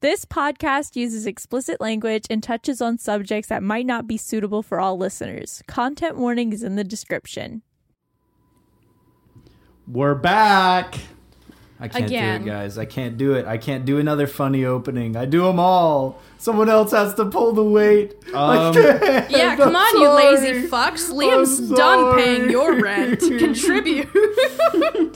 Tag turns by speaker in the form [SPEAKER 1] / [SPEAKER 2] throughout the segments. [SPEAKER 1] This podcast uses explicit language and touches on subjects that might not be suitable for all listeners. Content warning is in the description.
[SPEAKER 2] We're back. I can't
[SPEAKER 3] Again.
[SPEAKER 2] do it, guys. I can't do it. I can't do another funny opening. I do them all. Someone else has to pull the weight. I
[SPEAKER 4] Um,
[SPEAKER 2] can't.
[SPEAKER 3] Yeah,
[SPEAKER 2] I'm
[SPEAKER 3] come on, you
[SPEAKER 2] sorry.
[SPEAKER 3] lazy fucks. Liam's
[SPEAKER 2] I'm
[SPEAKER 3] done
[SPEAKER 2] sorry.
[SPEAKER 3] paying your rent. Contribute.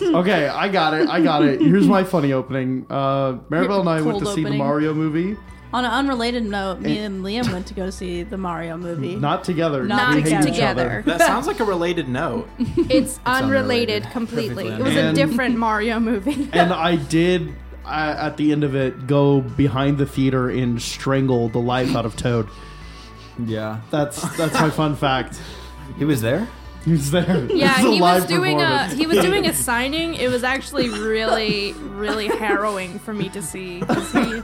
[SPEAKER 4] Okay, I got it. I got it. Here's my funny opening. Uh, Maribel and I went
[SPEAKER 3] Cold
[SPEAKER 4] to see the
[SPEAKER 3] opening.
[SPEAKER 4] Mario movie.
[SPEAKER 5] On an unrelated note, me and Liam went to go see the Mario movie.
[SPEAKER 4] Not together.
[SPEAKER 5] Not
[SPEAKER 4] we hate each
[SPEAKER 3] together.
[SPEAKER 4] other.
[SPEAKER 6] That sounds like a related note.
[SPEAKER 3] It's
[SPEAKER 6] unrelated.
[SPEAKER 3] unrelated completely.
[SPEAKER 6] Perfectly
[SPEAKER 3] It was a
[SPEAKER 4] And-
[SPEAKER 3] different Mario movie.
[SPEAKER 4] And I did, I, at the end of it, go behind the theater and strangle the life out of Toad.
[SPEAKER 2] Yeah,
[SPEAKER 4] That's that's my fun fact.
[SPEAKER 2] he was there.
[SPEAKER 4] He's there.
[SPEAKER 3] Yeah,
[SPEAKER 4] This is a
[SPEAKER 3] he was
[SPEAKER 4] live
[SPEAKER 3] doing a
[SPEAKER 4] performance.
[SPEAKER 3] he was doing a signing. It was actually really really harrowing for me to see. 'cause He,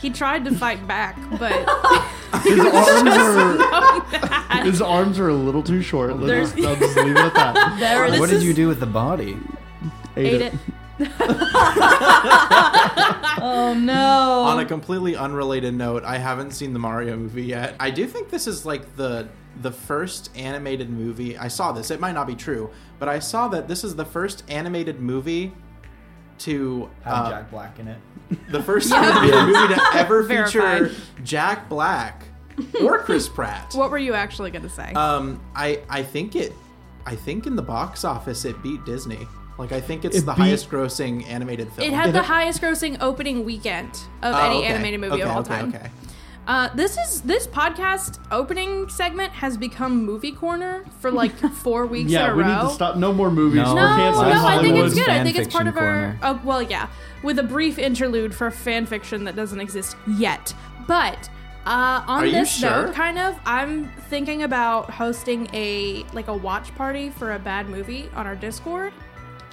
[SPEAKER 3] he tried to fight back, but
[SPEAKER 4] His arms are his arms are a little too short. Let's just, I'll just leave it at that.
[SPEAKER 5] There is
[SPEAKER 2] what did you do with the body?
[SPEAKER 4] Ate,
[SPEAKER 3] ate
[SPEAKER 4] it.
[SPEAKER 3] it.
[SPEAKER 5] oh no.
[SPEAKER 3] Uh-huh.
[SPEAKER 6] On a completely unrelated note, I haven't seen the Mario movie yet. I do think this is like the the first animated movie. I saw this. It might not be true, but I saw that this is the first animated movie to uh,
[SPEAKER 2] Black in it.
[SPEAKER 6] the first animated movie to ever feature
[SPEAKER 3] Verified.
[SPEAKER 6] Jack Black or Chris Pratt.
[SPEAKER 3] What were you actually gonna say?
[SPEAKER 6] Um, I I think it, I think in the box office it beat Disney. Like I think it's
[SPEAKER 4] It
[SPEAKER 6] the
[SPEAKER 4] beat-
[SPEAKER 6] highest grossing animated film.
[SPEAKER 3] it had the
[SPEAKER 4] it-
[SPEAKER 3] highest grossing opening weekend of
[SPEAKER 6] Oh,
[SPEAKER 3] any
[SPEAKER 6] okay.
[SPEAKER 3] animated movie
[SPEAKER 6] Okay,
[SPEAKER 3] of all
[SPEAKER 6] okay,
[SPEAKER 3] time.
[SPEAKER 6] Okay.
[SPEAKER 3] Uh, this is this podcast opening segment has become movie corner for like four weeks in
[SPEAKER 4] Yeah,
[SPEAKER 3] a
[SPEAKER 4] we
[SPEAKER 3] row.
[SPEAKER 4] need to stop. No more movies.
[SPEAKER 2] No.
[SPEAKER 4] We're
[SPEAKER 3] No,
[SPEAKER 4] canceling
[SPEAKER 3] no, I think it's
[SPEAKER 4] Hollywood.
[SPEAKER 3] good. I
[SPEAKER 2] Fan
[SPEAKER 3] think it's part of
[SPEAKER 2] fiction
[SPEAKER 3] our.
[SPEAKER 2] corner.
[SPEAKER 3] Oh, well, yeah, with a brief interlude for fan fiction that doesn't exist yet. But uh, on
[SPEAKER 6] Are you
[SPEAKER 3] this
[SPEAKER 6] sure?
[SPEAKER 3] note, kind of, I'm thinking about hosting a like a watch party for a bad movie on our Discord.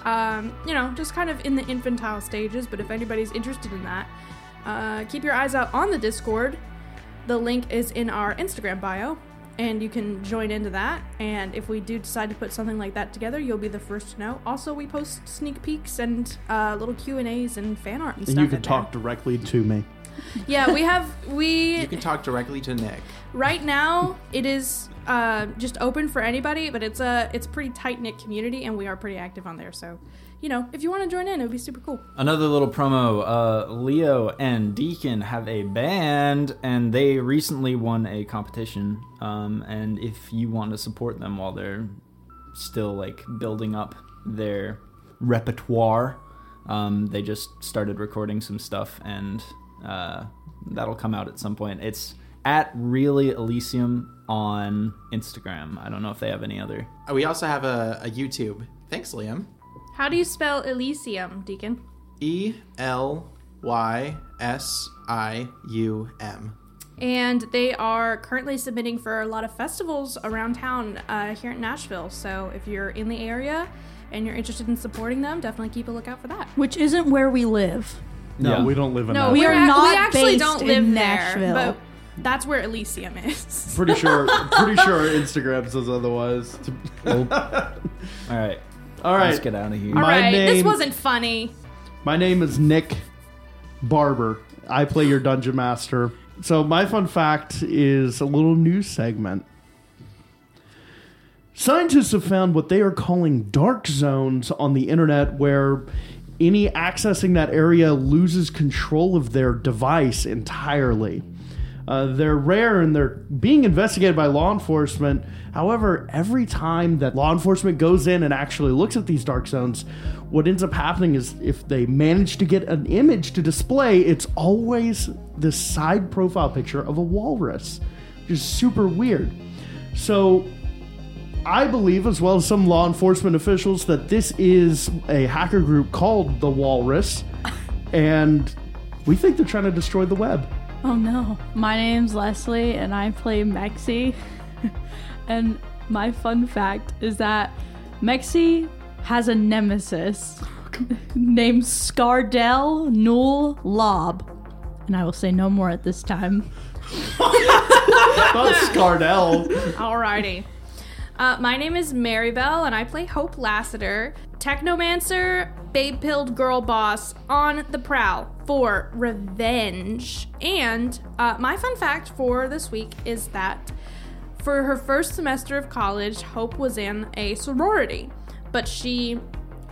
[SPEAKER 3] Um, you know, just kind of in the infantile stages. But if anybody's interested in that, uh, keep your eyes out on the Discord. The link is in our Instagram bio, and you can join into that. And if we do decide to put something like that together, you'll be the first to know. Also, we post sneak peeks and uh, little Q and A's and fan art and stuff.
[SPEAKER 4] And you can
[SPEAKER 3] in
[SPEAKER 4] talk directly to me.
[SPEAKER 3] there. Yeah, we have
[SPEAKER 6] You
[SPEAKER 3] we
[SPEAKER 6] can talk directly to Nick.
[SPEAKER 3] right now it is uh, just open for anybody, but it's a it's a pretty tight knit community, and we are pretty active on there. So, you know, if you want to join in, it would be super cool.
[SPEAKER 2] Another little promo. Uh, Leo and Deacon have a band, and they recently won a competition. Um, and if you want to support them while they're still like building up their repertoire, um, they just started recording some stuff, and uh, that'll come out at some point. It's at Really Elysium on Instagram. I don't know if they have any other.
[SPEAKER 6] Uh, We also have a, a YouTube. Thanks, Liam.
[SPEAKER 3] How do you spell Elysium, Deacon?
[SPEAKER 6] E L Y S I U M.
[SPEAKER 3] and they are currently submitting for a lot of festivals around town uh, here in Nashville. So if you're in the area and you're interested in supporting them, definitely keep a lookout for that.
[SPEAKER 5] Which isn't where we live.
[SPEAKER 4] No,
[SPEAKER 2] Yeah.
[SPEAKER 4] we don't live in
[SPEAKER 3] No,
[SPEAKER 4] that.
[SPEAKER 3] we
[SPEAKER 5] we
[SPEAKER 3] are
[SPEAKER 5] are
[SPEAKER 3] ac-
[SPEAKER 5] not
[SPEAKER 3] we actually
[SPEAKER 5] based
[SPEAKER 3] don't
[SPEAKER 5] in
[SPEAKER 3] live
[SPEAKER 5] Nashville.
[SPEAKER 3] there, but that's where Elysium is.
[SPEAKER 4] Pretty sure, pretty sure Instagram says otherwise.
[SPEAKER 2] All right,
[SPEAKER 4] All right,
[SPEAKER 2] let's get out of here.
[SPEAKER 3] All
[SPEAKER 4] My
[SPEAKER 3] right, this
[SPEAKER 4] name-
[SPEAKER 3] wasn't funny.
[SPEAKER 4] My name is Nick Barber. I play your dungeon master. So my fun fact is a little news segment. Scientists have found what they are calling dark zones on the internet where any accessing that area loses control of their device entirely. Uh, they're rare and they're being investigated by law enforcement. However, every time that law enforcement goes in and actually looks at these dark zones, what ends up happening is if they manage to get an image to display, it's always this side profile picture of a walrus, which is super weird. So, I believe, as well as some law enforcement officials, that this is a hacker group called the Walrus, and we think they're trying to destroy the web.
[SPEAKER 5] Oh no. My name's Leslie and I play Mexi. and my fun fact is that Mexi has a nemesis named Scardell Newell Lob. And I will say no more at this time.
[SPEAKER 4] Not Scardell.
[SPEAKER 3] Alrighty. Uh, my name is Mary Bell, and I play Hope Lassiter, technomancer, babe pilled girl boss on the prowl for revenge. And uh, my fun fact for this week is that for her first semester of college, Hope was in a sorority, but she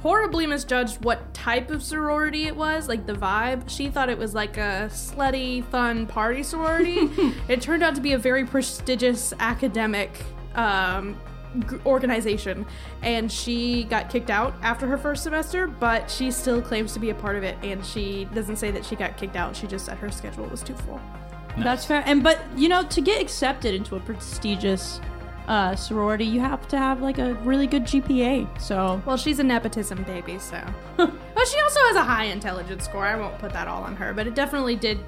[SPEAKER 3] horribly misjudged what type of sorority it was, like the vibe. She thought it was like a slutty, fun party sorority. it turned out to be a very prestigious academic um, g- organization, and she got kicked out after her first semester, but she still claims to be a part of it, and she doesn't say that she got kicked out. She just said her schedule was too full.
[SPEAKER 5] That's fair. And but you know, to get accepted into a prestigious uh, sorority, you have to have like a really good GPA. So
[SPEAKER 3] Well, she's a nepotism baby, so. but she also has a high intelligence score. I won't put that all on her, but it definitely did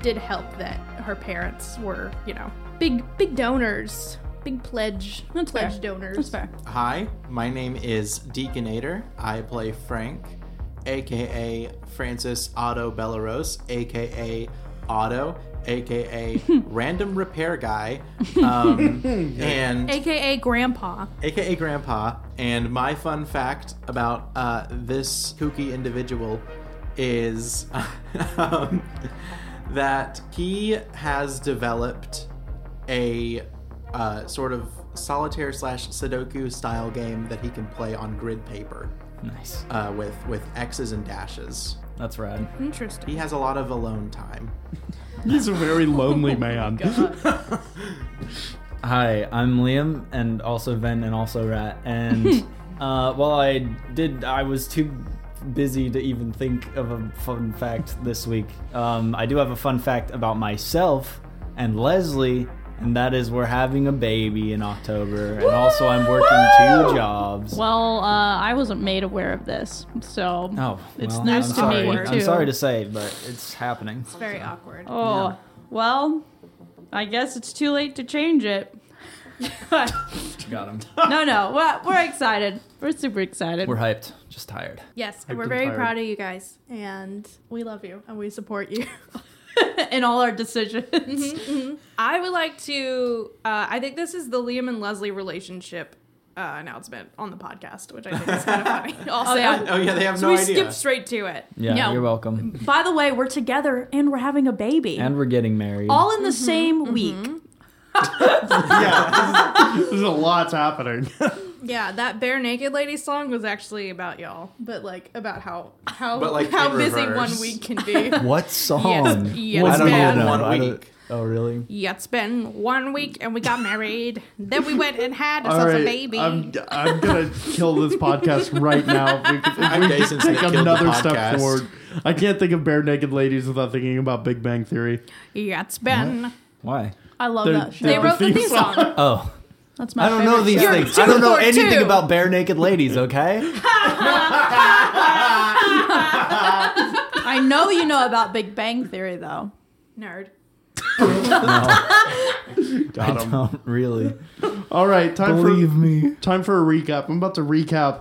[SPEAKER 3] did help that her parents were, you know, big big donors, big pledge
[SPEAKER 5] That's
[SPEAKER 3] pledge
[SPEAKER 5] fair.
[SPEAKER 3] donors.
[SPEAKER 5] that's fair.
[SPEAKER 6] Hi, my name is Deaconator. I play Frank, aka Francis Otto Belarose, aka Otto, aka Random Repair Guy, um, and
[SPEAKER 3] AKA grandpa.
[SPEAKER 6] aka Grandpa. And my fun fact about uh, this kooky individual is um, that he has developed a uh, sort of solitaire slash Sudoku style game that he can play on grid paper
[SPEAKER 2] Nice.
[SPEAKER 6] uh, with with X's and dashes.
[SPEAKER 2] That's rad.
[SPEAKER 3] Interesting.
[SPEAKER 6] He has a lot of alone time.
[SPEAKER 4] He's a very
[SPEAKER 5] Oh
[SPEAKER 4] lonely man.
[SPEAKER 2] Hi, I'm Liam, and also Ven, and also Rat. And uh, while I did, I was too busy to even think of a fun fact this week. Um, I do have a fun fact about myself and Leslie, and that is we're having a baby in October, and also I'm working two jobs.
[SPEAKER 5] Well, uh, I wasn't made aware of this, so
[SPEAKER 2] oh,
[SPEAKER 5] it's
[SPEAKER 2] well,
[SPEAKER 5] news
[SPEAKER 2] I'm
[SPEAKER 5] to
[SPEAKER 2] sorry.
[SPEAKER 5] me
[SPEAKER 2] I'm
[SPEAKER 5] too.
[SPEAKER 2] sorry to say, but it's happening.
[SPEAKER 3] Very awkward.
[SPEAKER 5] Oh, well, I guess it's too late to change it. no,
[SPEAKER 2] Got him.
[SPEAKER 5] no, we're, we're excited. We're super excited.
[SPEAKER 2] We're hyped, just tired.
[SPEAKER 3] Yes, and
[SPEAKER 2] Hyped
[SPEAKER 3] we're
[SPEAKER 2] and
[SPEAKER 3] very
[SPEAKER 2] tired.
[SPEAKER 3] proud of you guys, and we love you, and we support you.
[SPEAKER 5] in all our decisions.
[SPEAKER 3] I would like to. Uh, I think this is the Liam and Leslie relationship uh, announcement on the podcast, which I think is kind of funny. I'll say
[SPEAKER 5] yeah.
[SPEAKER 3] it.
[SPEAKER 6] Oh yeah, they have
[SPEAKER 3] So
[SPEAKER 6] no
[SPEAKER 3] we
[SPEAKER 6] idea.
[SPEAKER 3] skip straight to it.
[SPEAKER 2] Yeah,
[SPEAKER 5] Yeah.
[SPEAKER 2] you're welcome.
[SPEAKER 5] By the way, we're together and we're having a baby.
[SPEAKER 2] And we're getting married.
[SPEAKER 5] all in the same week.
[SPEAKER 4] yeah, there's a lot's happening.
[SPEAKER 3] Yeah, that bare naked lady song was actually about y'all, but like about how how
[SPEAKER 6] But, like,
[SPEAKER 3] how
[SPEAKER 6] in
[SPEAKER 3] busy
[SPEAKER 6] reverse.
[SPEAKER 3] one week can be.
[SPEAKER 2] What song?
[SPEAKER 3] yes,
[SPEAKER 2] I don't
[SPEAKER 3] man.
[SPEAKER 2] even know.
[SPEAKER 6] One
[SPEAKER 2] I don't-
[SPEAKER 6] week.
[SPEAKER 2] Oh, really?
[SPEAKER 3] yeah, it's been one week and we got married. then we went and had
[SPEAKER 4] All
[SPEAKER 3] ourselves
[SPEAKER 4] right,
[SPEAKER 3] a baby.
[SPEAKER 4] I'm, I'm gonna kill this podcast right now. If we, if we
[SPEAKER 6] I'm gay since they
[SPEAKER 4] take
[SPEAKER 6] killed the
[SPEAKER 4] another step
[SPEAKER 6] podcast.
[SPEAKER 4] forward, I can't think of bare naked ladies without thinking about Big Bang Theory.
[SPEAKER 3] yeah, it's been.
[SPEAKER 2] Why?
[SPEAKER 5] I love
[SPEAKER 4] They're-
[SPEAKER 5] that show.
[SPEAKER 4] they're-
[SPEAKER 3] They wrote the
[SPEAKER 4] theme
[SPEAKER 3] theme
[SPEAKER 4] song.
[SPEAKER 3] song.
[SPEAKER 2] Oh,
[SPEAKER 5] That's my
[SPEAKER 2] I don't know
[SPEAKER 5] favorite
[SPEAKER 2] these
[SPEAKER 5] show.
[SPEAKER 2] things. I don't know
[SPEAKER 3] for
[SPEAKER 2] anything
[SPEAKER 3] two.
[SPEAKER 2] about bare naked ladies. Okay.
[SPEAKER 5] I know you know about Big Bang Theory, though.
[SPEAKER 3] Nerd.
[SPEAKER 2] I
[SPEAKER 4] Got 'em.
[SPEAKER 2] don't really
[SPEAKER 4] All right, time
[SPEAKER 2] believe
[SPEAKER 4] for
[SPEAKER 2] me.
[SPEAKER 4] time for a recap. I'm about to recap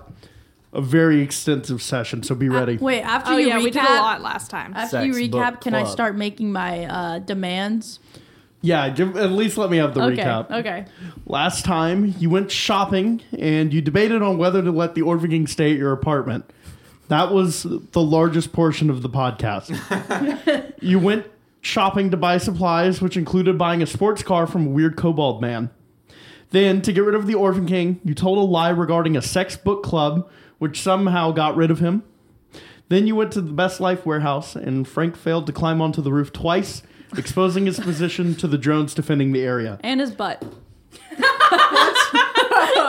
[SPEAKER 4] a very extensive session, so be ready.
[SPEAKER 5] Uh, Wait, after
[SPEAKER 3] Oh,
[SPEAKER 5] you
[SPEAKER 3] yeah,
[SPEAKER 5] recap,
[SPEAKER 3] we did a lot last time.
[SPEAKER 5] after you
[SPEAKER 2] Sex
[SPEAKER 5] recap,
[SPEAKER 2] book
[SPEAKER 5] can I
[SPEAKER 2] club.
[SPEAKER 5] start making my uh, demands?
[SPEAKER 4] yeah, give, at least let me have the
[SPEAKER 5] Okay,
[SPEAKER 4] recap.
[SPEAKER 5] okay.
[SPEAKER 4] Last time you went shopping and you debated on whether to let the Orphan King stay at your apartment. That was the largest portion of the podcast. you went shopping to buy supplies, which included buying a sports car from a weird kobold man. Then, to get rid of the Orphan King, you told a lie regarding a sex book club, which somehow got rid of him. Then you went to the Best Life warehouse, and Frank failed to climb onto the roof twice, exposing his position to the drones defending the area.
[SPEAKER 5] And his butt.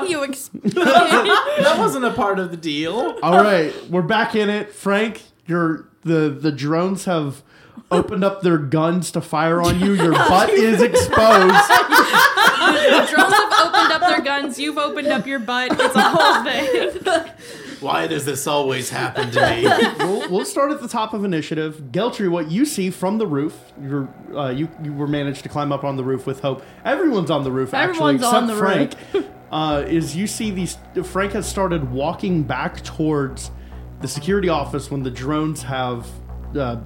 [SPEAKER 3] you ex-
[SPEAKER 6] that wasn't a part of the deal.
[SPEAKER 4] All right, we're back in it, Frank. Your the the drones have opened up their guns to fire on you. Your butt is exposed.
[SPEAKER 3] drones have opened up their guns. You've opened up your butt. It's a whole thing.
[SPEAKER 6] Why does this always happen to me?
[SPEAKER 4] We'll, we'll start at the top of initiative. Geltry, what you see from the roof? You're, uh, you you were managed to climb up on the roof with hope. Everyone's on the roof actually,
[SPEAKER 5] Everyone's on
[SPEAKER 4] except
[SPEAKER 5] the
[SPEAKER 4] Frank. uh, is you see these? Frank has started walking back towards the security office when the drones have uh,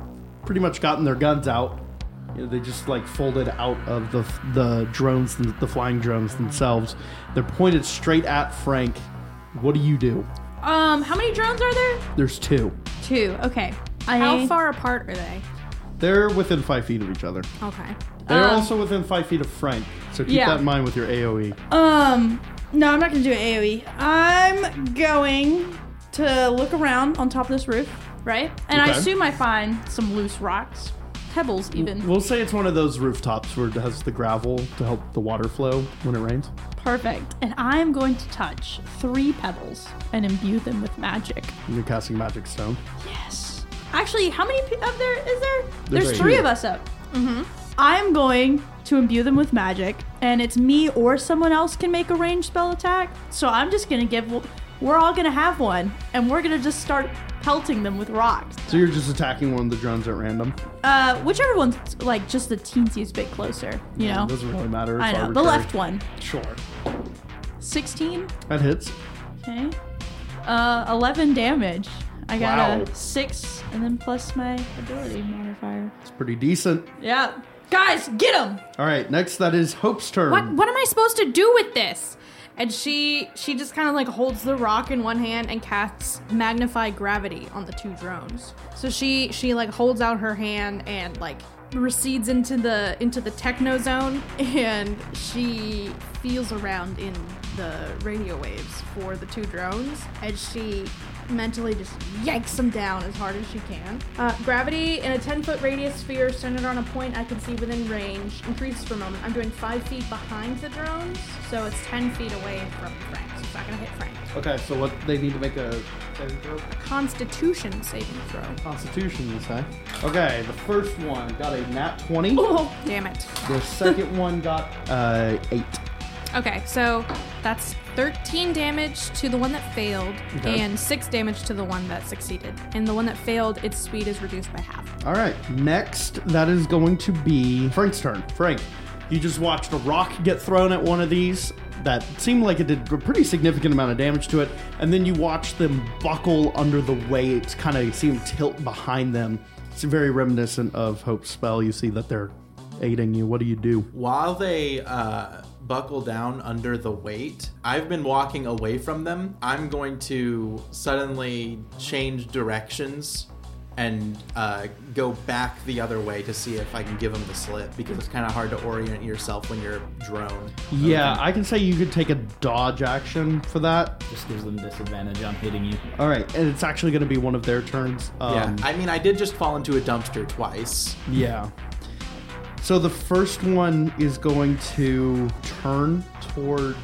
[SPEAKER 4] pretty much gotten their guns out. You know, they just like folded out of the the drones, the flying drones themselves. They're pointed straight at Frank. What do you do?
[SPEAKER 3] Um, how many drones are there?
[SPEAKER 4] There's two.
[SPEAKER 3] Two. Okay.
[SPEAKER 5] I-
[SPEAKER 3] How far apart are they?
[SPEAKER 4] They're within five feet of each other.
[SPEAKER 3] Okay.
[SPEAKER 4] They're
[SPEAKER 5] Um,
[SPEAKER 4] also within five feet of Frank. So keep
[SPEAKER 5] Yeah.
[SPEAKER 4] that in mind with your E. AOE.
[SPEAKER 5] Um, no, I'm not gonna do an AoE. I'm going
[SPEAKER 3] To look around on top of this roof.
[SPEAKER 5] right, and I
[SPEAKER 4] Okay.
[SPEAKER 5] assume I find some loose rocks, pebbles, even.
[SPEAKER 4] We'll say it's one of those rooftops where it has the gravel to help the water flow when it rains.
[SPEAKER 5] Perfect. And I'm going to touch three pebbles and imbue them with magic.
[SPEAKER 4] You're casting magic stone.
[SPEAKER 5] Yes. Actually, how many pe- of there is there? There's,
[SPEAKER 4] There's
[SPEAKER 5] three
[SPEAKER 4] two.
[SPEAKER 5] of us up. I'm going to imbue them with magic, and it's me or someone else can make a ranged spell attack. So I'm just gonna give. We're all gonna have one, and we're gonna just start pelting them with rocks.
[SPEAKER 4] So you're just attacking one of the drones at random.
[SPEAKER 5] Uh, whichever one's like just the teensiest bit closer, you know.
[SPEAKER 4] It doesn't really matter. It's
[SPEAKER 5] I know the
[SPEAKER 4] arbitrary.
[SPEAKER 5] left one.
[SPEAKER 4] Sure.
[SPEAKER 5] Sixteen.
[SPEAKER 4] That hits.
[SPEAKER 5] Okay. Uh, eleven damage. I got
[SPEAKER 4] Wow.
[SPEAKER 5] a six, and then plus my ability modifier.
[SPEAKER 4] It's pretty decent.
[SPEAKER 5] Yeah. Guys, get him!
[SPEAKER 4] All right, next that is Hope's turn.
[SPEAKER 3] What what am I supposed to do with this? And she she just kind of like holds the rock in one hand and casts magnify gravity on the two drones. So she she like holds out her hand and like recedes into the into the techno zone and she feels around in the radio waves for the two drones and she mentally just yanks them down as hard as she can. Uh, gravity in a 10 foot radius sphere centered on a point I can see within range increases for a moment. I'm doing 5 feet behind the drones, so it's 10 feet away from Frank, so it's not gonna hit Frank.
[SPEAKER 4] Okay, so what they need to make a saving throw?
[SPEAKER 3] Constitution saving throw.
[SPEAKER 4] Constitution, you say? Okay, the first one got a nat 20.
[SPEAKER 3] Oh, damn it.
[SPEAKER 4] The second one got uh, 8.
[SPEAKER 3] Okay, so that's 13 damage to the one that failed,
[SPEAKER 4] Okay.
[SPEAKER 3] and 6 damage to the one that succeeded. And the one that failed, its speed is reduced by half.
[SPEAKER 4] All right, next that is going to be Frank's turn. Frank, you just watched a rock get thrown at one of these that seemed like it did a pretty significant amount of damage to it, and then you watched them buckle under the weight, kind of seem tilt behind them. It's very reminiscent of Hope's spell. You see that they're aiding you. What do you do?
[SPEAKER 6] While they uh, buckle down under the weight, I've been walking away from them. I'm going to suddenly change directions and uh, go back the other way to see if I can give them the slip because it's kind of hard to orient yourself when you're a drone.
[SPEAKER 4] Yeah, I can say you could take a dodge action for that.
[SPEAKER 2] Just gives them disadvantage on hitting you.
[SPEAKER 4] All right, and it's actually going to be one of their turns. Um,
[SPEAKER 6] yeah, I mean, I did just fall into a dumpster twice.
[SPEAKER 4] Yeah. So the first one is going to turn towards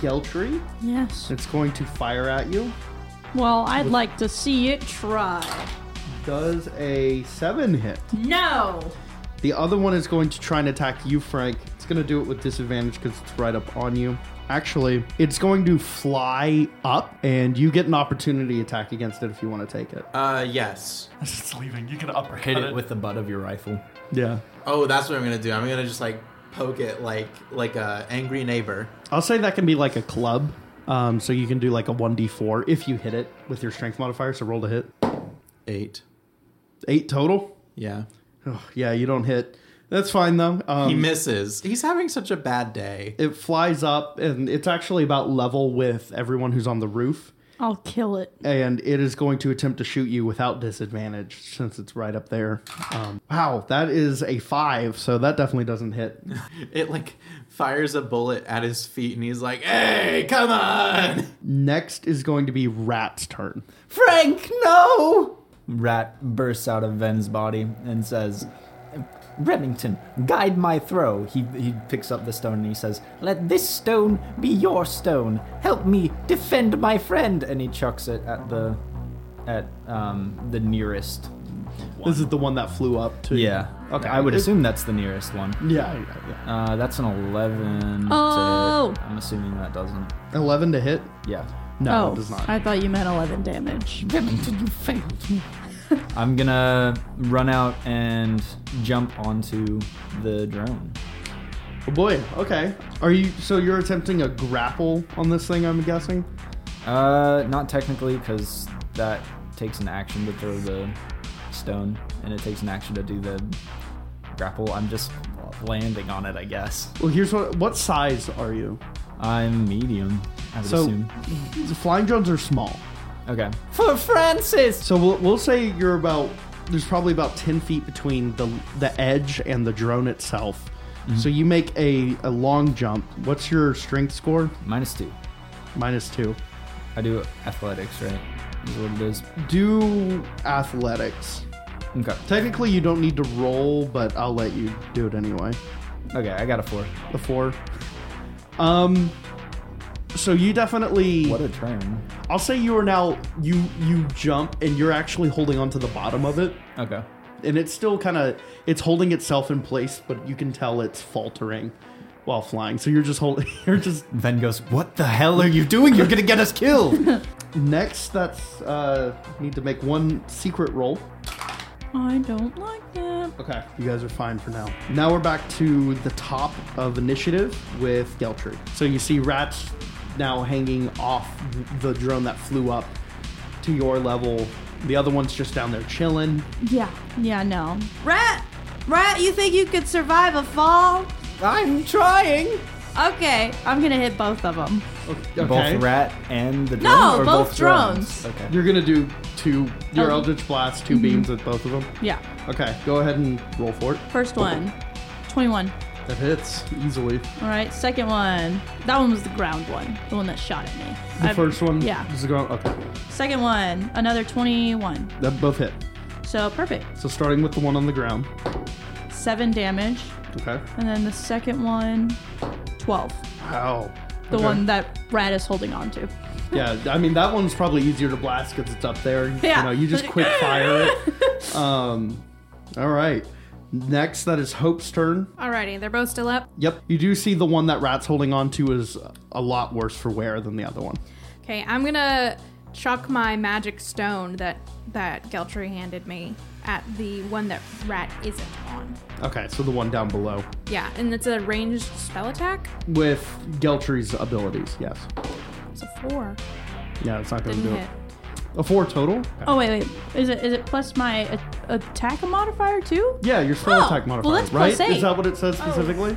[SPEAKER 4] Geltry.
[SPEAKER 5] Yes.
[SPEAKER 4] It's going to fire at you.
[SPEAKER 5] Well, I'd like to see it try.
[SPEAKER 4] Does a seven hit?
[SPEAKER 5] No!
[SPEAKER 4] The other one is going to try and attack you, Frank. It's going to do it with disadvantage because it's right up on you. Actually, it's going to fly up, and you get an opportunity attack against it if you want to take it.
[SPEAKER 6] Uh, yes.
[SPEAKER 4] As it's leaving, you can uppercut
[SPEAKER 2] Hit it with the butt of your rifle.
[SPEAKER 4] Yeah.
[SPEAKER 6] Oh, that's what I'm gonna do. I'm gonna just like poke it like like a angry neighbor.
[SPEAKER 4] I'll say that can be like a club. Um, so you can do like a 1d4 if you hit it with your strength modifier. So roll to hit.
[SPEAKER 6] Eight.
[SPEAKER 4] Eight total?
[SPEAKER 6] Yeah.
[SPEAKER 4] Ugh, yeah, you don't hit. That's fine though. Um,
[SPEAKER 6] He misses. He's having such a bad day.
[SPEAKER 4] it flies up and it's actually about level with everyone who's on the roof.
[SPEAKER 5] I'll kill it.
[SPEAKER 4] And it is going to attempt to shoot you without disadvantage since it's right up there. Um, wow, that is a five, so that definitely doesn't hit.
[SPEAKER 6] It like fires a bullet at his feet and he's like, "Hey, come on!"
[SPEAKER 4] Next is going to be Rat's turn.
[SPEAKER 2] Frank, no! Rat bursts out of Ven's body and says, Remington, guide my throw. He, he picks up the stone and he says, Let this stone be your stone. Help me defend my friend. And he chucks it at the at um, the nearest.
[SPEAKER 4] This is the one that flew up to.
[SPEAKER 2] Okay. I would
[SPEAKER 4] It-
[SPEAKER 2] assume that's the nearest one.
[SPEAKER 4] Yeah, yeah,
[SPEAKER 2] Uh, that's an 11. to-
[SPEAKER 5] Oh.
[SPEAKER 2] I'm assuming that doesn't.
[SPEAKER 4] yeah. 11 to hit?
[SPEAKER 2] Yeah.
[SPEAKER 4] No,
[SPEAKER 2] Oh.
[SPEAKER 4] it does not.
[SPEAKER 5] Oh, I thought you meant 11 damage.
[SPEAKER 2] Remington, you failed me. I'm gonna run out and jump onto the drone.
[SPEAKER 4] Oh boy, okay. Are you. So you're attempting a grapple on this thing, I'm guessing?
[SPEAKER 2] Uh, not technically, because that takes an action to throw the stone, and it takes an action to do the grapple. I'm just landing on it, I guess.
[SPEAKER 4] Well, here's what. What size are you?
[SPEAKER 2] I'm medium. I would
[SPEAKER 4] So,
[SPEAKER 2] assume.
[SPEAKER 4] the flying drones are small.
[SPEAKER 2] Okay. For Francis.
[SPEAKER 4] So we'll, we'll say you're about there's probably about ten feet between the the edge and the drone itself.
[SPEAKER 2] Mm-hmm.
[SPEAKER 4] So you make a, a long jump. What's your strength score?
[SPEAKER 2] Minus two.
[SPEAKER 4] Minus two.
[SPEAKER 2] I do athletics, right? Is what it is.
[SPEAKER 4] Do athletics.
[SPEAKER 2] Okay.
[SPEAKER 4] Technically, you don't need to roll, but I'll let you do it anyway.
[SPEAKER 2] Okay, I got a four.
[SPEAKER 4] The four. Um. So you definitely.
[SPEAKER 2] What a turn.
[SPEAKER 4] I'll say you are now you you jump and you're actually holding onto the bottom of it.
[SPEAKER 2] Okay.
[SPEAKER 4] and it's still kind of it's holding itself in place but you can tell it's faltering while flying so you're just holding you're just
[SPEAKER 2] Then goes, What the hell are you doing? You're gonna get us killed.
[SPEAKER 4] next that's uh need to make one secret roll
[SPEAKER 5] I don't like that.
[SPEAKER 4] okay you guys are fine for now now we're back to the top of initiative with geltry so you see rats now hanging off the drone that flew up to your level the other one's just down there chilling
[SPEAKER 5] Yeah. Yeah, no.
[SPEAKER 7] Rat, Rat, you think you could survive a fall?
[SPEAKER 2] I'm trying.
[SPEAKER 5] Okay, I'm gonna hit both of them.
[SPEAKER 4] okay
[SPEAKER 2] Both rat and the drone?
[SPEAKER 5] No,
[SPEAKER 2] or
[SPEAKER 5] both
[SPEAKER 2] both drones. Okay.
[SPEAKER 4] you're gonna do two
[SPEAKER 2] Um,
[SPEAKER 4] your
[SPEAKER 5] Oh.
[SPEAKER 4] eldritch blast
[SPEAKER 2] mm-hmm.
[SPEAKER 4] 2 beams at both of them
[SPEAKER 5] Yeah.
[SPEAKER 4] Okay, go ahead and roll for it.
[SPEAKER 5] First one. 21.
[SPEAKER 4] That hits easily.
[SPEAKER 5] All right. Second one. That one was the ground one. The one that shot at me.
[SPEAKER 4] The
[SPEAKER 5] I-
[SPEAKER 4] first one.
[SPEAKER 5] Yeah.
[SPEAKER 4] Is going, okay,
[SPEAKER 5] Second one. Another 21.
[SPEAKER 4] that both hit.
[SPEAKER 5] So perfect.
[SPEAKER 4] So starting with the one on the ground.
[SPEAKER 5] Seven damage.
[SPEAKER 4] Okay.
[SPEAKER 5] And then the second one, 12.
[SPEAKER 4] Wow.
[SPEAKER 5] The one that Rat is holding on to.
[SPEAKER 4] Yeah, I mean that one's probably easier to blast because it's up there.
[SPEAKER 5] Yeah.
[SPEAKER 4] You know, you just quick fire it. Um, all right. Next, that is Hope's turn.
[SPEAKER 3] Alrighty, they're both still up.
[SPEAKER 4] Yep. You do see the one that Rat's holding on to is a lot worse for wear than the other one.
[SPEAKER 3] Okay, I'm gonna chuck my magic stone that that Geltry handed me at the one that Rat isn't on.
[SPEAKER 4] Okay, so the one down below
[SPEAKER 3] Yeah, and it's a ranged spell attack.
[SPEAKER 4] with Geltry's abilities. Yes.
[SPEAKER 3] It's a four.
[SPEAKER 4] Yeah, it's not going to
[SPEAKER 3] Didn't
[SPEAKER 4] do
[SPEAKER 3] hit.
[SPEAKER 4] it. A four total.
[SPEAKER 5] Oh, wait, wait. Is it is it plus my a- attack modifier too?
[SPEAKER 4] Yeah, your spell
[SPEAKER 5] Oh,
[SPEAKER 4] attack
[SPEAKER 5] well,
[SPEAKER 4] modifier,
[SPEAKER 5] that's
[SPEAKER 4] right?
[SPEAKER 5] plus eight. Oh.
[SPEAKER 4] Is that what it says specifically?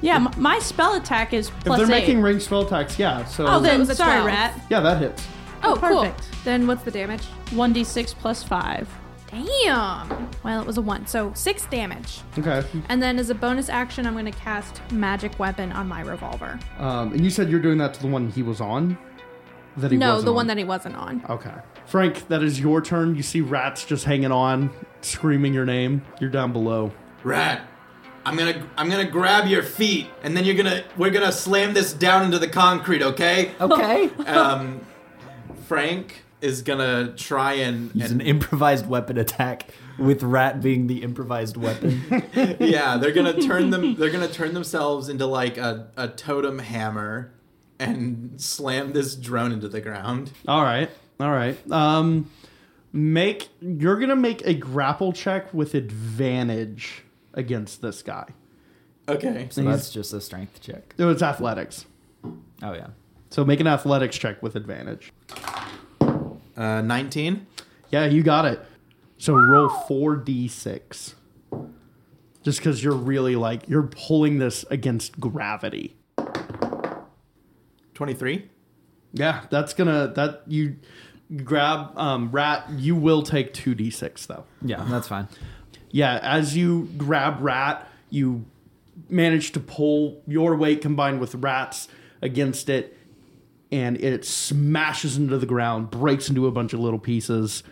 [SPEAKER 5] Yeah, m- my spell attack is
[SPEAKER 4] if
[SPEAKER 5] plus
[SPEAKER 4] they're
[SPEAKER 5] eight.
[SPEAKER 4] making ranged spell attacks, yeah. So
[SPEAKER 5] oh,
[SPEAKER 3] it
[SPEAKER 5] then
[SPEAKER 3] was a
[SPEAKER 5] sorry,
[SPEAKER 3] 12.
[SPEAKER 5] Rat.
[SPEAKER 4] yeah, that hits.
[SPEAKER 3] Oh,
[SPEAKER 5] Perfect.
[SPEAKER 3] cool. Then what's the damage?
[SPEAKER 5] 1d6 plus 5.
[SPEAKER 3] Damn. Well, it was a one, so six damage.
[SPEAKER 4] Okay.
[SPEAKER 3] And then as a bonus action, I'm gonna cast magic weapon on my revolver.
[SPEAKER 4] Um, and you said you're doing that to the one he was on. That he
[SPEAKER 3] no,
[SPEAKER 4] wasn't
[SPEAKER 3] the one
[SPEAKER 4] on.
[SPEAKER 3] that he wasn't on.
[SPEAKER 4] Okay, Frank, that is your turn. You see rats just hanging on, screaming your name. You're down below.
[SPEAKER 6] Rat, I'm gonna I'm gonna grab your feet, and then you're gonna we're gonna slam this down into the concrete, okay?
[SPEAKER 2] Okay.
[SPEAKER 6] Um, Frank is gonna try and,
[SPEAKER 2] Use an
[SPEAKER 6] and
[SPEAKER 2] improvised weapon attack with rat being the improvised weapon.
[SPEAKER 6] yeah, they're gonna turn them they're gonna turn themselves into like a, a totem hammer and slam this drone into the ground.
[SPEAKER 4] All right, all right. Um, make you're gonna make a grapple check with advantage against this guy.
[SPEAKER 6] Okay.
[SPEAKER 2] so that's just a strength check.
[SPEAKER 4] It was athletics,
[SPEAKER 2] Oh yeah.
[SPEAKER 4] so make an athletics check with advantage.
[SPEAKER 6] Uh, 19.
[SPEAKER 4] Yeah, you got it. So roll 4d6. Just because you're really like, you're pulling this against gravity.
[SPEAKER 6] 23.
[SPEAKER 4] Yeah, that's gonna, that you grab um, Rat, you will take 2d6 though.
[SPEAKER 2] Yeah, that's fine.
[SPEAKER 4] Yeah, as you grab Rat, you manage to pull your weight combined with Rat's against it, and it smashes into the ground, breaks into a bunch of little pieces.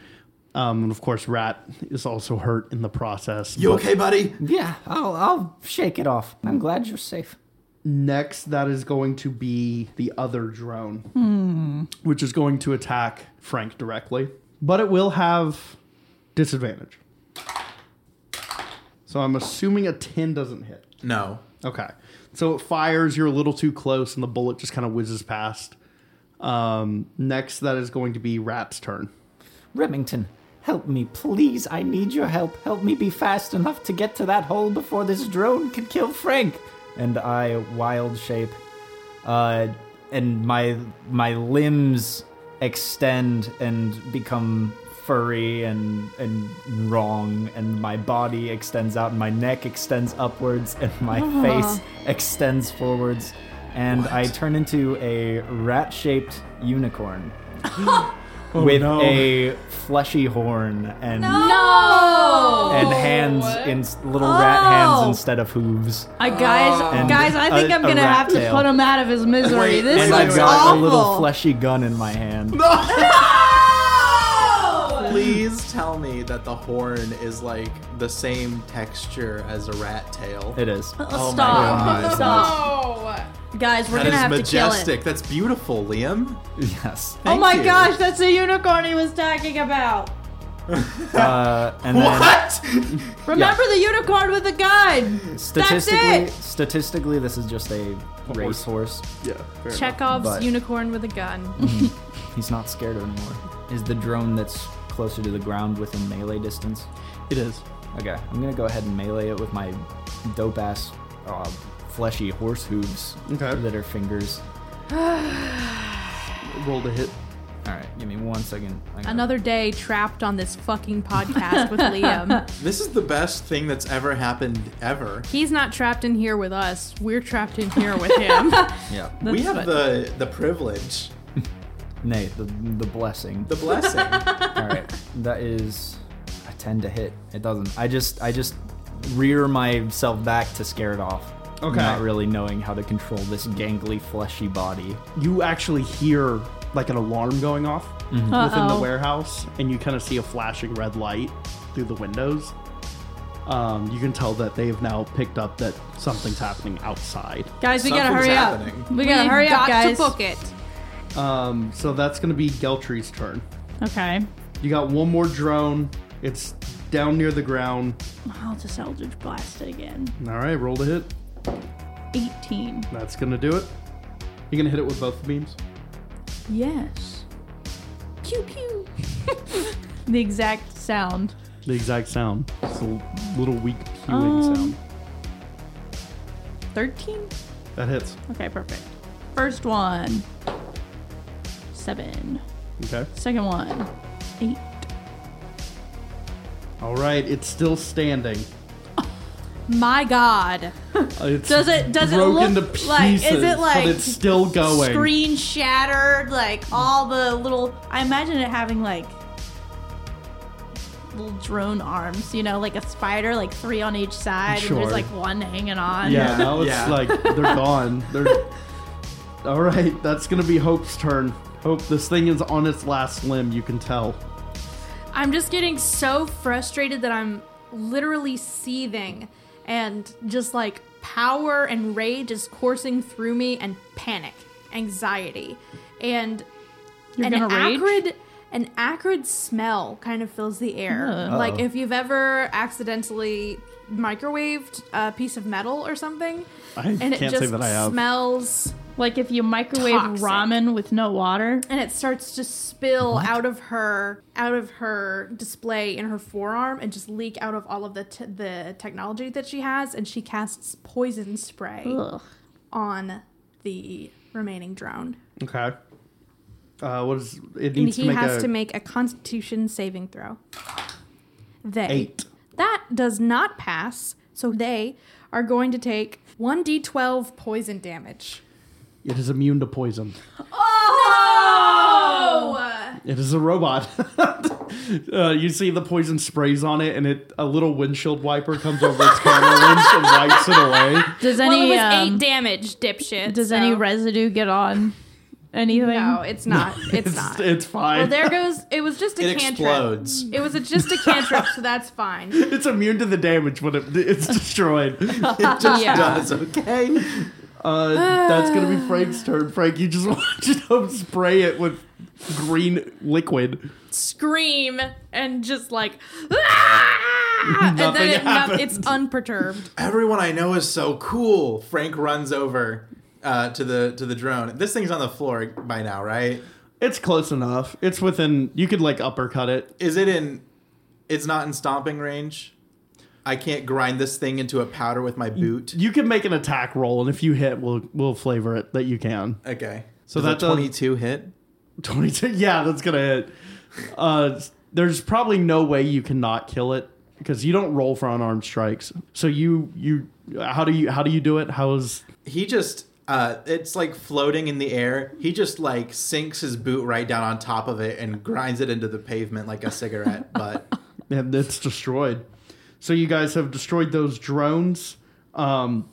[SPEAKER 4] Um, and of course, Rat is also hurt in the process.
[SPEAKER 6] You okay, buddy?
[SPEAKER 2] Yeah, I'll I'll shake it off. I'm glad you're safe.
[SPEAKER 4] Next, that is going to be the other drone, which is going to attack Frank directly, but it will have disadvantage. So I'm assuming a 10 doesn't hit.
[SPEAKER 6] No.
[SPEAKER 4] Okay. So it fires, you're a little too close, and the bullet just kind of whizzes past. Um, next, that is going to be Rat's turn.
[SPEAKER 2] Remington, help me, please. I need your help. Help me be fast enough to get to that hole before this drone can kill Frank. And I wild shape, uh, and my my limbs extend and become furry and and wrong, and my body extends out, and my neck extends upwards, and my face extends forwards, and I turn into a rat-shaped unicorn with
[SPEAKER 4] no.
[SPEAKER 2] a fleshy horn and
[SPEAKER 5] No!
[SPEAKER 2] and hands in little rat hands
[SPEAKER 7] Oh.
[SPEAKER 2] instead of hooves.
[SPEAKER 5] I, guys,
[SPEAKER 2] And
[SPEAKER 7] Guys, I think
[SPEAKER 2] a-
[SPEAKER 7] i am I'm
[SPEAKER 2] a
[SPEAKER 7] gonna
[SPEAKER 2] rat
[SPEAKER 7] have to
[SPEAKER 2] tail.
[SPEAKER 5] put him out of his misery.
[SPEAKER 6] Wait,
[SPEAKER 5] this
[SPEAKER 2] and
[SPEAKER 6] wait,
[SPEAKER 2] I've
[SPEAKER 7] looks
[SPEAKER 6] wait,
[SPEAKER 2] got a little
[SPEAKER 7] awful.
[SPEAKER 2] fleshy gun in my hand.
[SPEAKER 6] Please tell me that the horn is like the same texture as a rat tail.
[SPEAKER 2] It is.
[SPEAKER 6] Oh my
[SPEAKER 5] Stop.
[SPEAKER 6] God.
[SPEAKER 5] Stop.
[SPEAKER 3] Oh.
[SPEAKER 5] Guys, we're
[SPEAKER 6] That
[SPEAKER 5] gonna
[SPEAKER 6] is
[SPEAKER 5] have to kill
[SPEAKER 6] majestic.
[SPEAKER 5] it.
[SPEAKER 6] That's beautiful, Liam.
[SPEAKER 2] Yes.
[SPEAKER 7] Oh
[SPEAKER 6] Thank
[SPEAKER 7] my
[SPEAKER 6] you.
[SPEAKER 7] gosh, that's the unicorn he was talking about.
[SPEAKER 2] Uh, and
[SPEAKER 6] What?
[SPEAKER 7] Remember the unicorn with the gun?
[SPEAKER 2] then statistically,
[SPEAKER 7] it!
[SPEAKER 2] statistically, this is just a racehorse.
[SPEAKER 4] Yeah. fair enough.
[SPEAKER 3] Chekhov's
[SPEAKER 2] But-
[SPEAKER 3] unicorn with a gun.
[SPEAKER 2] He's not scared anymore. Is the drone that's closer to the ground within melee distance?
[SPEAKER 4] It is.
[SPEAKER 2] Okay, I'm gonna go ahead and melee it with my dope ass, uh, fleshy horse hooves
[SPEAKER 4] Okay.
[SPEAKER 2] that are fingers.
[SPEAKER 4] Roll to hit.
[SPEAKER 2] All right, give me one second. I gotta-
[SPEAKER 3] Another day trapped on this fucking podcast with Liam.
[SPEAKER 6] This is the best thing that's ever happened ever.
[SPEAKER 3] He's not trapped in here with us. We're trapped in here with him.
[SPEAKER 2] Yeah.
[SPEAKER 6] we have the the privilege,
[SPEAKER 2] Nay, the the blessing.
[SPEAKER 6] the blessing.
[SPEAKER 2] All right, that is a ten to hit. It doesn't. I just I just rear myself back to scare it off.
[SPEAKER 4] Okay.
[SPEAKER 2] Not really knowing how to control this gangly, fleshy body.
[SPEAKER 4] You actually hear like an alarm going off within the
[SPEAKER 5] Uh-oh.
[SPEAKER 4] warehouse, and you kind of see a flashing red light through the windows. Um, you can tell that they have now picked up that something's happening outside.
[SPEAKER 5] Guys, we gotta
[SPEAKER 6] Something's
[SPEAKER 5] hurry up.
[SPEAKER 6] happening.
[SPEAKER 5] We gotta hurry
[SPEAKER 3] got
[SPEAKER 5] up, guys.
[SPEAKER 3] to book it.
[SPEAKER 4] Um, so that's going to be Geltry's turn.
[SPEAKER 5] Okay.
[SPEAKER 4] You got one more drone. It's down near the ground.
[SPEAKER 5] I'll just Eldritch Blast it again.
[SPEAKER 4] All right, roll to hit.
[SPEAKER 5] 18.
[SPEAKER 4] That's going to do it. You're going to hit it with both the beams.
[SPEAKER 5] Yes. Pew pew. the exact sound.
[SPEAKER 4] The exact sound. It's a l- little weak pewing
[SPEAKER 5] Um.
[SPEAKER 4] sound.
[SPEAKER 5] 13?
[SPEAKER 4] That hits.
[SPEAKER 5] Okay, perfect. First one. Seven.
[SPEAKER 4] Okay.
[SPEAKER 5] Second one. Eight.
[SPEAKER 4] All right, it's still standing.
[SPEAKER 3] My God.
[SPEAKER 4] It's
[SPEAKER 7] Does it- does it
[SPEAKER 4] broken
[SPEAKER 7] look
[SPEAKER 4] to
[SPEAKER 7] like- is
[SPEAKER 4] pieces,
[SPEAKER 7] it like
[SPEAKER 4] but it's still going.
[SPEAKER 7] Screen shattered, like all the little. I imagine it having like
[SPEAKER 5] Little drone arms, you know, like a spider, like three on each side, and
[SPEAKER 4] Sure.
[SPEAKER 5] there's like one hanging on.
[SPEAKER 4] Yeah, now it's
[SPEAKER 6] Yeah.
[SPEAKER 4] like they're gone. They're all right. That's gonna be Hope's turn. Hope, this thing is on its last limb. You can tell.
[SPEAKER 3] I'm just getting so frustrated that I'm literally seething and just like power and rage is coursing through me and panic, anxiety, and
[SPEAKER 5] You're
[SPEAKER 3] an
[SPEAKER 5] gonna rage?
[SPEAKER 3] acrid an acrid smell kind of fills the air.
[SPEAKER 5] Ugh.
[SPEAKER 3] Like if you've ever accidentally microwaved a piece of metal or something
[SPEAKER 4] I
[SPEAKER 3] and it
[SPEAKER 4] can't
[SPEAKER 3] just
[SPEAKER 4] say that I have.
[SPEAKER 3] smells
[SPEAKER 5] Like if you microwave
[SPEAKER 3] Toxic.
[SPEAKER 5] ramen with no water.
[SPEAKER 3] and it starts to spill out of her out of her display in her forearm and just leak out of all of the t- the technology that she has and she casts poison spray
[SPEAKER 5] Ugh.
[SPEAKER 3] on the remaining drone
[SPEAKER 4] okay. Uh, what is it
[SPEAKER 3] and
[SPEAKER 4] needs
[SPEAKER 3] he
[SPEAKER 4] to make
[SPEAKER 3] has
[SPEAKER 4] a
[SPEAKER 3] to make a constitution saving throw they
[SPEAKER 4] eight.
[SPEAKER 3] that does not pass so they are going to take 1d12 poison damage
[SPEAKER 4] It is immune to poison.
[SPEAKER 3] oh
[SPEAKER 4] It is a robot. uh, you see the poison sprays on it, and it a little windshield wiper comes over its camera lens and wipes it away.
[SPEAKER 5] Does
[SPEAKER 3] well,
[SPEAKER 5] any
[SPEAKER 3] it was
[SPEAKER 5] um,
[SPEAKER 3] eight damage dipshit
[SPEAKER 5] does any
[SPEAKER 3] so-
[SPEAKER 5] residue get on anything?
[SPEAKER 3] No, it's not. It's, not.
[SPEAKER 4] It's fine.
[SPEAKER 3] well, there goes. It was just a
[SPEAKER 6] It
[SPEAKER 3] cantrip.
[SPEAKER 6] explodes.
[SPEAKER 3] It was a, just a cantrip, so that's fine.
[SPEAKER 4] it's immune to the damage when it, it's destroyed.
[SPEAKER 6] It just
[SPEAKER 3] Yeah.
[SPEAKER 6] does. Okay.
[SPEAKER 4] Uh, that's gonna be Frank's turn. Frank, you just watched him spray it with green liquid.
[SPEAKER 3] Scream and just like, "Ah!" and then
[SPEAKER 4] Nothing
[SPEAKER 3] it, no,
[SPEAKER 4] happened.
[SPEAKER 3] it's unperturbed.
[SPEAKER 6] Everyone I know is so cool. Frank runs over uh, to the to the drone. This thing's on the floor by now, right?
[SPEAKER 4] It's close enough. It's within. You could like uppercut it.
[SPEAKER 6] Is it in? It's not in stomping range. I can't grind this thing into a powder with my boot.
[SPEAKER 4] You can make an attack roll, and if you hit, we'll we'll flavor it that you can.
[SPEAKER 6] Okay.
[SPEAKER 4] So
[SPEAKER 6] So
[SPEAKER 4] that
[SPEAKER 6] that
[SPEAKER 4] does-
[SPEAKER 6] twenty two hit.
[SPEAKER 4] Twenty two. Yeah, that's gonna hit. Uh, there's probably no way you cannot kill it because you don't roll for unarmed strikes. So you you how do you how do you do it? How is
[SPEAKER 6] He just uh it's like floating in the air. He just like sinks his boot right down on top of it and grinds it into the pavement like a cigarette butt.
[SPEAKER 4] and it's destroyed. So you guys have destroyed those drones. Um,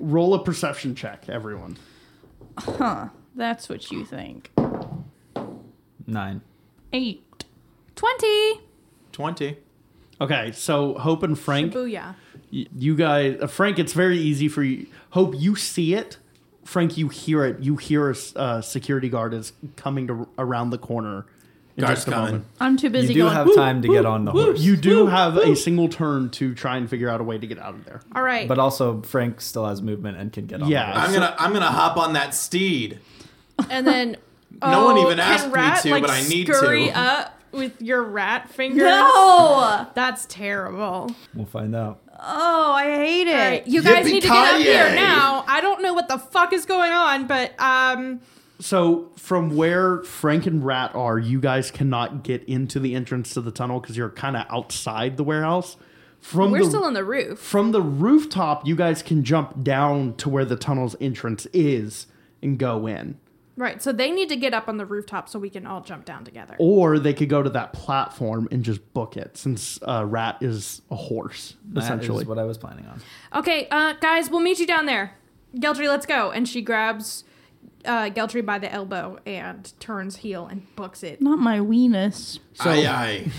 [SPEAKER 4] roll a perception check, everyone.
[SPEAKER 5] Huh. That's what you think.
[SPEAKER 2] Nine.
[SPEAKER 5] Eight.
[SPEAKER 7] 20.
[SPEAKER 6] 20.
[SPEAKER 4] Okay, so Hope and Frank,
[SPEAKER 3] Booyah.
[SPEAKER 4] y- you guys, uh, Frank, it's very easy for you. Hope, you see it. Frank, you hear it. You hear a s- uh, security guard is coming to, around the corner. in
[SPEAKER 6] Guard's
[SPEAKER 4] just a
[SPEAKER 6] coming.
[SPEAKER 4] moment.
[SPEAKER 5] I'm too
[SPEAKER 2] You
[SPEAKER 5] busy
[SPEAKER 2] do
[SPEAKER 5] going.
[SPEAKER 2] have time to get on the horse.
[SPEAKER 4] You do have a single turn to try and figure out a way to get out of there.
[SPEAKER 3] All right.
[SPEAKER 2] But also, Frank still has movement and can get on.
[SPEAKER 4] Yeah.
[SPEAKER 2] the horse.
[SPEAKER 6] I'm gonna I'm gonna hop on that steed.
[SPEAKER 3] and then
[SPEAKER 4] Oh,
[SPEAKER 3] oh,
[SPEAKER 6] No
[SPEAKER 3] one
[SPEAKER 6] one even asked me to, but I need to.
[SPEAKER 3] Scurry up with your rat fingers.
[SPEAKER 7] No!
[SPEAKER 3] That's terrible.
[SPEAKER 2] We'll find out.
[SPEAKER 7] Oh, I hate it.
[SPEAKER 3] All right, you guys need to get up here
[SPEAKER 6] Yippee-ki-yay.
[SPEAKER 3] now. I don't know what the fuck is going on, but um,
[SPEAKER 4] So, from where Frank and Rat are, you guys cannot get into the entrance to the tunnel because you're kind of outside the warehouse. From
[SPEAKER 3] we're
[SPEAKER 4] the,
[SPEAKER 3] still on the roof.
[SPEAKER 4] from the rooftop, you guys can jump down to where the tunnel's entrance is and go in.
[SPEAKER 3] Right, so they need to get up on the rooftop so we can all jump down together.
[SPEAKER 2] Oh.
[SPEAKER 4] Or they could go to that platform and just book it since uh, Rat is a horse,
[SPEAKER 2] That
[SPEAKER 4] essentially.
[SPEAKER 2] is what I was planning on.
[SPEAKER 3] Okay, uh, guys, we'll meet you down there. Geltry, let's go. And she grabs uh, Geltry by the elbow and turns heel and books it.
[SPEAKER 5] Not my weenus.
[SPEAKER 6] aye aye.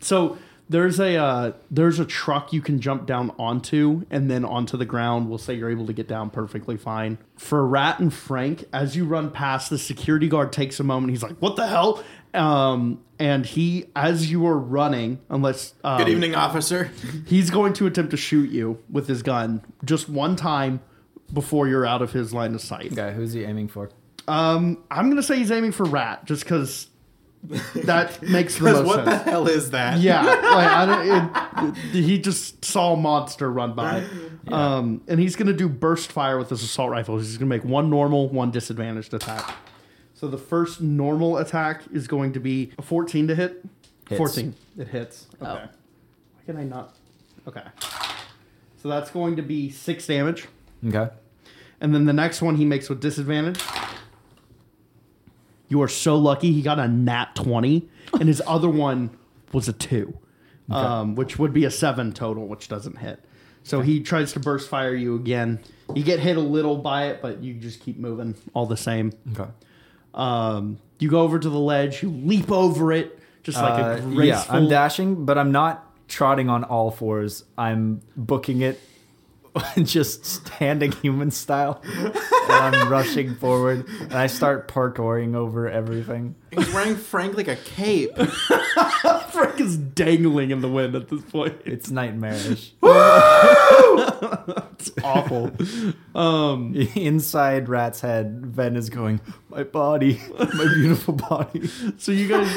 [SPEAKER 4] So there's a uh, there's a truck you can jump down onto and then onto the ground. We'll say you're able to get down perfectly fine. For Rat and Frank, as you run past, the security guard takes a moment. He's like, "What the hell?" Um, and he, as you are running, unless um,
[SPEAKER 6] Good evening, officer.
[SPEAKER 4] he's going to attempt to shoot you with his gun just one time before you're out of his line of sight.
[SPEAKER 2] Okay, who's he aiming for?
[SPEAKER 4] I'm gonna say he's aiming for Rat just because that makes the
[SPEAKER 6] 'Cause
[SPEAKER 4] most
[SPEAKER 6] what
[SPEAKER 4] sense.
[SPEAKER 6] the hell is that?
[SPEAKER 4] Yeah, like I don't, it, he just saw a monster run by, um, and he's gonna do burst fire with his assault rifle. He's gonna make one normal, one disadvantaged attack. So the first normal attack is going to be a 14 to hit.
[SPEAKER 2] Hits.
[SPEAKER 4] 14, it hits. Okay. Why can I not? Okay. So that's going to be six damage,
[SPEAKER 2] Okay.
[SPEAKER 4] and then the next one he makes with disadvantage. You are so lucky he got a nat 20, and his other one was a two um, which would be a seven total, which doesn't hit. So he tries to burst fire you again. You get hit a little by it, but you just keep moving all the same.
[SPEAKER 2] Okay.
[SPEAKER 4] Um, you go over to the ledge, you leap over it, just like a
[SPEAKER 2] Uh,
[SPEAKER 4] graceful.
[SPEAKER 2] yeah, I'm dashing, but I'm not trotting on all fours. I'm booking it, just standing human style. and I'm rushing forward, and I start parkouring over everything.
[SPEAKER 6] He's wearing Frank like a cape.
[SPEAKER 4] Frank is dangling in the wind at this point.
[SPEAKER 2] It's nightmarish.
[SPEAKER 4] It's awful. Um,
[SPEAKER 2] Inside Rat's head, Ven is going, "My body, my beautiful body."
[SPEAKER 4] So you guys.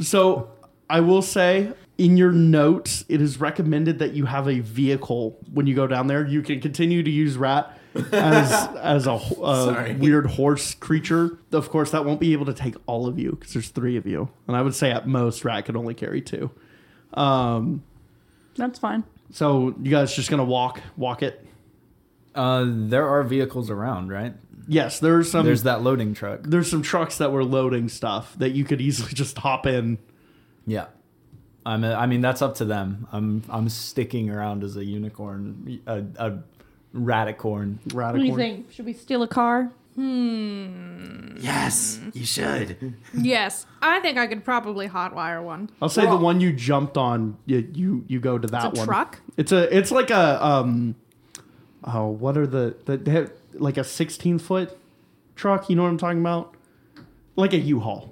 [SPEAKER 4] so I will say in your notes, it is recommended that you have a vehicle when you go down there. You can continue to use rat as as a, ho- a
[SPEAKER 6] Sorry.
[SPEAKER 4] weird horse creature. Of course, that won't be able to take all of you because there's three of you, and I would say at most rat can only carry two. Um,
[SPEAKER 5] That's fine.
[SPEAKER 4] so you guys just gonna walk walk it.
[SPEAKER 2] Uh, there are vehicles around, right?
[SPEAKER 4] Yes, there's some
[SPEAKER 2] There's that loading truck.
[SPEAKER 4] there's some trucks that were loading stuff that you could easily just hop in
[SPEAKER 2] Yeah. I'm a, I mean that's up to them. I'm I'm sticking around as a unicorn, a, a raticorn.
[SPEAKER 5] What do
[SPEAKER 4] radical.
[SPEAKER 5] you think? Should we steal a car?
[SPEAKER 6] yes,
[SPEAKER 5] Mm-hmm.
[SPEAKER 6] you should.
[SPEAKER 3] Yes, I think I could probably hotwire one.
[SPEAKER 4] I'll say the one you jumped on. You you, you go to that
[SPEAKER 3] It's a
[SPEAKER 4] one.
[SPEAKER 3] truck?
[SPEAKER 4] It's a it's like a um, oh what are the the they have like a sixteen foot truck? You know what I'm talking about? Like a U-Haul.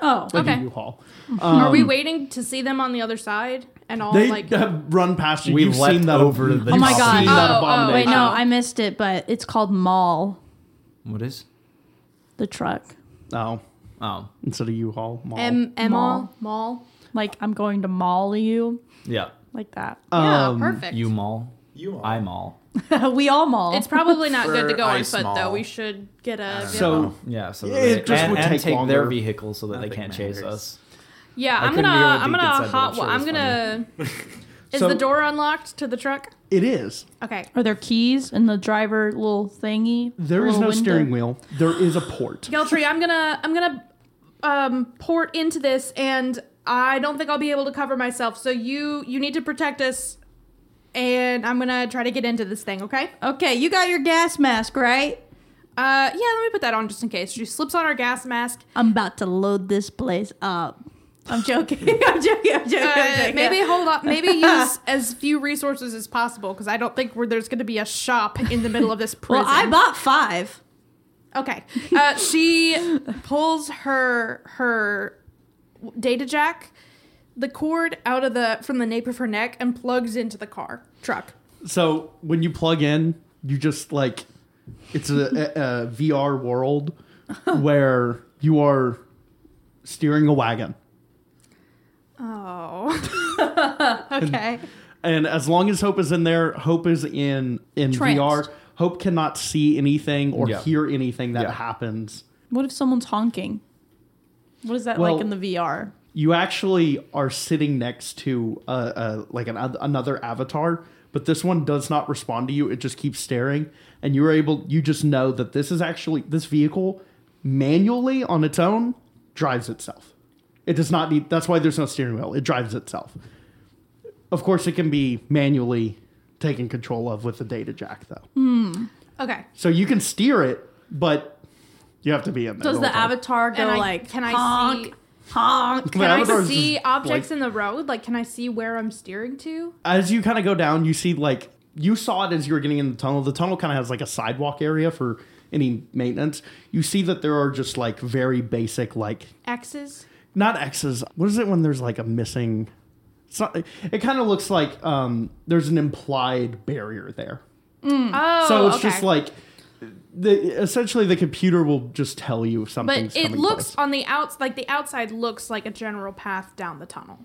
[SPEAKER 5] Oh,
[SPEAKER 4] Like
[SPEAKER 3] Okay.
[SPEAKER 4] a U-Haul.
[SPEAKER 3] Are
[SPEAKER 2] Um,
[SPEAKER 3] we waiting to see them on the other side? And all
[SPEAKER 4] They
[SPEAKER 3] like.
[SPEAKER 4] have run past you.
[SPEAKER 2] We've
[SPEAKER 4] You've
[SPEAKER 2] leapt
[SPEAKER 4] seen that
[SPEAKER 2] over the
[SPEAKER 4] You've
[SPEAKER 5] Oh my top. God.
[SPEAKER 4] seen
[SPEAKER 3] Oh,
[SPEAKER 4] that
[SPEAKER 3] oh,
[SPEAKER 5] wait,
[SPEAKER 4] abomination.
[SPEAKER 5] no, I missed it, but it's called Mall,
[SPEAKER 2] What is?
[SPEAKER 5] the truck.
[SPEAKER 4] Oh,
[SPEAKER 2] Oh,
[SPEAKER 4] instead of U-Haul. Mall.
[SPEAKER 3] M M
[SPEAKER 5] Mall.
[SPEAKER 3] all mall.
[SPEAKER 5] Like, I'm going to maul you,
[SPEAKER 2] yeah.
[SPEAKER 5] like that.
[SPEAKER 4] Um,
[SPEAKER 3] yeah, perfect.
[SPEAKER 2] You mall.
[SPEAKER 6] You all.
[SPEAKER 2] I mall.
[SPEAKER 5] we all maul.
[SPEAKER 3] It's probably not
[SPEAKER 6] For
[SPEAKER 3] good to go on
[SPEAKER 6] ice
[SPEAKER 3] foot though.
[SPEAKER 6] mall.
[SPEAKER 3] We should get a
[SPEAKER 4] so
[SPEAKER 2] Yeah. So
[SPEAKER 4] Yeah,
[SPEAKER 2] that they,
[SPEAKER 4] it just
[SPEAKER 2] and,
[SPEAKER 4] would
[SPEAKER 2] and
[SPEAKER 4] take
[SPEAKER 2] take their
[SPEAKER 4] longer.
[SPEAKER 2] vehicle so that they
[SPEAKER 6] Nothing
[SPEAKER 2] can't chase
[SPEAKER 6] matters.
[SPEAKER 2] us.
[SPEAKER 3] Yeah,
[SPEAKER 2] I
[SPEAKER 3] I'm
[SPEAKER 2] couldn't
[SPEAKER 3] gonna
[SPEAKER 2] hear what
[SPEAKER 3] I'm
[SPEAKER 2] Deacon
[SPEAKER 3] gonna
[SPEAKER 2] said, but
[SPEAKER 3] hot.
[SPEAKER 2] I'm sure it
[SPEAKER 3] I'm
[SPEAKER 2] was
[SPEAKER 3] gonna. Is
[SPEAKER 4] So-
[SPEAKER 3] the door unlocked to the truck?
[SPEAKER 4] It is.
[SPEAKER 3] Okay.
[SPEAKER 5] Are there keys in the driver little thingy?
[SPEAKER 4] There is
[SPEAKER 5] Little
[SPEAKER 4] no
[SPEAKER 5] window?
[SPEAKER 4] steering wheel. There is a port.
[SPEAKER 3] Geltry, I'm gonna I'm gonna um, port into this, and I don't think I'll be able to cover myself. So you you need to protect us, and I'm gonna try to get into this thing. Okay?
[SPEAKER 7] Okay, you got your gas mask, right?
[SPEAKER 3] Uh, yeah. Let me put that on just in case. She slips on her gas mask.
[SPEAKER 7] I'm about to load this place up. I'm joking. I'm joking. I'm joking. I'm
[SPEAKER 3] Uh,
[SPEAKER 7] joking.
[SPEAKER 3] maybe hold up. Maybe use as few resources as possible because I don't think where there's going to be a shop in the middle of this
[SPEAKER 7] Well,
[SPEAKER 3] prison.
[SPEAKER 7] I bought five.
[SPEAKER 3] Okay. Uh, she pulls her her data jack, the cord out of the from the nape of her neck and plugs into the car truck.
[SPEAKER 4] So when you plug in, you just like it's a, a, a VR world where you are steering a wagon,
[SPEAKER 3] Oh. okay.
[SPEAKER 4] and as long as Hope is in there, Hope is in in
[SPEAKER 7] Tranced.
[SPEAKER 4] VR. Hope cannot see anything or
[SPEAKER 2] Yeah.
[SPEAKER 4] hear anything that
[SPEAKER 2] Yeah.
[SPEAKER 4] happens.
[SPEAKER 5] What if someone's honking? What is that
[SPEAKER 4] Well-
[SPEAKER 5] like in the VR?
[SPEAKER 4] You actually are sitting next to uh, uh, like an, another avatar, but this one does not respond to you. It just keeps staring, and you're able. You just know that this is actually this vehicle manually on its own drives itself. It does not need. That's why there's no steering wheel. It drives itself. Of course, it can be manually taken control of with the data jack, though.
[SPEAKER 3] Okay.
[SPEAKER 4] So you can steer it, but you have to be in there.
[SPEAKER 5] Does
[SPEAKER 4] the whole
[SPEAKER 5] the
[SPEAKER 4] time.
[SPEAKER 5] avatar go
[SPEAKER 3] And I,
[SPEAKER 5] like?
[SPEAKER 3] can I
[SPEAKER 5] honk?
[SPEAKER 3] see
[SPEAKER 7] Honk.
[SPEAKER 4] The
[SPEAKER 3] can I
[SPEAKER 4] avatar's
[SPEAKER 3] see
[SPEAKER 4] just,
[SPEAKER 3] objects
[SPEAKER 4] like-
[SPEAKER 3] in the road? Like can I see where I'm steering to?
[SPEAKER 4] as you kind of go down, you see like you saw it as you were getting in the tunnel. The tunnel kind of has like a sidewalk area for any maintenance. You see that there are just like very basic like
[SPEAKER 3] X's?
[SPEAKER 4] not X's. What is it when there's like a missing? It's not, it kind of looks like um, there's an implied barrier there.
[SPEAKER 3] Oh,
[SPEAKER 4] So it's
[SPEAKER 3] okay.
[SPEAKER 4] just like the essentially the computer will just tell you if something's
[SPEAKER 3] but it
[SPEAKER 4] coming
[SPEAKER 3] looks
[SPEAKER 4] close.
[SPEAKER 3] on the outs like the outside looks like a general path down the tunnel.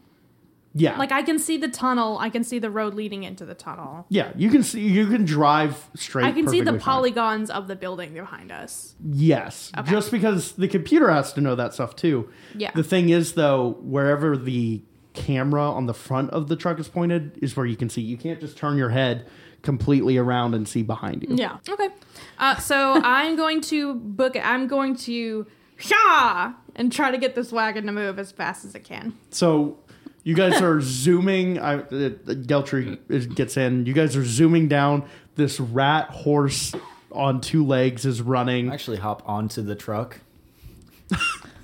[SPEAKER 4] yeah
[SPEAKER 3] Like I can see the tunnel, I can see the road leading into the tunnel.
[SPEAKER 4] yeah you can see you can drive straight.
[SPEAKER 3] I can see the
[SPEAKER 4] perfectly fine.
[SPEAKER 3] polygons of the building behind us.
[SPEAKER 4] Yes,
[SPEAKER 3] Okay.
[SPEAKER 4] just because the computer has to know that stuff too.
[SPEAKER 3] Yeah.
[SPEAKER 4] The thing is, though, wherever the camera on the front of the truck is pointed is where you can see. You can't just turn your head completely around and see behind
[SPEAKER 3] Mm.
[SPEAKER 4] you.
[SPEAKER 5] yeah.
[SPEAKER 3] Okay. Uh, so I'm going to book it. I'm going to Shah! and try to get this wagon to move as fast as it can.
[SPEAKER 4] So you guys are zooming. I, uh, Geltry is- gets in. You guys are zooming down. This rat horse on two legs is running.
[SPEAKER 2] Actually, hop onto the truck.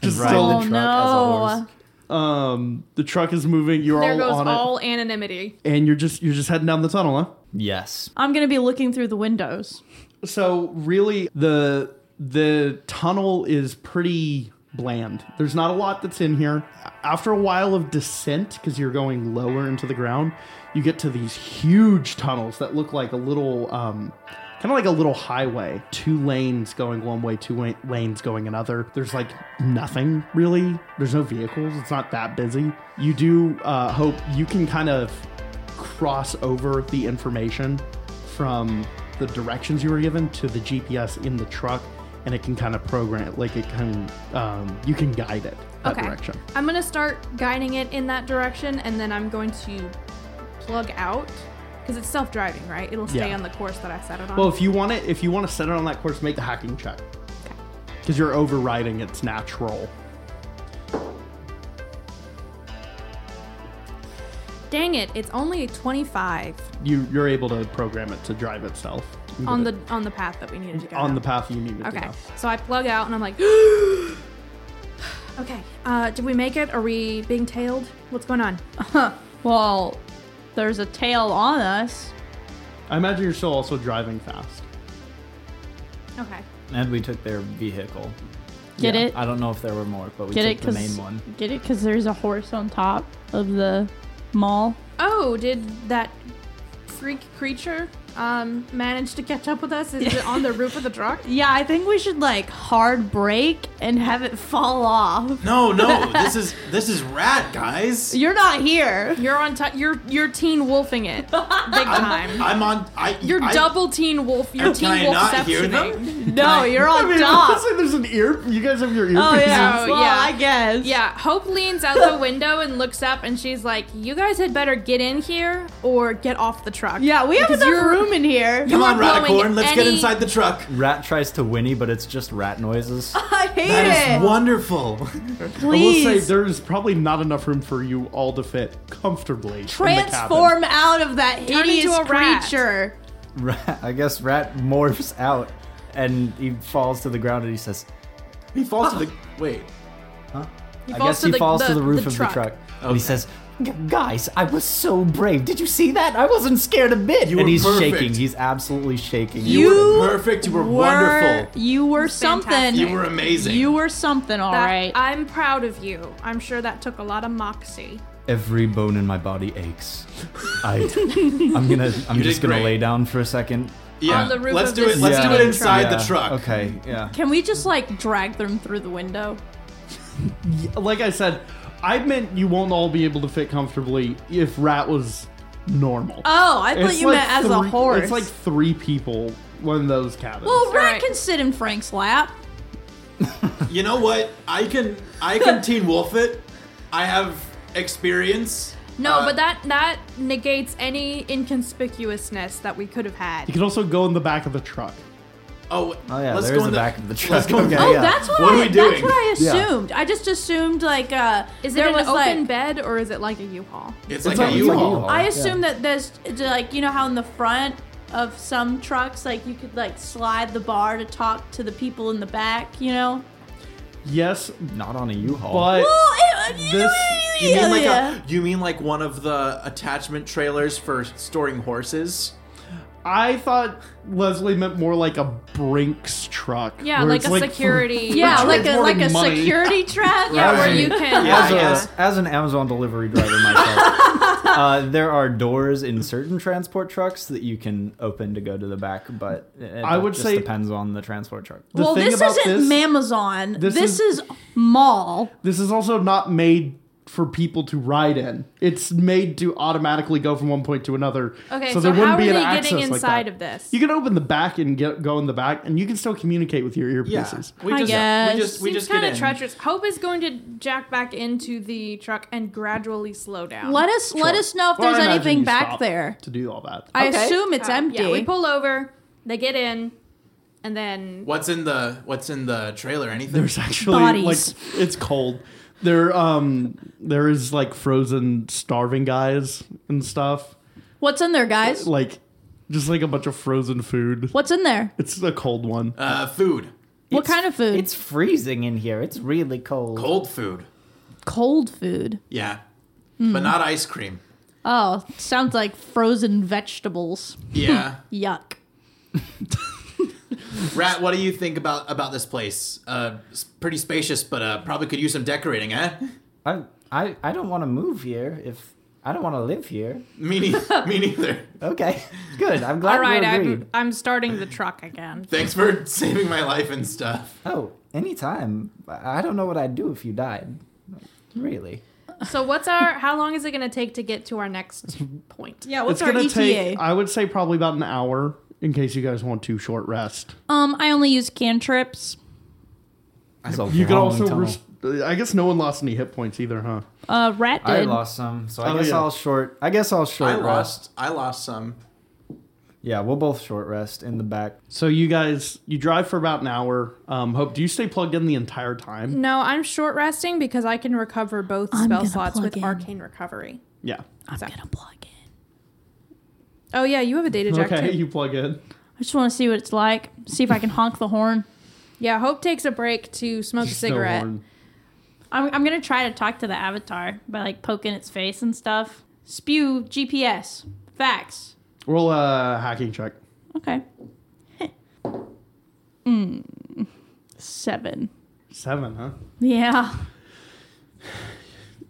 [SPEAKER 4] Just
[SPEAKER 2] ride
[SPEAKER 4] still-
[SPEAKER 2] the truck as a horse.
[SPEAKER 4] um, the truck is moving. You're
[SPEAKER 3] There
[SPEAKER 4] all
[SPEAKER 3] goes
[SPEAKER 4] on it,
[SPEAKER 3] all anonymity.
[SPEAKER 4] and you're just you're just heading down the tunnel, huh?
[SPEAKER 2] Yes.
[SPEAKER 5] I'm gonna be looking through the windows.
[SPEAKER 4] So really, the the tunnel is pretty bland. There's not a lot that's in here. After a while of descent, because you're going lower into the ground, you get to these huge tunnels that look like a little, um, kind of like a little highway. Two lanes going one way, two wa- lanes going another. There's like nothing really. There's no vehicles. It's not that busy. You do uh, hope you can kind of cross over the information from the directions you were given to the GPS in the truck, and it can kind of program it. Like it can, um, you can guide it that
[SPEAKER 3] Okay.
[SPEAKER 4] direction.
[SPEAKER 3] I'm going to start guiding it in that direction and then I'm going to plug out because it's self driving, right? It'll stay
[SPEAKER 4] Yeah.
[SPEAKER 3] on the course that I set it on.
[SPEAKER 4] Well, if you want it, if you want to set it on that course, make the hacking check because you're overriding its natural.
[SPEAKER 3] Dang it, it's only a 25
[SPEAKER 4] You you're able to program it to drive itself and
[SPEAKER 3] on
[SPEAKER 4] get
[SPEAKER 3] the on the path that we needed to
[SPEAKER 4] it
[SPEAKER 3] go.
[SPEAKER 4] on
[SPEAKER 3] down.
[SPEAKER 4] the path you needed to
[SPEAKER 3] Okay.
[SPEAKER 4] go.
[SPEAKER 3] So I plug out and I'm like, okay, uh, did we make it? Are we being tailed? What's going on?
[SPEAKER 5] Well, there's a tail on us.
[SPEAKER 4] I imagine you're still also driving fast.
[SPEAKER 3] Okay.
[SPEAKER 2] And we took their vehicle.
[SPEAKER 5] Get
[SPEAKER 2] Yeah,
[SPEAKER 5] it?
[SPEAKER 2] I don't know if there were more, but we
[SPEAKER 5] Get
[SPEAKER 2] took
[SPEAKER 5] it?
[SPEAKER 2] the
[SPEAKER 5] Cause
[SPEAKER 2] main one.
[SPEAKER 5] get it? Cause there's a horse on top of the mall.
[SPEAKER 3] Oh, did that freak creature um, managed to catch up with us? Is it on the roof of the truck?
[SPEAKER 7] Yeah, I think we should like hard break and have it fall off.
[SPEAKER 6] No, no, this is this is rat, guys.
[SPEAKER 7] You're not here.
[SPEAKER 3] You're on. T- you're you're teen wolfing it big time.
[SPEAKER 6] I'm on. I,
[SPEAKER 3] You're
[SPEAKER 6] I,
[SPEAKER 3] double teen wolf. You're
[SPEAKER 6] Can
[SPEAKER 3] teen
[SPEAKER 6] I
[SPEAKER 3] wolf
[SPEAKER 6] not hear them?
[SPEAKER 7] No, you're
[SPEAKER 4] I
[SPEAKER 7] on
[SPEAKER 4] mean,
[SPEAKER 7] top.
[SPEAKER 4] let's say there's an ear. You guys have your earpieces.
[SPEAKER 7] Oh yeah,
[SPEAKER 3] Oh,
[SPEAKER 7] well,
[SPEAKER 3] yeah.
[SPEAKER 7] I guess.
[SPEAKER 3] Yeah, Hope leans out the window and looks up, and she's like, "You guys had better get in here or get off the truck."
[SPEAKER 7] yeah. We have
[SPEAKER 3] Because
[SPEAKER 7] enough
[SPEAKER 3] you're-
[SPEAKER 7] room in here.
[SPEAKER 6] Come on,
[SPEAKER 3] are blowing
[SPEAKER 6] Raticorn, let's get
[SPEAKER 3] any-
[SPEAKER 6] inside the truck.
[SPEAKER 2] Rat tries to whinny, but it's just rat noises.
[SPEAKER 7] I hate
[SPEAKER 6] That
[SPEAKER 7] it.
[SPEAKER 6] is wonderful.
[SPEAKER 7] Please
[SPEAKER 4] I will say there's probably not enough room for you all to fit comfortably. in the cabin.
[SPEAKER 7] transform out of that
[SPEAKER 3] Turn
[SPEAKER 7] hideous
[SPEAKER 3] into a rat.
[SPEAKER 7] creature.
[SPEAKER 2] rat, I guess rat morphs out and he falls to the ground and he says,
[SPEAKER 6] He falls to the wait.
[SPEAKER 2] I
[SPEAKER 3] falls
[SPEAKER 2] guess
[SPEAKER 3] to
[SPEAKER 2] he
[SPEAKER 3] the-
[SPEAKER 2] falls
[SPEAKER 3] the-
[SPEAKER 2] to the roof
[SPEAKER 3] the
[SPEAKER 2] of
[SPEAKER 3] truck.
[SPEAKER 2] the truck. And he says, "G- Guys, I was so brave. Did you see that? I wasn't scared a bit.
[SPEAKER 6] You
[SPEAKER 2] and
[SPEAKER 6] were
[SPEAKER 2] he's
[SPEAKER 6] perfect.
[SPEAKER 2] shaking. He's absolutely shaking.
[SPEAKER 6] You, were perfect. You were, wonderful.
[SPEAKER 5] You were
[SPEAKER 3] Fantastic.
[SPEAKER 5] something.
[SPEAKER 6] You were amazing.
[SPEAKER 5] You were something, all
[SPEAKER 3] That-
[SPEAKER 5] right.
[SPEAKER 3] I'm proud of you. I'm sure that took a lot of moxie.
[SPEAKER 2] Every bone in my body aches. I, I'm gonna. I'm
[SPEAKER 6] You
[SPEAKER 2] just
[SPEAKER 6] did
[SPEAKER 2] gonna
[SPEAKER 6] great.
[SPEAKER 2] lay down for a second.
[SPEAKER 6] yeah.
[SPEAKER 3] on the roof
[SPEAKER 6] let's
[SPEAKER 3] of
[SPEAKER 6] do
[SPEAKER 3] this
[SPEAKER 6] it. Let's do
[SPEAKER 2] Yeah.
[SPEAKER 6] it inside
[SPEAKER 2] Yeah,
[SPEAKER 6] the truck.
[SPEAKER 2] Okay. Yeah.
[SPEAKER 5] Can we just like drag them through the window?
[SPEAKER 4] Like I said, I meant you won't all be able to fit comfortably if Rat was normal.
[SPEAKER 7] Oh, I thought you meant as a
[SPEAKER 4] three-
[SPEAKER 7] horse.
[SPEAKER 4] It's like three people one of those cabins.
[SPEAKER 5] Well, Rat
[SPEAKER 3] right.
[SPEAKER 5] can sit in Frank's lap.
[SPEAKER 6] You know what? I can I can Teen Wolf it. I have experience.
[SPEAKER 3] No,
[SPEAKER 6] Uh,
[SPEAKER 3] but that that negates any inconspicuousness that we could have
[SPEAKER 4] you
[SPEAKER 3] had.
[SPEAKER 4] can also go in the back of the truck.
[SPEAKER 6] Oh,
[SPEAKER 2] Oh yeah.
[SPEAKER 6] let's
[SPEAKER 2] there
[SPEAKER 6] go
[SPEAKER 2] is
[SPEAKER 6] in
[SPEAKER 2] the back of the truck.
[SPEAKER 6] Let's go. in the-
[SPEAKER 2] Okay,
[SPEAKER 5] Oh,
[SPEAKER 2] yeah.
[SPEAKER 5] that's what,
[SPEAKER 6] What
[SPEAKER 5] I,
[SPEAKER 6] are we
[SPEAKER 5] That's
[SPEAKER 6] doing?
[SPEAKER 5] what I
[SPEAKER 2] Yeah.
[SPEAKER 5] assumed. I just assumed like uh,
[SPEAKER 3] Is it
[SPEAKER 5] there
[SPEAKER 3] an
[SPEAKER 5] was
[SPEAKER 3] open
[SPEAKER 5] like
[SPEAKER 3] bed or is it like a U-Haul?
[SPEAKER 2] It's
[SPEAKER 6] It's, like a
[SPEAKER 2] like- it's like a
[SPEAKER 6] U-Haul.
[SPEAKER 2] U-Haul.
[SPEAKER 5] I assume that there's like you know how in the front of some trucks like you could like slide the bar to talk to the people in the back, you know.
[SPEAKER 4] Yes,
[SPEAKER 2] Not on a U-Haul.
[SPEAKER 4] but
[SPEAKER 5] Well, it,
[SPEAKER 4] this
[SPEAKER 6] You mean like
[SPEAKER 5] yeah.
[SPEAKER 6] a, you mean like one of the attachment trailers for storing horses?
[SPEAKER 4] I thought Leslie meant more like a Brinks truck.
[SPEAKER 3] Yeah,
[SPEAKER 4] where
[SPEAKER 3] like
[SPEAKER 4] it's
[SPEAKER 3] a security.
[SPEAKER 5] yeah, like a like
[SPEAKER 4] transporting
[SPEAKER 5] a
[SPEAKER 4] money.
[SPEAKER 5] security trap.
[SPEAKER 3] yeah, where
[SPEAKER 2] Right.
[SPEAKER 3] you can.
[SPEAKER 6] Yeah,
[SPEAKER 2] as, a-
[SPEAKER 6] yeah.
[SPEAKER 2] as an Amazon delivery driver myself, uh, there are doors in certain transport trucks that you can open to go to the back, but it, it
[SPEAKER 4] I would
[SPEAKER 2] just
[SPEAKER 4] say-
[SPEAKER 2] depends on the transport truck.
[SPEAKER 4] The
[SPEAKER 5] well,
[SPEAKER 4] thing
[SPEAKER 5] this
[SPEAKER 4] about
[SPEAKER 5] isn't
[SPEAKER 4] this,
[SPEAKER 5] Mamazon.
[SPEAKER 4] this
[SPEAKER 5] This,
[SPEAKER 4] is-
[SPEAKER 5] is, mall.
[SPEAKER 4] This is also not made for people to ride in. It's made to automatically go from one point to another.
[SPEAKER 3] Okay,
[SPEAKER 4] so,
[SPEAKER 3] so,
[SPEAKER 4] there wouldn't
[SPEAKER 3] how are
[SPEAKER 4] be
[SPEAKER 3] they
[SPEAKER 4] an access
[SPEAKER 3] getting
[SPEAKER 4] like
[SPEAKER 3] inside
[SPEAKER 4] that.
[SPEAKER 3] of this?
[SPEAKER 4] You can open the back and get go in the back, and you can still communicate with your earpieces.
[SPEAKER 6] We
[SPEAKER 5] I
[SPEAKER 6] just
[SPEAKER 5] guess.
[SPEAKER 6] we just we
[SPEAKER 3] Seems
[SPEAKER 6] just get
[SPEAKER 3] kind
[SPEAKER 6] in.
[SPEAKER 3] of treacherous. Hope is going to jack back into the truck and gradually slow down.
[SPEAKER 5] Let us let
[SPEAKER 4] Sure.
[SPEAKER 5] us know if
[SPEAKER 4] Well, I
[SPEAKER 5] there's
[SPEAKER 4] imagine
[SPEAKER 5] anything
[SPEAKER 4] you
[SPEAKER 5] back
[SPEAKER 4] stop
[SPEAKER 5] there.
[SPEAKER 4] to do all that.
[SPEAKER 5] I
[SPEAKER 1] Okay.
[SPEAKER 5] assume it's
[SPEAKER 3] Uh,
[SPEAKER 5] empty.
[SPEAKER 3] Yeah, we pull over. They get in, and then
[SPEAKER 6] What's in the What's in the trailer? Anything?
[SPEAKER 4] There's actually
[SPEAKER 5] Bodies.
[SPEAKER 4] like it's cold. There um there is like frozen starving guys and stuff.
[SPEAKER 5] What's in there, guys?
[SPEAKER 4] Like just like a bunch of frozen food.
[SPEAKER 5] What's in there?
[SPEAKER 4] It's a cold one.
[SPEAKER 6] uh, food,
[SPEAKER 5] what kind of food?
[SPEAKER 2] It's freezing in here. It's really cold.
[SPEAKER 6] cold food.
[SPEAKER 5] cold food.
[SPEAKER 6] Yeah, but not ice cream.
[SPEAKER 5] Oh, sounds like frozen vegetables.
[SPEAKER 6] Yeah,
[SPEAKER 5] Yuck.
[SPEAKER 6] Rat. What do you think about about this place? Uh, it's pretty spacious, but uh, probably could use some decorating, eh?
[SPEAKER 2] I I, I don't want to move here. If I don't want to live here.
[SPEAKER 6] Me, ne- me neither.
[SPEAKER 2] Okay, good. I'm glad
[SPEAKER 3] all right,
[SPEAKER 2] you
[SPEAKER 3] I'm
[SPEAKER 2] agreed.
[SPEAKER 3] I'm starting the truck again.
[SPEAKER 6] Thanks for saving my life and stuff.
[SPEAKER 2] Oh, anytime. I I don't know what I'd do if you died. Really.
[SPEAKER 3] So what's our? How long is it going to take to get to our next point?
[SPEAKER 7] Yeah,
[SPEAKER 4] it's
[SPEAKER 7] what's our E
[SPEAKER 4] gonna
[SPEAKER 7] ETA?
[SPEAKER 5] E
[SPEAKER 4] take
[SPEAKER 3] uh,
[SPEAKER 4] I would say probably about an hour in case you guys want to short rest.
[SPEAKER 5] Um, I only use cantrips.
[SPEAKER 4] You could also res- I guess no one lost any hit points either, huh?
[SPEAKER 5] Uh, rat
[SPEAKER 2] I
[SPEAKER 5] did.
[SPEAKER 2] lost some, so I
[SPEAKER 4] Oh,
[SPEAKER 2] guess
[SPEAKER 4] yeah.
[SPEAKER 2] I'll short. I guess I'll short
[SPEAKER 6] I
[SPEAKER 2] rest.
[SPEAKER 6] lost. I lost some.
[SPEAKER 2] Yeah, we'll both short rest in the back.
[SPEAKER 4] So you guys you drive for about an hour. Um hope do you stay plugged in the entire time?
[SPEAKER 3] No, I'm short resting because I can recover both
[SPEAKER 5] I'm
[SPEAKER 3] spell
[SPEAKER 5] gonna
[SPEAKER 3] slots with
[SPEAKER 5] plug in.
[SPEAKER 3] arcane recovery.
[SPEAKER 4] Yeah.
[SPEAKER 5] I'm
[SPEAKER 3] So-
[SPEAKER 5] gonna plug in.
[SPEAKER 3] Oh yeah, you have a data jack
[SPEAKER 4] Okay,
[SPEAKER 3] too.
[SPEAKER 4] you plug in.
[SPEAKER 5] I just want to see what it's like. See if I can honk the horn.
[SPEAKER 3] Yeah, Hope takes a break to smoke a
[SPEAKER 4] Just no
[SPEAKER 3] cigarette.
[SPEAKER 4] horn.
[SPEAKER 5] I'm, I'm gonna try to talk to the avatar by like poking its face and stuff. Spew GPS facts.
[SPEAKER 4] Roll a uh, hacking check.
[SPEAKER 5] Okay. Heh. mm, seven.
[SPEAKER 4] Seven, huh?
[SPEAKER 5] Yeah.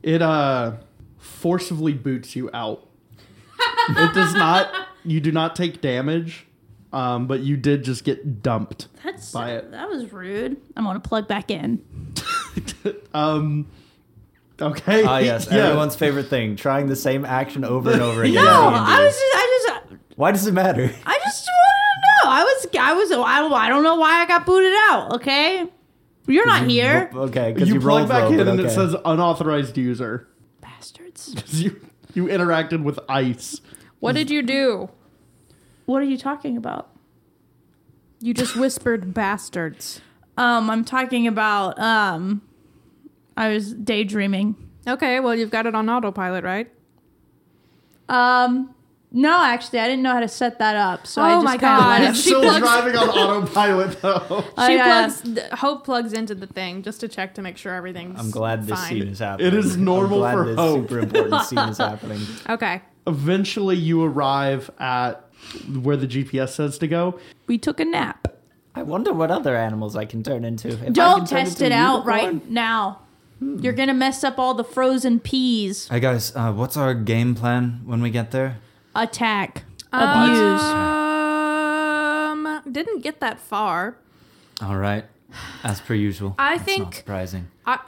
[SPEAKER 4] It uh forcibly boots you out. it does not you do not take damage, um, but you did just get dumped.
[SPEAKER 5] That's
[SPEAKER 4] Buy it.
[SPEAKER 5] that was rude. I'm gonna plug back in.
[SPEAKER 4] Um, okay.
[SPEAKER 2] Ah, yes,
[SPEAKER 4] Yeah.
[SPEAKER 2] everyone's favorite thing: trying the same action over and over again.
[SPEAKER 7] No,
[SPEAKER 2] in D&D.
[SPEAKER 7] Oh, I was just, I just,
[SPEAKER 2] Why does it matter?
[SPEAKER 7] I just wanted to know. I was, I was, I don't, I don't know why I got booted out. Okay, you're not here.
[SPEAKER 2] Okay, because
[SPEAKER 4] You,
[SPEAKER 2] you,
[SPEAKER 4] plug
[SPEAKER 2] rolled
[SPEAKER 4] back
[SPEAKER 2] low,
[SPEAKER 4] in
[SPEAKER 2] but
[SPEAKER 4] and it
[SPEAKER 2] okay.
[SPEAKER 4] says unauthorized user.
[SPEAKER 5] Bastards.
[SPEAKER 4] 'Cause You you interacted with ice.
[SPEAKER 3] What did you do?
[SPEAKER 5] What are you talking about?
[SPEAKER 3] You just whispered bastards.
[SPEAKER 5] Um, I'm talking about um I was daydreaming.
[SPEAKER 3] Okay, well, you've got it on autopilot, right?
[SPEAKER 5] Um no, actually, I didn't know how to set that up, so I
[SPEAKER 3] Oh
[SPEAKER 5] just
[SPEAKER 3] my
[SPEAKER 5] kinda let
[SPEAKER 3] God.
[SPEAKER 5] it-
[SPEAKER 3] She
[SPEAKER 4] Still
[SPEAKER 3] plugs-
[SPEAKER 4] driving on autopilot though.
[SPEAKER 5] I,
[SPEAKER 3] she
[SPEAKER 5] uh,
[SPEAKER 3] plugs, th- Hope plugs into the thing just to check to make sure everything's
[SPEAKER 2] I'm glad this
[SPEAKER 3] fine.
[SPEAKER 2] scene is happening.
[SPEAKER 4] It is normal
[SPEAKER 2] I'm glad
[SPEAKER 4] for
[SPEAKER 2] this
[SPEAKER 4] Hope.
[SPEAKER 2] super important scene is happening.
[SPEAKER 3] Okay.
[SPEAKER 4] Eventually, you arrive at where the GPS says to go.
[SPEAKER 5] we took a nap.
[SPEAKER 2] I wonder what other animals I can turn into. If I
[SPEAKER 5] Don't
[SPEAKER 2] can turn
[SPEAKER 5] test
[SPEAKER 2] into
[SPEAKER 5] it
[SPEAKER 2] a
[SPEAKER 5] out
[SPEAKER 2] unicorn.
[SPEAKER 5] right now. You're gonna mess up all the frozen peas.
[SPEAKER 2] Hey guys, uh, what's our game plan when we get there?
[SPEAKER 5] Attack. Abuse.
[SPEAKER 3] Um, didn't get that far.
[SPEAKER 2] All right, as per usual.
[SPEAKER 3] I
[SPEAKER 2] It's
[SPEAKER 3] think-
[SPEAKER 2] not surprising.
[SPEAKER 3] I,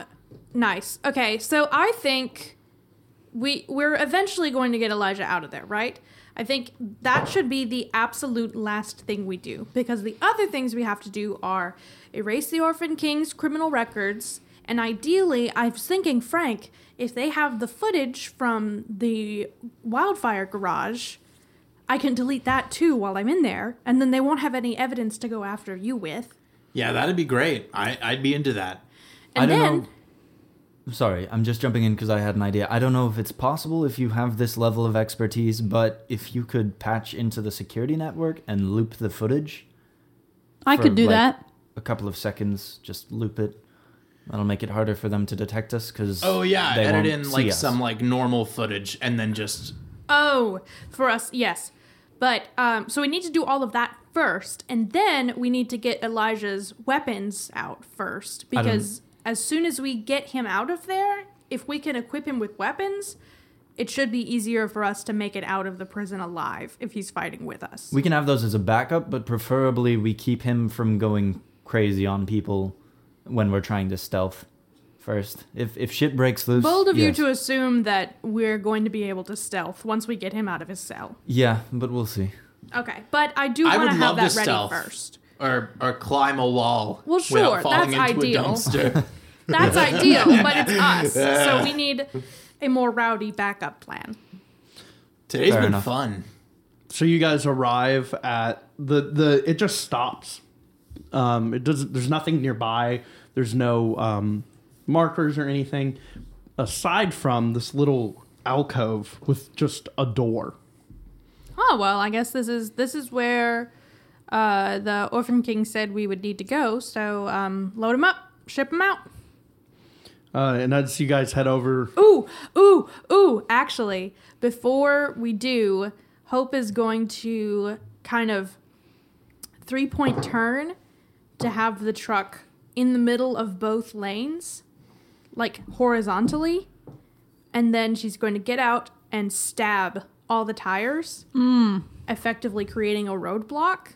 [SPEAKER 3] nice. Okay, so I think we we're eventually going to get Elijah out of there, right? I think that should be the absolute last thing we do because the other things we have to do are erase the orphan king's criminal records and ideally I was thinking Frank if they have the footage from the wildfire garage I can delete that too while I'm in there and then they won't have any evidence to go after you with.
[SPEAKER 6] Yeah, that'd be great. I, I'd be into that.
[SPEAKER 3] And
[SPEAKER 2] I don't
[SPEAKER 3] then
[SPEAKER 2] know. Sorry, I'm just jumping in because I had an idea. I don't know if it's possible if you have this level of expertise, but if you could patch into the security network and loop the footage,
[SPEAKER 5] I
[SPEAKER 2] for,
[SPEAKER 5] could do
[SPEAKER 2] like,
[SPEAKER 5] that.
[SPEAKER 2] A couple of seconds, just loop it. That'll make it harder for them to detect us because
[SPEAKER 6] Oh yeah,
[SPEAKER 2] they
[SPEAKER 6] edit
[SPEAKER 2] won't
[SPEAKER 6] in
[SPEAKER 2] see
[SPEAKER 6] like
[SPEAKER 2] us.
[SPEAKER 6] some like normal footage and then just
[SPEAKER 3] Oh, for us, yes. But um, so we need to do all of that first, and then we need to get Elijah's weapons out first
[SPEAKER 2] don't-
[SPEAKER 3] because as soon as we get him out of there, if we can equip him with weapons, it should be easier for us to make it out of the prison alive if he's fighting with us.
[SPEAKER 2] We can have those as a backup, but preferably we keep him from going crazy on people when we're trying to stealth first. If if shit breaks loose,
[SPEAKER 3] Bold of
[SPEAKER 2] yes.
[SPEAKER 3] you to assume that we're going to be able to stealth once we get him out of his cell.
[SPEAKER 2] Yeah, but we'll see.
[SPEAKER 3] Okay, but I do
[SPEAKER 6] I
[SPEAKER 3] want to have
[SPEAKER 6] would love
[SPEAKER 3] that
[SPEAKER 6] to
[SPEAKER 3] ready
[SPEAKER 6] stealth.
[SPEAKER 3] first.
[SPEAKER 6] or or climb a wall.
[SPEAKER 3] Well, sure,
[SPEAKER 6] without falling
[SPEAKER 3] that's
[SPEAKER 6] into
[SPEAKER 3] ideal.
[SPEAKER 6] a dumpster.
[SPEAKER 3] That's ideal, but it's us, so we need a more rowdy backup plan.
[SPEAKER 6] Today's
[SPEAKER 2] Fair
[SPEAKER 6] been
[SPEAKER 2] enough.
[SPEAKER 6] fun.
[SPEAKER 4] So you guys arrive at the the. It just stops. Um, it doesn't. There's nothing nearby. There's no um, markers or anything aside from this little alcove with just a door.
[SPEAKER 3] Oh well, I guess this is this is where uh, the Orphan King said we would need to go. So um, load him up, ship him out.
[SPEAKER 4] Uh, and as you guys head over,
[SPEAKER 3] Ooh, ooh, ooh. Actually, before we do, Hope is going to kind of three point turn to have the truck in the middle of both lanes, like horizontally, and then she's going to get out and stab all the tires, effectively creating a roadblock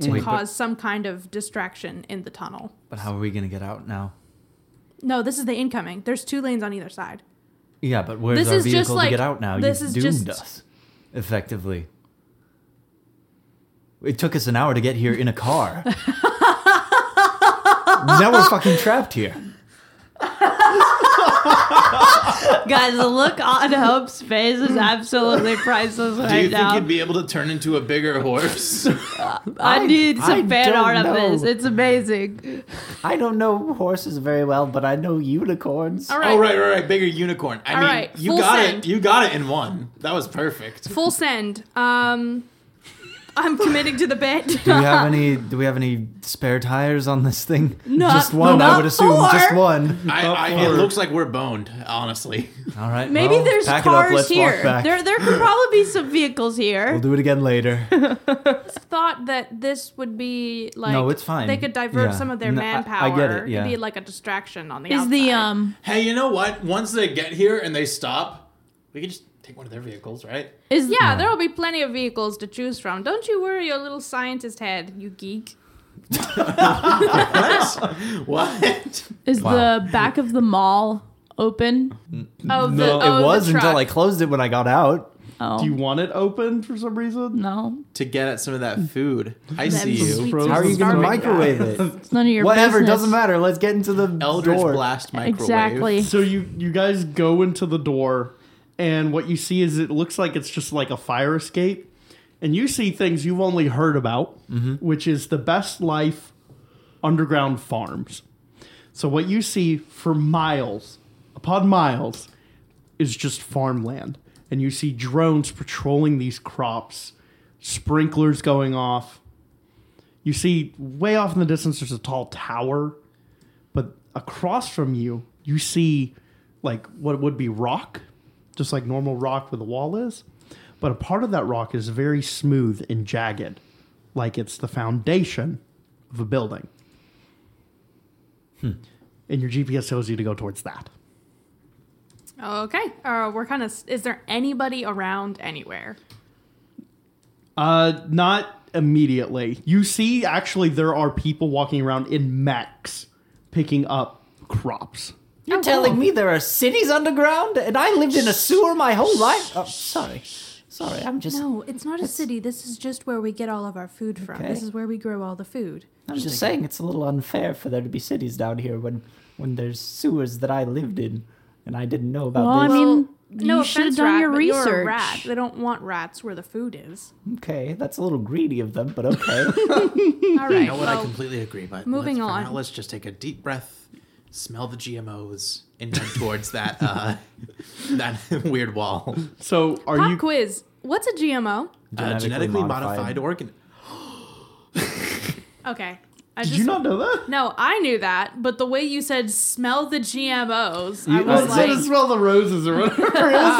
[SPEAKER 3] to
[SPEAKER 2] Wait, but-
[SPEAKER 3] cause some kind of distraction in the tunnel.
[SPEAKER 2] But how are we gonna get out now?
[SPEAKER 3] No, this is the incoming. There's two lanes on either side.
[SPEAKER 2] Yeah, but where's
[SPEAKER 3] This
[SPEAKER 2] our
[SPEAKER 3] is just
[SPEAKER 2] vehicle
[SPEAKER 3] like-
[SPEAKER 2] to get out now?
[SPEAKER 3] this
[SPEAKER 2] You've
[SPEAKER 3] is
[SPEAKER 2] doomed
[SPEAKER 3] just-
[SPEAKER 2] us, effectively. It took us an hour to get here in a car. now we're fucking trapped here.
[SPEAKER 5] Guys, the look on Hope's face is absolutely priceless
[SPEAKER 6] Do you
[SPEAKER 5] right
[SPEAKER 6] think
[SPEAKER 5] now.
[SPEAKER 6] you'd be able to turn into a bigger horse?
[SPEAKER 5] I need some
[SPEAKER 2] I
[SPEAKER 5] fan
[SPEAKER 2] don't
[SPEAKER 5] art of this.
[SPEAKER 2] know.
[SPEAKER 5] It's amazing.
[SPEAKER 2] I don't know horses very well, but I know unicorns.
[SPEAKER 3] All right.
[SPEAKER 6] Oh right, right, right. Bigger unicorn. I
[SPEAKER 3] All
[SPEAKER 6] mean,
[SPEAKER 3] right,
[SPEAKER 6] you
[SPEAKER 3] full
[SPEAKER 6] got
[SPEAKER 3] send.
[SPEAKER 6] it. You got it in one. That was perfect.
[SPEAKER 3] Full send. Um, I'm committing to the bit.
[SPEAKER 2] Do we have any? Do we have any spare tires on this thing? No, just one.
[SPEAKER 5] not
[SPEAKER 2] I would assume just
[SPEAKER 5] four.
[SPEAKER 2] one.
[SPEAKER 6] I, I, it looks like we're boned, honestly.
[SPEAKER 2] All right.
[SPEAKER 5] Maybe
[SPEAKER 2] well,
[SPEAKER 5] there's
[SPEAKER 2] pack it
[SPEAKER 5] cars
[SPEAKER 2] up. Let's
[SPEAKER 5] here.
[SPEAKER 2] Walk back.
[SPEAKER 5] There, there could probably be some vehicles here.
[SPEAKER 2] We'll do it again later. Like,
[SPEAKER 3] Thought that this would be like
[SPEAKER 2] No, it's fine.
[SPEAKER 3] They could divert
[SPEAKER 2] Yeah.
[SPEAKER 3] some of their
[SPEAKER 2] No, I- I get
[SPEAKER 3] manpower.
[SPEAKER 2] it, yeah.
[SPEAKER 3] It'd be like a distraction on the
[SPEAKER 5] Is
[SPEAKER 3] outside.
[SPEAKER 5] the um
[SPEAKER 6] Hey, you know what? Once they get here and they stop, we can just
[SPEAKER 8] take one of their vehicles, right?
[SPEAKER 5] Is
[SPEAKER 3] Yeah, there will be plenty of vehicles to choose from. Don't you worry, your little scientist head, you geek.
[SPEAKER 6] What?
[SPEAKER 5] is
[SPEAKER 8] Wow.
[SPEAKER 5] the back of the mall open?
[SPEAKER 3] Oh, the,
[SPEAKER 4] No, it
[SPEAKER 3] oh,
[SPEAKER 8] it
[SPEAKER 3] the
[SPEAKER 8] was until
[SPEAKER 3] truck.
[SPEAKER 8] I closed it when I got out.
[SPEAKER 5] Oh
[SPEAKER 4] Do you want it open for some reason?
[SPEAKER 5] no,
[SPEAKER 6] to get at some of that food. I see
[SPEAKER 4] sweet-
[SPEAKER 6] you.
[SPEAKER 4] Frozen
[SPEAKER 8] How are you going to
[SPEAKER 4] starving
[SPEAKER 8] microwave it?
[SPEAKER 5] it's none of your
[SPEAKER 8] Whatever,
[SPEAKER 5] business.
[SPEAKER 8] doesn't matter. Let's get into the
[SPEAKER 6] Eldritch
[SPEAKER 8] door.
[SPEAKER 6] blast microwave.
[SPEAKER 5] Exactly.
[SPEAKER 4] So you you guys go into the door, and what you see is it looks like it's just like a fire escape, and you see things you've only heard about, which is the best life underground farms. So what you see for miles upon miles is just farmland, and you see drones patrolling these crops, sprinklers going off. You see way off in the distance there's a tall tower but across from you, you see like what would be rock, just like normal rock where the wall is. But a part of that rock is very smooth and jagged, like it's the foundation of a building. Hmm. And your GPS tells you to go towards that.
[SPEAKER 3] Okay, uh, we're kind of. Is there anybody around anywhere?
[SPEAKER 4] Uh, not immediately. You see, actually, there are people walking around in mechs picking up crops.
[SPEAKER 3] Oh,
[SPEAKER 8] You're telling me there are cities underground, and I lived in a sewer my whole life. Oh, sorry, sorry. I'm just,
[SPEAKER 3] No, it's not a city. This is just where we get all of our food from.
[SPEAKER 8] Okay.
[SPEAKER 3] This is where we grow all the food.
[SPEAKER 8] I'm just saying it's a little unfair for there to be cities down here when, when there's sewers that I lived in, and I didn't know about
[SPEAKER 5] Well, I
[SPEAKER 8] this.
[SPEAKER 5] mean,
[SPEAKER 3] no
[SPEAKER 5] you should have
[SPEAKER 3] offense,
[SPEAKER 5] done
[SPEAKER 3] rat,
[SPEAKER 5] your
[SPEAKER 3] but
[SPEAKER 5] research.
[SPEAKER 3] You're a rat. They don't want rats where the food is.
[SPEAKER 8] okay, that's a little greedy of them, but okay.
[SPEAKER 3] All right.
[SPEAKER 6] You know what? I
[SPEAKER 3] well,
[SPEAKER 6] completely agree. But
[SPEAKER 3] moving
[SPEAKER 6] let's, for
[SPEAKER 3] on.
[SPEAKER 6] now, let's just take a deep breath, smell the GMOs, and head towards that uh, that weird wall.
[SPEAKER 4] So, are
[SPEAKER 3] pop
[SPEAKER 4] you
[SPEAKER 3] quiz. What's a GMO?
[SPEAKER 6] Uh,
[SPEAKER 8] Genetically
[SPEAKER 6] genetically modified,
[SPEAKER 8] modified.
[SPEAKER 6] organ.
[SPEAKER 3] Okay. I
[SPEAKER 4] did
[SPEAKER 3] just,
[SPEAKER 4] you not know that?
[SPEAKER 3] No, I knew that, but the way you said "smell the GMOs," I
[SPEAKER 4] You
[SPEAKER 3] was
[SPEAKER 4] said to
[SPEAKER 3] like,
[SPEAKER 4] smell the roses or whatever. It was funny. It was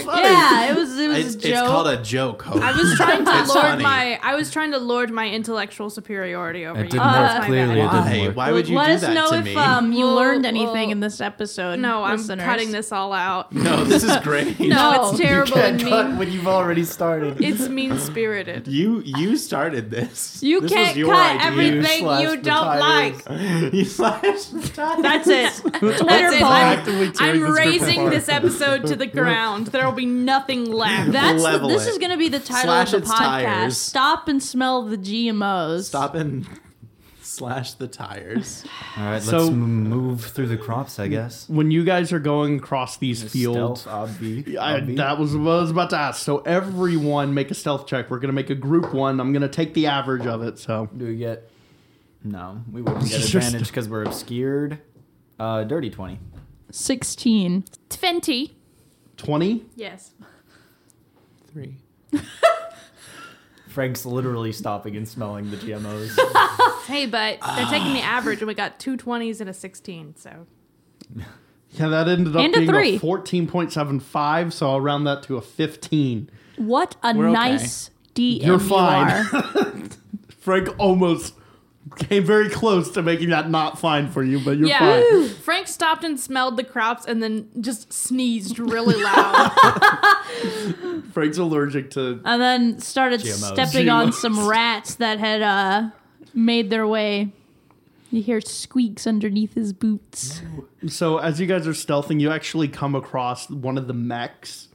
[SPEAKER 3] okay.
[SPEAKER 4] funny.
[SPEAKER 5] Oh, yeah, it was it was
[SPEAKER 6] It's,
[SPEAKER 5] a
[SPEAKER 6] it's
[SPEAKER 5] joke.
[SPEAKER 6] called a joke. Hope.
[SPEAKER 3] I was trying to
[SPEAKER 6] It's
[SPEAKER 3] lord
[SPEAKER 6] funny.
[SPEAKER 3] my I was trying to lord my intellectual superiority over
[SPEAKER 2] It
[SPEAKER 3] you. Uh,
[SPEAKER 2] didn't
[SPEAKER 3] That's
[SPEAKER 2] work
[SPEAKER 3] my
[SPEAKER 2] clearly.
[SPEAKER 3] bad.
[SPEAKER 2] It didn't
[SPEAKER 6] Why?
[SPEAKER 2] work.
[SPEAKER 6] Why would you
[SPEAKER 5] Let
[SPEAKER 6] do
[SPEAKER 5] us
[SPEAKER 6] that
[SPEAKER 5] know
[SPEAKER 6] to
[SPEAKER 5] if
[SPEAKER 6] me?
[SPEAKER 5] um, you
[SPEAKER 3] Well,
[SPEAKER 5] learned anything
[SPEAKER 3] well,
[SPEAKER 5] in this episode.
[SPEAKER 3] No, I'm
[SPEAKER 5] listeners.
[SPEAKER 3] cutting this all out. No,
[SPEAKER 6] no, this is great.
[SPEAKER 3] it's terrible
[SPEAKER 8] Can't
[SPEAKER 3] and
[SPEAKER 8] cut
[SPEAKER 3] mean.
[SPEAKER 8] when you've already started.
[SPEAKER 3] It's mean spirited.
[SPEAKER 6] You you started this.
[SPEAKER 3] You
[SPEAKER 6] This was
[SPEAKER 3] can't
[SPEAKER 6] your
[SPEAKER 3] cut
[SPEAKER 6] idea.
[SPEAKER 3] everything
[SPEAKER 8] Slash
[SPEAKER 3] you
[SPEAKER 8] the
[SPEAKER 3] don't like.
[SPEAKER 8] tires.
[SPEAKER 6] You slashed the tires.
[SPEAKER 3] That's it. That's it. I'm, I'm raising this episode to the ground. There will be nothing left.
[SPEAKER 5] That's the,
[SPEAKER 6] Level
[SPEAKER 5] this
[SPEAKER 6] it.
[SPEAKER 5] is going to be the title
[SPEAKER 6] Slash
[SPEAKER 5] of
[SPEAKER 6] its
[SPEAKER 5] the podcast.
[SPEAKER 6] tires.
[SPEAKER 5] Stop and smell the GMOs.
[SPEAKER 6] Stop and slash the tires.
[SPEAKER 2] All right, let's
[SPEAKER 4] So-
[SPEAKER 2] m- move through the crops, I guess.
[SPEAKER 8] Mm,
[SPEAKER 4] When you guys are going across these fields,
[SPEAKER 2] Stealth, obvi,
[SPEAKER 4] I,
[SPEAKER 2] obvi.
[SPEAKER 4] that was what I was about to ask. So everyone make a stealth check. We're gonna make a group one. I'm gonna take the average of it. So
[SPEAKER 2] Do we get? No, we wouldn't get
[SPEAKER 4] Just-
[SPEAKER 2] advantage because we're obscured. Uh, dirty twenty.
[SPEAKER 5] 16.
[SPEAKER 3] Twenty.
[SPEAKER 4] twenty.
[SPEAKER 3] Yes.
[SPEAKER 6] Three.
[SPEAKER 2] Frank's literally stopping and smelling the GMOs.
[SPEAKER 3] Hey, but they're taking the
[SPEAKER 6] Ah.
[SPEAKER 3] average, and we got two twenties and a sixteen. So
[SPEAKER 4] Yeah, that ended up
[SPEAKER 5] And a
[SPEAKER 4] being
[SPEAKER 5] three.
[SPEAKER 4] a fourteen point seven five. So I'll round that to a fifteen.
[SPEAKER 5] What a
[SPEAKER 6] We're okay.
[SPEAKER 5] nice DM
[SPEAKER 4] You're
[SPEAKER 5] you
[SPEAKER 4] fine.
[SPEAKER 5] are.
[SPEAKER 4] Frank almost came very close to making that not fine for you, but you're fine.
[SPEAKER 3] Frank stopped and smelled the crops, and then just sneezed really loud.
[SPEAKER 4] Frank's allergic to
[SPEAKER 5] and then started
[SPEAKER 2] GMOs.
[SPEAKER 5] stepping on some rats that had uh, made their way. You hear squeaks underneath his boots.
[SPEAKER 6] Mm.
[SPEAKER 4] So as you guys are stealthing, you actually come across one of the mechs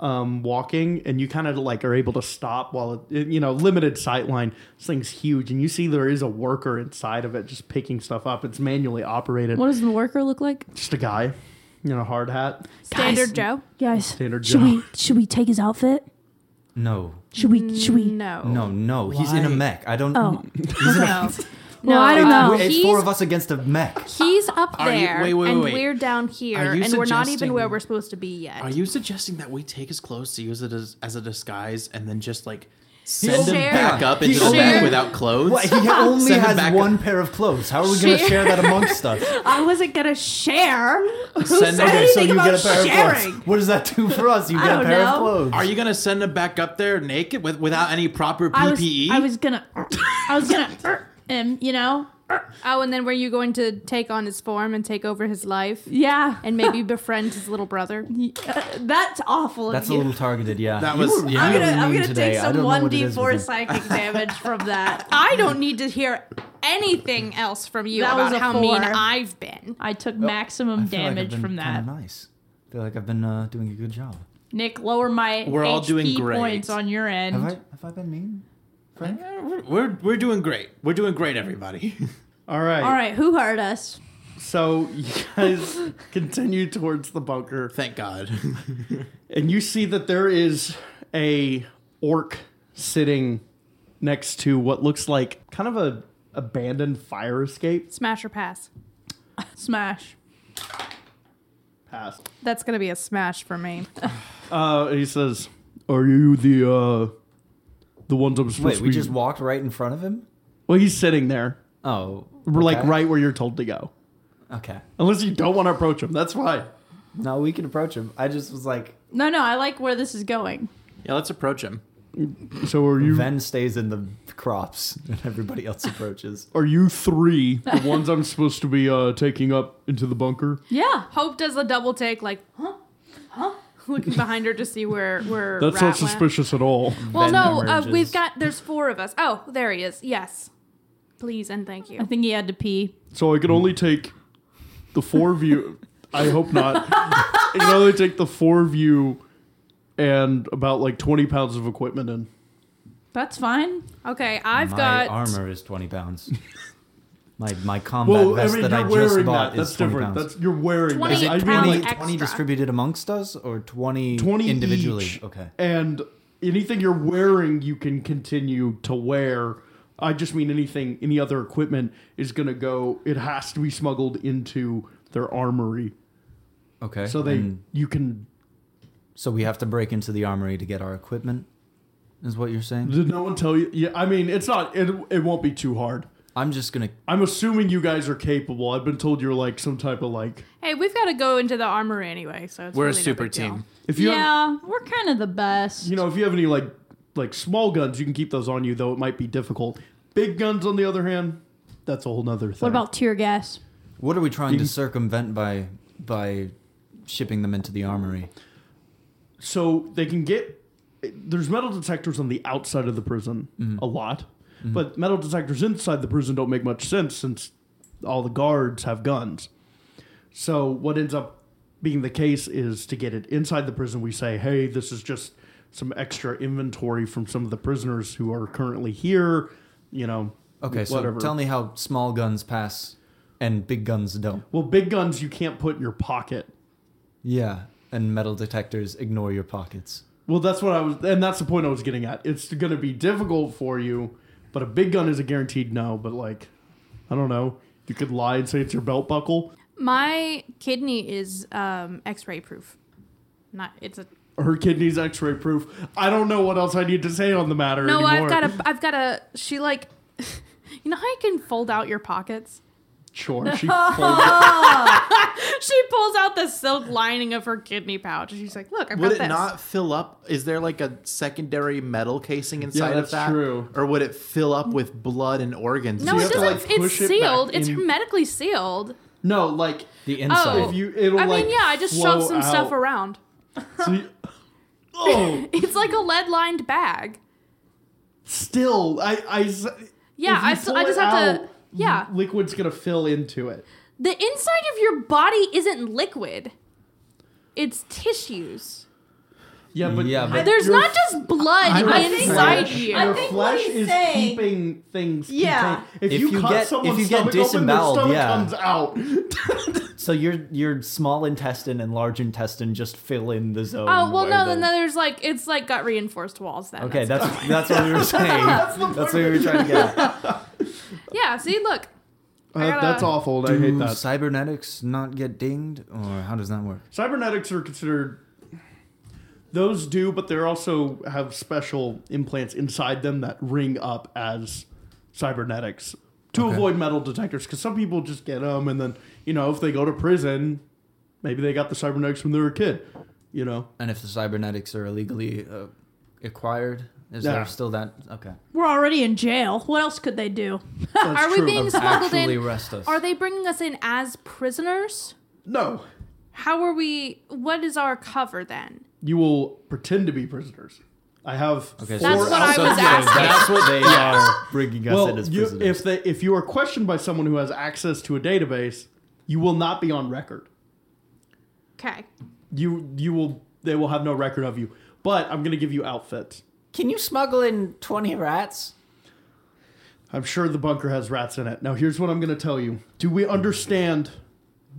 [SPEAKER 4] um, walking, and you kind of like are able to stop while it, you know limited sight line. This thing's huge, and you see there is a worker inside of it just picking stuff up. It's manually operated.
[SPEAKER 5] What does the worker look like?
[SPEAKER 4] Just a guy in a hard hat.
[SPEAKER 3] Standard Joe.
[SPEAKER 5] Guys,
[SPEAKER 4] Standard
[SPEAKER 5] should
[SPEAKER 4] Joe.
[SPEAKER 5] we should we take his outfit?
[SPEAKER 2] no,
[SPEAKER 5] Should we should we
[SPEAKER 3] No.
[SPEAKER 2] no, no. He's in a mech. I don't.
[SPEAKER 5] Oh.
[SPEAKER 3] No.
[SPEAKER 5] Well, I don't know.
[SPEAKER 2] It's
[SPEAKER 3] He's,
[SPEAKER 2] four of us against a mech.
[SPEAKER 3] he's up
[SPEAKER 6] Are you-
[SPEAKER 3] there,
[SPEAKER 6] wait, wait,
[SPEAKER 3] and
[SPEAKER 6] wait.
[SPEAKER 3] we're down
[SPEAKER 6] Are
[SPEAKER 3] here,
[SPEAKER 6] you
[SPEAKER 3] and we're not even
[SPEAKER 6] suggesting-
[SPEAKER 3] where we're supposed to be yet.
[SPEAKER 6] Are you suggesting that we take his clothes to use it as, as a disguise and then just like send him
[SPEAKER 3] Share-
[SPEAKER 6] back up into
[SPEAKER 2] He
[SPEAKER 6] the back
[SPEAKER 2] shared-
[SPEAKER 6] without clothes?
[SPEAKER 2] What? He ha- only
[SPEAKER 6] Send him
[SPEAKER 2] has
[SPEAKER 6] back
[SPEAKER 2] one pair of clothes. How are we going to share that amongst us?
[SPEAKER 7] I wasn't gonna share. Who
[SPEAKER 6] Send-
[SPEAKER 7] said
[SPEAKER 6] okay,
[SPEAKER 7] anything
[SPEAKER 6] so
[SPEAKER 7] about
[SPEAKER 2] of
[SPEAKER 7] sharing?
[SPEAKER 2] clothes. What does that do for us? You
[SPEAKER 7] I
[SPEAKER 2] get a
[SPEAKER 7] don't
[SPEAKER 2] pair of
[SPEAKER 7] know.
[SPEAKER 2] clothes.
[SPEAKER 6] Are you gonna send him back up there naked with, without any proper E?
[SPEAKER 5] I was
[SPEAKER 6] PPE?
[SPEAKER 5] I was gonna I was gonna him, you know?
[SPEAKER 3] Oh, and then were you going to take on his form and take over his life
[SPEAKER 5] Yeah,
[SPEAKER 3] and maybe befriend his little brother?
[SPEAKER 7] That's awful.
[SPEAKER 2] That's
[SPEAKER 7] of
[SPEAKER 2] a
[SPEAKER 7] you.
[SPEAKER 2] little targeted, yeah.
[SPEAKER 6] That
[SPEAKER 2] You
[SPEAKER 6] was-
[SPEAKER 2] were
[SPEAKER 6] yeah.
[SPEAKER 7] I'm
[SPEAKER 2] really
[SPEAKER 7] gonna, I'm
[SPEAKER 2] mean
[SPEAKER 7] gonna
[SPEAKER 2] today.
[SPEAKER 7] take
[SPEAKER 2] I
[SPEAKER 7] some
[SPEAKER 2] don't know what it is
[SPEAKER 7] 1d4
[SPEAKER 2] with you.
[SPEAKER 7] psychic damage from that.
[SPEAKER 3] I don't need to hear anything else from you
[SPEAKER 7] That was
[SPEAKER 3] about
[SPEAKER 7] a
[SPEAKER 3] how mean
[SPEAKER 7] four.
[SPEAKER 3] I've been.
[SPEAKER 5] I took
[SPEAKER 2] I
[SPEAKER 5] maximum
[SPEAKER 2] feel like I've
[SPEAKER 5] damage
[SPEAKER 2] been
[SPEAKER 5] from
[SPEAKER 2] kinda
[SPEAKER 5] that.
[SPEAKER 2] Nice. I feel like I've been uh, doing a good job.
[SPEAKER 5] Nick, lower my
[SPEAKER 6] We're all
[SPEAKER 5] HP
[SPEAKER 6] doing great.
[SPEAKER 5] points on your end.
[SPEAKER 2] Have I have I been mean?
[SPEAKER 6] We're, we're we're doing great. We're doing great, everybody.
[SPEAKER 4] All right.
[SPEAKER 7] All right, who hurt us?
[SPEAKER 4] So you guys continue towards the bunker,
[SPEAKER 6] Thank God.
[SPEAKER 4] and you see that there is a orc sitting next to what looks like kind of a abandoned fire escape.
[SPEAKER 3] Smash or pass?
[SPEAKER 5] Smash.
[SPEAKER 4] Pass.
[SPEAKER 3] That's gonna be a smash for me.
[SPEAKER 4] Uh, and he says, "Are you the uh, the ones I'm supposed
[SPEAKER 2] Wait,
[SPEAKER 4] to
[SPEAKER 2] we
[SPEAKER 4] be?"
[SPEAKER 2] just walked right in front of him.
[SPEAKER 4] well, he's sitting there,
[SPEAKER 2] Oh,
[SPEAKER 4] We're like
[SPEAKER 2] okay.
[SPEAKER 4] right where you're told to go.
[SPEAKER 2] Okay.
[SPEAKER 4] Unless you don't want to approach him, that's fine.
[SPEAKER 2] No, we can approach him. I just was like,
[SPEAKER 5] No, no, I like where this is going.
[SPEAKER 6] yeah, let's approach him.
[SPEAKER 4] So are you?
[SPEAKER 2] Ven stays in the crops, and everybody else approaches.
[SPEAKER 4] Are you three the ones I'm supposed to be uh, taking up into the bunker?
[SPEAKER 5] Yeah.
[SPEAKER 3] Hope does a double take, like, huh, huh, looking behind her to see where where.
[SPEAKER 4] That's
[SPEAKER 3] Rat
[SPEAKER 4] not
[SPEAKER 3] went.
[SPEAKER 4] suspicious at all.
[SPEAKER 3] Well,
[SPEAKER 2] Ven
[SPEAKER 3] no, uh,
[SPEAKER 2] emerges.
[SPEAKER 3] we've got. There's four of us. Oh, there he is. Yes, please and thank
[SPEAKER 5] I
[SPEAKER 3] you.
[SPEAKER 5] think he had to pee.
[SPEAKER 4] So I can only take the four of you. I hope not. I can only take the four of you and about like 20 pounds of equipment in.
[SPEAKER 5] That's fine.
[SPEAKER 3] Okay, I've
[SPEAKER 2] my
[SPEAKER 3] got.
[SPEAKER 2] armor is twenty pounds. My my combat
[SPEAKER 4] Well, I
[SPEAKER 2] vest
[SPEAKER 4] mean,
[SPEAKER 2] that
[SPEAKER 4] you're
[SPEAKER 2] I just
[SPEAKER 4] wearing that.
[SPEAKER 2] bought is
[SPEAKER 4] That's
[SPEAKER 2] twenty
[SPEAKER 4] different.
[SPEAKER 2] pounds.
[SPEAKER 4] That's you're wearing
[SPEAKER 3] 20
[SPEAKER 4] that.
[SPEAKER 3] pounds.
[SPEAKER 4] I mean, like
[SPEAKER 3] Extra.
[SPEAKER 2] 20 distributed amongst us or 20,
[SPEAKER 4] 20
[SPEAKER 2] individually?
[SPEAKER 4] each.
[SPEAKER 2] Okay.
[SPEAKER 4] and anything you're wearing you can continue to wear i just mean anything any other equipment is going to go it has to be smuggled into their armory
[SPEAKER 2] Okay.
[SPEAKER 4] so they
[SPEAKER 2] And
[SPEAKER 4] you can
[SPEAKER 2] so we have to break into the armory to get our equipment is what you're saying?
[SPEAKER 4] did no one tell you yeah i mean it's not it, it won't be too hard
[SPEAKER 2] I'm just going to
[SPEAKER 4] i'm assuming you guys are capable i've been told you're like some type of like
[SPEAKER 3] Hey, we've got to go into the armory anyway, so it's
[SPEAKER 6] We're
[SPEAKER 3] really
[SPEAKER 6] a
[SPEAKER 3] no
[SPEAKER 6] super
[SPEAKER 3] big deal.
[SPEAKER 6] team.
[SPEAKER 4] if you have,
[SPEAKER 5] yeah, we're kind of the best.
[SPEAKER 4] you know if you have any like like small guns you can keep those on you though it might be difficult big guns on the other hand that's a whole nother thing
[SPEAKER 5] what about tear gas?
[SPEAKER 2] What are we trying to circumvent by by shipping them into the armory?
[SPEAKER 4] so they can get there's metal detectors on the outside of the prison
[SPEAKER 2] Mm-hmm.
[SPEAKER 4] a lot but metal detectors inside the prison don't make much sense since all the guards have guns so what ends up being the case is to get it inside the prison we say hey this is just some extra inventory from some of the prisoners who are currently here you know
[SPEAKER 2] Okay, so
[SPEAKER 4] whatever.
[SPEAKER 2] tell me how small guns pass and big guns don't.
[SPEAKER 4] well big guns you can't put in your pocket
[SPEAKER 2] Yeah, and metal detectors ignore your pockets.
[SPEAKER 4] Well, that's what I was, and that's the point I was getting at. It's going to be difficult for you, but a big gun is a guaranteed no. But like, I don't know, you could lie and say it's your belt buckle.
[SPEAKER 3] My kidney is um, X-ray proof. Not it's a
[SPEAKER 4] Her kidney's X-ray proof. I don't know what else I need to say on the matter.
[SPEAKER 3] no.
[SPEAKER 4] anymore.
[SPEAKER 3] I've got a. I've got a. She like, you know how you can fold out your pockets.
[SPEAKER 4] sure. She pulled it.
[SPEAKER 3] She pulls out the silk lining of her kidney pouch, and she's like, "Look, I've
[SPEAKER 6] Would
[SPEAKER 3] got
[SPEAKER 6] it
[SPEAKER 3] this."
[SPEAKER 6] not fill up? Is there like a secondary metal casing inside
[SPEAKER 4] that's
[SPEAKER 6] of that?
[SPEAKER 4] true.
[SPEAKER 6] Or would it fill up with blood and organs?
[SPEAKER 3] no,
[SPEAKER 4] you
[SPEAKER 3] it
[SPEAKER 4] have to,
[SPEAKER 3] doesn't.
[SPEAKER 4] like,
[SPEAKER 3] it's
[SPEAKER 4] push it back
[SPEAKER 3] sealed. it's
[SPEAKER 4] in.
[SPEAKER 3] hermetically sealed.
[SPEAKER 4] no. Like
[SPEAKER 2] The inside.
[SPEAKER 3] Oh.
[SPEAKER 4] if you, it'll
[SPEAKER 3] I
[SPEAKER 4] like.
[SPEAKER 3] mean, yeah, I just
[SPEAKER 4] flow
[SPEAKER 3] shoved some stuff
[SPEAKER 4] out.
[SPEAKER 3] around.
[SPEAKER 4] So you- oh,
[SPEAKER 3] It's like a lead-lined bag.
[SPEAKER 4] still, I, I, s-
[SPEAKER 3] Yeah,
[SPEAKER 4] if you
[SPEAKER 3] I, still,
[SPEAKER 4] pull
[SPEAKER 3] I
[SPEAKER 4] it
[SPEAKER 3] just have
[SPEAKER 4] out, mm-hmm.
[SPEAKER 3] to. Yeah,
[SPEAKER 4] Liquid's gonna fill into it.
[SPEAKER 3] the inside of your body isn't liquid. It's tissues.
[SPEAKER 4] Yeah, but
[SPEAKER 2] Yeah, but-
[SPEAKER 3] There's
[SPEAKER 4] your
[SPEAKER 3] not just blood
[SPEAKER 6] I'm a
[SPEAKER 3] inside
[SPEAKER 4] flesh-
[SPEAKER 3] you.
[SPEAKER 7] I
[SPEAKER 4] Your
[SPEAKER 7] think what
[SPEAKER 4] flesh
[SPEAKER 7] he's
[SPEAKER 4] is
[SPEAKER 7] saying-
[SPEAKER 4] keeping things.
[SPEAKER 7] Yeah.
[SPEAKER 4] contained. If,
[SPEAKER 2] If
[SPEAKER 4] you,
[SPEAKER 2] you
[SPEAKER 4] cut
[SPEAKER 2] get- if
[SPEAKER 4] someone's
[SPEAKER 2] you get
[SPEAKER 4] stomach open, their
[SPEAKER 2] disemboweled,
[SPEAKER 4] stomach
[SPEAKER 2] yeah.
[SPEAKER 4] comes out.
[SPEAKER 2] So your your small intestine and large intestine just fill in the zone.
[SPEAKER 3] Oh well,
[SPEAKER 2] where
[SPEAKER 3] no.
[SPEAKER 2] the-
[SPEAKER 3] Then there's like it's like got reinforced walls. Then
[SPEAKER 2] Okay,
[SPEAKER 3] That's-
[SPEAKER 2] that's that's what we were saying. that's, what we were trying to get. at.
[SPEAKER 3] yeah. See, look, I gotta-
[SPEAKER 4] Uh, that's awful. and I hate
[SPEAKER 2] Do
[SPEAKER 4] that.
[SPEAKER 2] cybernetics not get dinged, or how does that work?
[SPEAKER 4] Cybernetics are considered. Those do, but they also have special implants inside them that ring up as cybernetics to
[SPEAKER 2] Okay.
[SPEAKER 4] avoid metal detectors. Because some people just get them, and then you know if they go to prison, maybe they got the cybernetics when they were a kid. You know,
[SPEAKER 2] And if the cybernetics are illegally uh, acquired, Is
[SPEAKER 4] Yeah.
[SPEAKER 2] there still that? Okay.
[SPEAKER 7] We're already in jail. What else could they do?
[SPEAKER 4] That's
[SPEAKER 3] Are we
[SPEAKER 4] true.
[SPEAKER 3] being smuggled
[SPEAKER 2] Actually,
[SPEAKER 3] in?
[SPEAKER 2] arrest us.
[SPEAKER 3] Are they bringing us in as prisoners?
[SPEAKER 4] No.
[SPEAKER 3] How are we? What is our cover then?
[SPEAKER 4] You will pretend to be prisoners. I have
[SPEAKER 2] Okay,
[SPEAKER 4] four
[SPEAKER 3] That's what I
[SPEAKER 4] outside-
[SPEAKER 3] was asking.
[SPEAKER 2] That's what they are bringing us in
[SPEAKER 4] Well,
[SPEAKER 2] as
[SPEAKER 4] you-
[SPEAKER 2] prisoners.
[SPEAKER 4] if they if you are questioned by someone who has access to a database, you will not be on record.
[SPEAKER 3] Okay.
[SPEAKER 4] You you will they will have no record of you. But I'm going to give you outfits.
[SPEAKER 8] Can you smuggle in 20 rats?
[SPEAKER 4] I'm sure the bunker has rats in it. Now, here's what I'm going to tell you. Do we understand?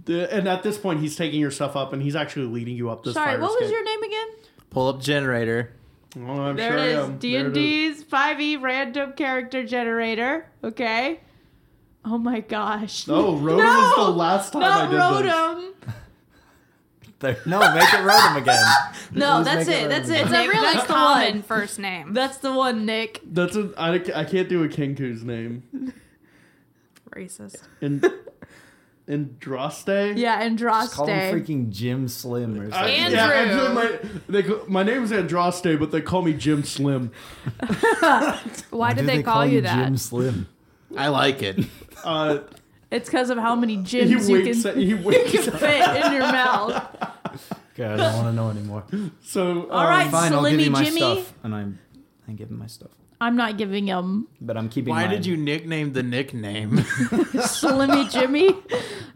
[SPEAKER 4] The, and at this point, he's taking your stuff up and he's actually leading you up this
[SPEAKER 7] Sorry,
[SPEAKER 4] fire
[SPEAKER 7] what was
[SPEAKER 4] escape.
[SPEAKER 7] your name again?
[SPEAKER 6] Pull up generator.
[SPEAKER 4] Oh, I'm
[SPEAKER 7] There
[SPEAKER 4] sure I
[SPEAKER 7] it is.
[SPEAKER 4] am.
[SPEAKER 7] D
[SPEAKER 4] There
[SPEAKER 7] and
[SPEAKER 4] it is.
[SPEAKER 7] D's five E random character generator. Okay. Oh my gosh.
[SPEAKER 4] Oh, Rotom was the last time I
[SPEAKER 7] Not
[SPEAKER 4] did this.
[SPEAKER 7] Rotom.
[SPEAKER 2] They're- no, make it Rotom again.
[SPEAKER 7] No, that's
[SPEAKER 2] Let's make it
[SPEAKER 7] it. That's
[SPEAKER 2] Rotom
[SPEAKER 7] it.
[SPEAKER 3] It's a
[SPEAKER 7] Nick.
[SPEAKER 3] really
[SPEAKER 7] that's the
[SPEAKER 3] common
[SPEAKER 7] one.
[SPEAKER 3] first name.
[SPEAKER 7] That's the one, Nick.
[SPEAKER 4] That's a, I, I can't do a Kenku's name.
[SPEAKER 3] Racist.
[SPEAKER 4] And and Droste?
[SPEAKER 7] Yeah,
[SPEAKER 2] Just call him
[SPEAKER 7] Andraste.
[SPEAKER 2] freaking Jim Slim or
[SPEAKER 4] I-
[SPEAKER 2] something.
[SPEAKER 3] Andrew.
[SPEAKER 4] yeah, actually, my, they, ca- my name's Andraste, but they call me Jim Slim.
[SPEAKER 3] Why did they, call, you that?
[SPEAKER 2] Jim Slim.
[SPEAKER 6] I like it.
[SPEAKER 4] Uh,
[SPEAKER 7] It's because of how many
[SPEAKER 4] he
[SPEAKER 7] gyms you
[SPEAKER 4] winks.
[SPEAKER 7] can
[SPEAKER 4] At, he winks.
[SPEAKER 7] fit in your mouth.
[SPEAKER 2] God, I don't want to know anymore.
[SPEAKER 4] so uh,
[SPEAKER 7] All right,
[SPEAKER 2] Oh, Fine, I'll give
[SPEAKER 7] Slimmy
[SPEAKER 2] you my
[SPEAKER 7] Jimmy.
[SPEAKER 2] stuff, and I'm I give him my stuff,
[SPEAKER 7] I'm not giving him
[SPEAKER 2] but I'm keeping.
[SPEAKER 6] Why
[SPEAKER 2] mine.
[SPEAKER 6] did you nickname the nickname?
[SPEAKER 7] Slimmy Jimmy.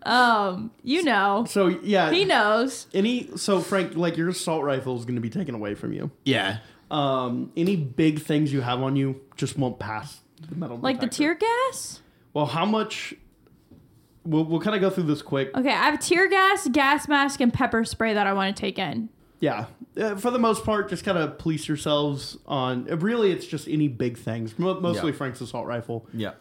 [SPEAKER 7] Um, you know,
[SPEAKER 4] So yeah,
[SPEAKER 7] he knows.
[SPEAKER 4] any so Frank, like your assault rifle is going to be taken away from you.
[SPEAKER 6] yeah.
[SPEAKER 4] Um, any big things you have on you just won't pass the metal.
[SPEAKER 7] Like the
[SPEAKER 4] detector.
[SPEAKER 7] tear gas.
[SPEAKER 4] Well, how much? We'll, we'll kind of go through this quick.
[SPEAKER 7] Okay, I have tear gas, gas mask, and pepper spray that I want to take in.
[SPEAKER 4] Yeah, uh, for the most part, just kind of police yourselves on. uh, Really, it's just any big things. Mo- mostly
[SPEAKER 2] Yeah.
[SPEAKER 4] Frank's assault rifle.
[SPEAKER 2] Yeah.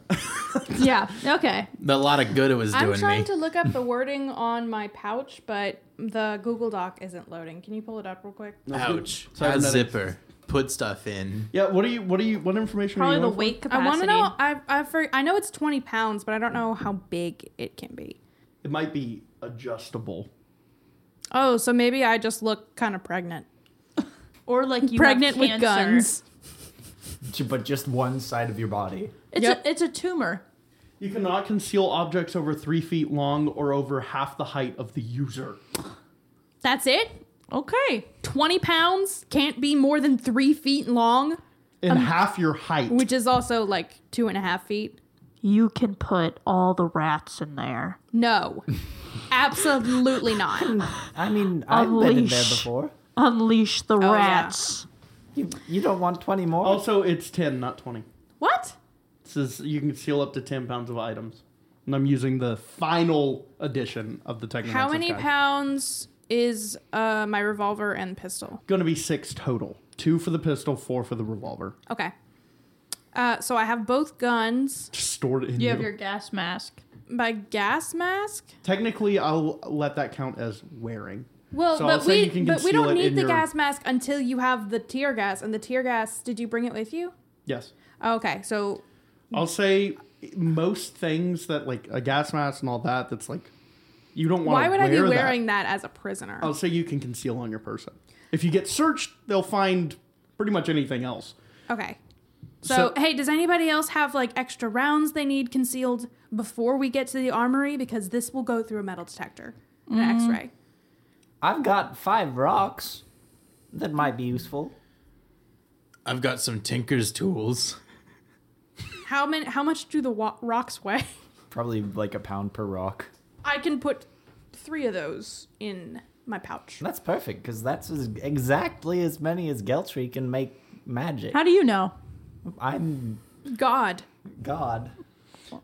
[SPEAKER 7] Yeah. Okay.
[SPEAKER 6] A lot of good it was
[SPEAKER 3] I'm
[SPEAKER 6] doing
[SPEAKER 3] trying
[SPEAKER 6] me.
[SPEAKER 3] to look up the wording on my pouch, but the Google Doc isn't loading. Can you pull it up real quick?
[SPEAKER 6] Ouch.
[SPEAKER 4] Sorry,
[SPEAKER 6] a
[SPEAKER 4] another-
[SPEAKER 6] zipper. Put stuff in.
[SPEAKER 4] Yeah. What do you? What do you? What information?
[SPEAKER 7] Probably
[SPEAKER 4] are you
[SPEAKER 7] the
[SPEAKER 4] going for?
[SPEAKER 7] weight
[SPEAKER 3] I
[SPEAKER 7] capacity.
[SPEAKER 3] want to know. I I, for, I know it's 20 pounds, but I don't know how big it can be.
[SPEAKER 4] It might be adjustable.
[SPEAKER 3] Oh, so maybe I just look kind of pregnant.
[SPEAKER 7] Or like you
[SPEAKER 3] pregnant
[SPEAKER 7] have
[SPEAKER 3] with
[SPEAKER 7] cancer.
[SPEAKER 3] guns.
[SPEAKER 2] Ju- but just one side of your body.
[SPEAKER 7] It's
[SPEAKER 3] Yep.
[SPEAKER 7] a it's a tumor.
[SPEAKER 4] You cannot conceal objects over three feet long or over half the height of the user.
[SPEAKER 3] That's it.
[SPEAKER 7] Okay.
[SPEAKER 3] 20 pounds can't be more than three feet long,
[SPEAKER 4] And half your height.
[SPEAKER 3] which is also like two and a half feet.
[SPEAKER 5] You can put all the rats in there.
[SPEAKER 3] No, absolutely not.
[SPEAKER 8] I mean, I've been in there
[SPEAKER 5] Unleash.
[SPEAKER 8] before.
[SPEAKER 5] Unleash the
[SPEAKER 3] Oh, yeah.
[SPEAKER 5] rats.
[SPEAKER 8] You, you don't want 20 more?
[SPEAKER 4] also, it's 10, not 20.
[SPEAKER 7] What?
[SPEAKER 4] This is, you can conceal up to 10 pounds of items. And I'm using the final edition of the Technomancer's
[SPEAKER 3] How many
[SPEAKER 4] Guide.
[SPEAKER 3] pounds is uh, my revolver and pistol?
[SPEAKER 4] Going to be six total. Two for the pistol, four for the revolver.
[SPEAKER 3] Okay. Uh, so I have both guns.
[SPEAKER 4] Just stored in
[SPEAKER 7] You
[SPEAKER 4] you.
[SPEAKER 7] have your gas mask.
[SPEAKER 3] My gas mask.
[SPEAKER 4] Technically, I'll let that count as wearing.
[SPEAKER 3] Well,
[SPEAKER 4] So I'll
[SPEAKER 3] but
[SPEAKER 4] say
[SPEAKER 3] we
[SPEAKER 4] you can
[SPEAKER 3] but we
[SPEAKER 4] conceal
[SPEAKER 3] don't
[SPEAKER 4] it
[SPEAKER 3] need
[SPEAKER 4] in
[SPEAKER 3] the
[SPEAKER 4] your-
[SPEAKER 3] gas mask until you have the tear gas. And the tear gas, did you bring it with you? Oh,
[SPEAKER 4] Yes.
[SPEAKER 3] Okay, so
[SPEAKER 4] I'll say most things that, like a gas mask and all that, that's like, you don't want
[SPEAKER 3] why
[SPEAKER 4] to
[SPEAKER 3] would
[SPEAKER 4] wear
[SPEAKER 3] I be
[SPEAKER 4] that. Oh.
[SPEAKER 3] wearing that, as a prisoner?
[SPEAKER 4] I'll say you can conceal on your person. If you get searched, they'll find pretty much anything else.
[SPEAKER 3] Okay. So,
[SPEAKER 4] So-
[SPEAKER 3] hey, does anybody else have like extra rounds they need concealed before we get to the armory? Because this will go through a metal detector and an X-ray.
[SPEAKER 8] I've got five rocks. That might be useful.
[SPEAKER 6] I've got some tinker's tools.
[SPEAKER 3] How many? How much do the wa- rocks weigh?
[SPEAKER 2] Probably like a pound per rock.
[SPEAKER 3] I can put three of those in my pouch.
[SPEAKER 8] That's perfect, because that's as, exactly as many as Geltry can make magic.
[SPEAKER 7] How do you know?
[SPEAKER 8] I'm
[SPEAKER 3] God.
[SPEAKER 8] God.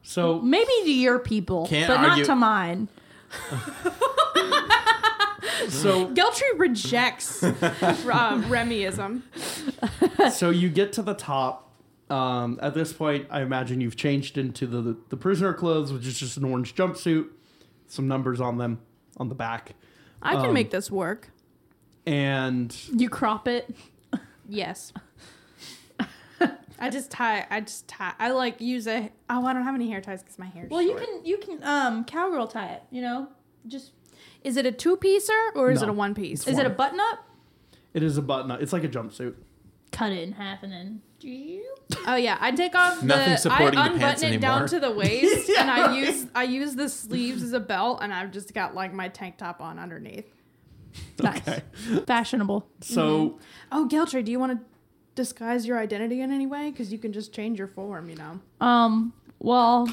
[SPEAKER 4] So
[SPEAKER 7] Maybe to your people,
[SPEAKER 6] Can't
[SPEAKER 7] but
[SPEAKER 6] argue-
[SPEAKER 7] not to mine.
[SPEAKER 4] so
[SPEAKER 3] Geltry rejects uh, Remyism.
[SPEAKER 4] so you get to the top. Um, at this point, I imagine you've changed into the the prisoner clothes, which is just an orange jumpsuit, some numbers on them on the back,
[SPEAKER 3] I can
[SPEAKER 4] Um,
[SPEAKER 3] make this work.
[SPEAKER 4] and
[SPEAKER 7] You crop it.
[SPEAKER 3] Yes. I just tie. I just tie. I like use a. Oh, I don't have any hair ties because my hair.
[SPEAKER 7] Well, you can you can um cowgirl tie it. You know, just
[SPEAKER 3] Is it a two piecer or is
[SPEAKER 4] No.
[SPEAKER 3] it a one piece?
[SPEAKER 7] is it a button up?
[SPEAKER 4] it is a button. It's like a jumpsuit.
[SPEAKER 5] cut it in half and then.
[SPEAKER 3] Oh yeah, I take off
[SPEAKER 6] Nothing
[SPEAKER 3] the. I
[SPEAKER 6] supporting the
[SPEAKER 3] unbutton
[SPEAKER 6] pants
[SPEAKER 3] it down
[SPEAKER 6] anymore.
[SPEAKER 3] to the waist, and I use I use the sleeves as a belt, and I've just got like my tank top on underneath.
[SPEAKER 5] Nice. Fashionable.
[SPEAKER 4] So
[SPEAKER 3] Oh, Geltry, do you want to disguise your identity in any way? Because you can just change your form, you know.
[SPEAKER 5] Um, well,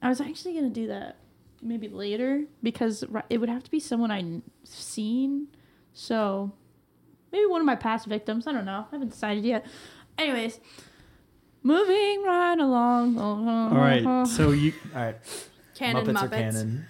[SPEAKER 5] I was actually gonna do that maybe later because ri- it would have to be someone I've seen. So maybe one of my past victims. I don't know. I haven't decided yet. Anyways, moving right along. All
[SPEAKER 4] all
[SPEAKER 3] Mm-hmm.
[SPEAKER 4] right, so you
[SPEAKER 8] All right.
[SPEAKER 3] Canon
[SPEAKER 8] Muppets,
[SPEAKER 3] Muppets.
[SPEAKER 8] are canon.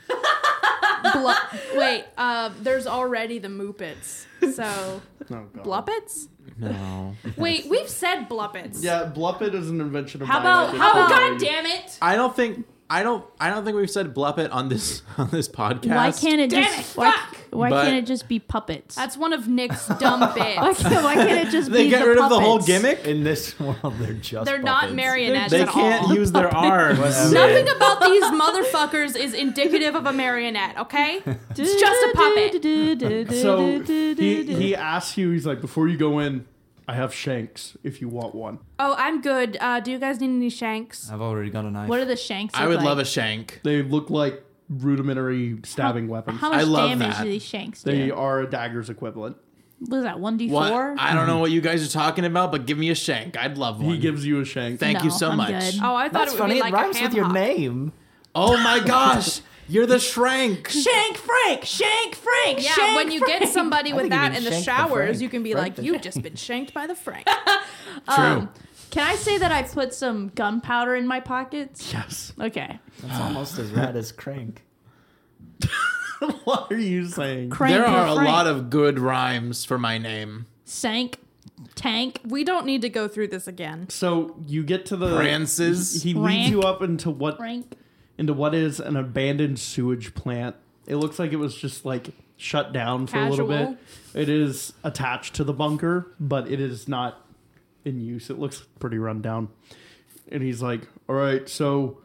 [SPEAKER 3] Blu- wait, uh, there's already the Muppets, so
[SPEAKER 4] Oh,
[SPEAKER 3] Bluppets.
[SPEAKER 6] No.
[SPEAKER 3] Wait, we've said Bluppets.
[SPEAKER 4] yeah, Bluppet is an invention of
[SPEAKER 3] How about?
[SPEAKER 4] mine. I
[SPEAKER 3] How?
[SPEAKER 4] did-
[SPEAKER 3] God damn it!
[SPEAKER 6] I don't think I don't I don't think we've said bluppet on this on this podcast.
[SPEAKER 5] Why can't it
[SPEAKER 3] Damn
[SPEAKER 5] just
[SPEAKER 3] it,
[SPEAKER 5] why,
[SPEAKER 3] fuck!
[SPEAKER 5] why
[SPEAKER 6] But-
[SPEAKER 5] can't it just be puppets?
[SPEAKER 3] That's one of Nick's dumb
[SPEAKER 5] why,
[SPEAKER 3] bits.
[SPEAKER 5] can't, why can't it just
[SPEAKER 6] they
[SPEAKER 5] be
[SPEAKER 6] get
[SPEAKER 5] the
[SPEAKER 6] rid
[SPEAKER 5] puppets?
[SPEAKER 6] of the whole gimmick?
[SPEAKER 8] In this world, they're just.
[SPEAKER 3] They're not
[SPEAKER 8] puppets.
[SPEAKER 3] marionettes
[SPEAKER 6] They
[SPEAKER 3] at all.
[SPEAKER 6] can't use their arms.
[SPEAKER 3] Nothing about these motherfuckers is indicative of a marionette, okay? It's just a puppet.
[SPEAKER 5] puppet.
[SPEAKER 4] So he, he asks you. He's like, before you go in, I have shanks if you want one.
[SPEAKER 3] Oh, I'm good. Uh, do you guys need any shanks?
[SPEAKER 8] I've already got a knife.
[SPEAKER 5] what are the shanks?
[SPEAKER 6] I
[SPEAKER 5] look
[SPEAKER 6] would
[SPEAKER 5] like?
[SPEAKER 6] love a shank.
[SPEAKER 4] They look like rudimentary stabbing weapons.
[SPEAKER 5] How much
[SPEAKER 6] I love
[SPEAKER 5] damage
[SPEAKER 6] that.
[SPEAKER 5] do these shanks do?
[SPEAKER 4] they are a dagger's equivalent.
[SPEAKER 5] what is that? One d
[SPEAKER 6] What
[SPEAKER 5] four?
[SPEAKER 6] I don't know what you guys are talking about, but give me a shank. I'd love one.
[SPEAKER 4] He gives you a shank.
[SPEAKER 6] Thank you
[SPEAKER 5] No,
[SPEAKER 6] so
[SPEAKER 5] I'm
[SPEAKER 6] much.
[SPEAKER 5] good.
[SPEAKER 3] Oh, I thought
[SPEAKER 8] That's
[SPEAKER 3] it would
[SPEAKER 8] funny.
[SPEAKER 3] be
[SPEAKER 8] it
[SPEAKER 3] like
[SPEAKER 8] rhymes
[SPEAKER 3] a ham
[SPEAKER 8] with your
[SPEAKER 3] hock.
[SPEAKER 8] name.
[SPEAKER 6] Oh my gosh. You're the shrank.
[SPEAKER 7] Shank Frank, Shank Frank,
[SPEAKER 3] Yeah,
[SPEAKER 7] Shank
[SPEAKER 3] when you
[SPEAKER 7] Frank.
[SPEAKER 3] get somebody
[SPEAKER 8] I
[SPEAKER 3] with
[SPEAKER 8] think you
[SPEAKER 3] that
[SPEAKER 8] mean
[SPEAKER 3] in the
[SPEAKER 8] shanked the
[SPEAKER 3] showers,
[SPEAKER 8] Frank.
[SPEAKER 3] you can be
[SPEAKER 8] Frank
[SPEAKER 3] like,
[SPEAKER 8] the
[SPEAKER 3] "You've
[SPEAKER 8] Frank."
[SPEAKER 3] just been shanked by the Frank." Um,
[SPEAKER 6] True.
[SPEAKER 5] Can I say that I put some gunpowder in my pockets?
[SPEAKER 4] Yes.
[SPEAKER 5] Okay.
[SPEAKER 8] That's almost as rad as Crank.
[SPEAKER 4] what are you saying?
[SPEAKER 5] Crank
[SPEAKER 6] there
[SPEAKER 5] or
[SPEAKER 6] are a
[SPEAKER 5] Frank?
[SPEAKER 6] lot of good rhymes for my name.
[SPEAKER 5] sank, tank.
[SPEAKER 3] we don't need to go through this again.
[SPEAKER 4] So you get to the
[SPEAKER 6] Francis.
[SPEAKER 4] He leads
[SPEAKER 5] Rank.
[SPEAKER 4] you up into what
[SPEAKER 5] Frank.
[SPEAKER 4] into what is an abandoned sewage plant. It looks like it was just like shut down for a little
[SPEAKER 3] Casual.
[SPEAKER 4] bit. It is attached to the bunker, but it is not in use. It looks pretty run down. And he's like, "All right, so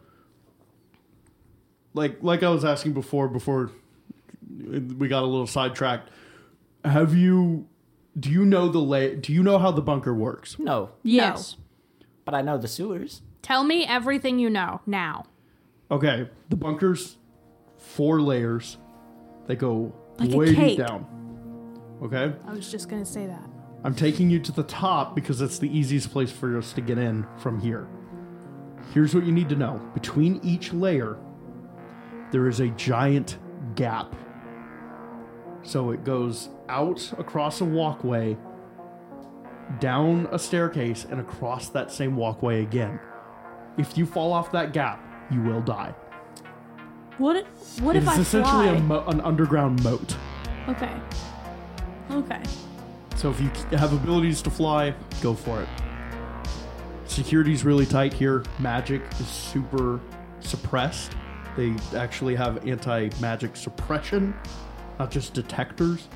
[SPEAKER 4] like like I was asking before before we got a little sidetracked. Have you do you know the lay do you know how the bunker works?
[SPEAKER 8] No,
[SPEAKER 5] Yes.
[SPEAKER 8] but I know the sewers.
[SPEAKER 3] Tell me everything you know now.
[SPEAKER 4] Okay, the bunkers, four layers. They go
[SPEAKER 5] Like a
[SPEAKER 4] way deep
[SPEAKER 5] cake.
[SPEAKER 4] down. Okay,
[SPEAKER 3] I was just gonna say that.
[SPEAKER 4] I'm taking you to the top because it's the easiest place for us to get in from here. Here's what you need to know between each layer, there is a giant gap. So it goes out across a walkway, down a staircase, and across that same walkway again. If you fall off that gap, you will die.
[SPEAKER 5] What? What if
[SPEAKER 4] It's
[SPEAKER 5] I
[SPEAKER 4] essentially a
[SPEAKER 5] fly?
[SPEAKER 4] mo- an underground moat.
[SPEAKER 5] okay. Okay.
[SPEAKER 4] So if you c- have abilities to fly, go for it. Security's really tight here. Magic is super suppressed. They actually have anti-magic suppression, not just detectors.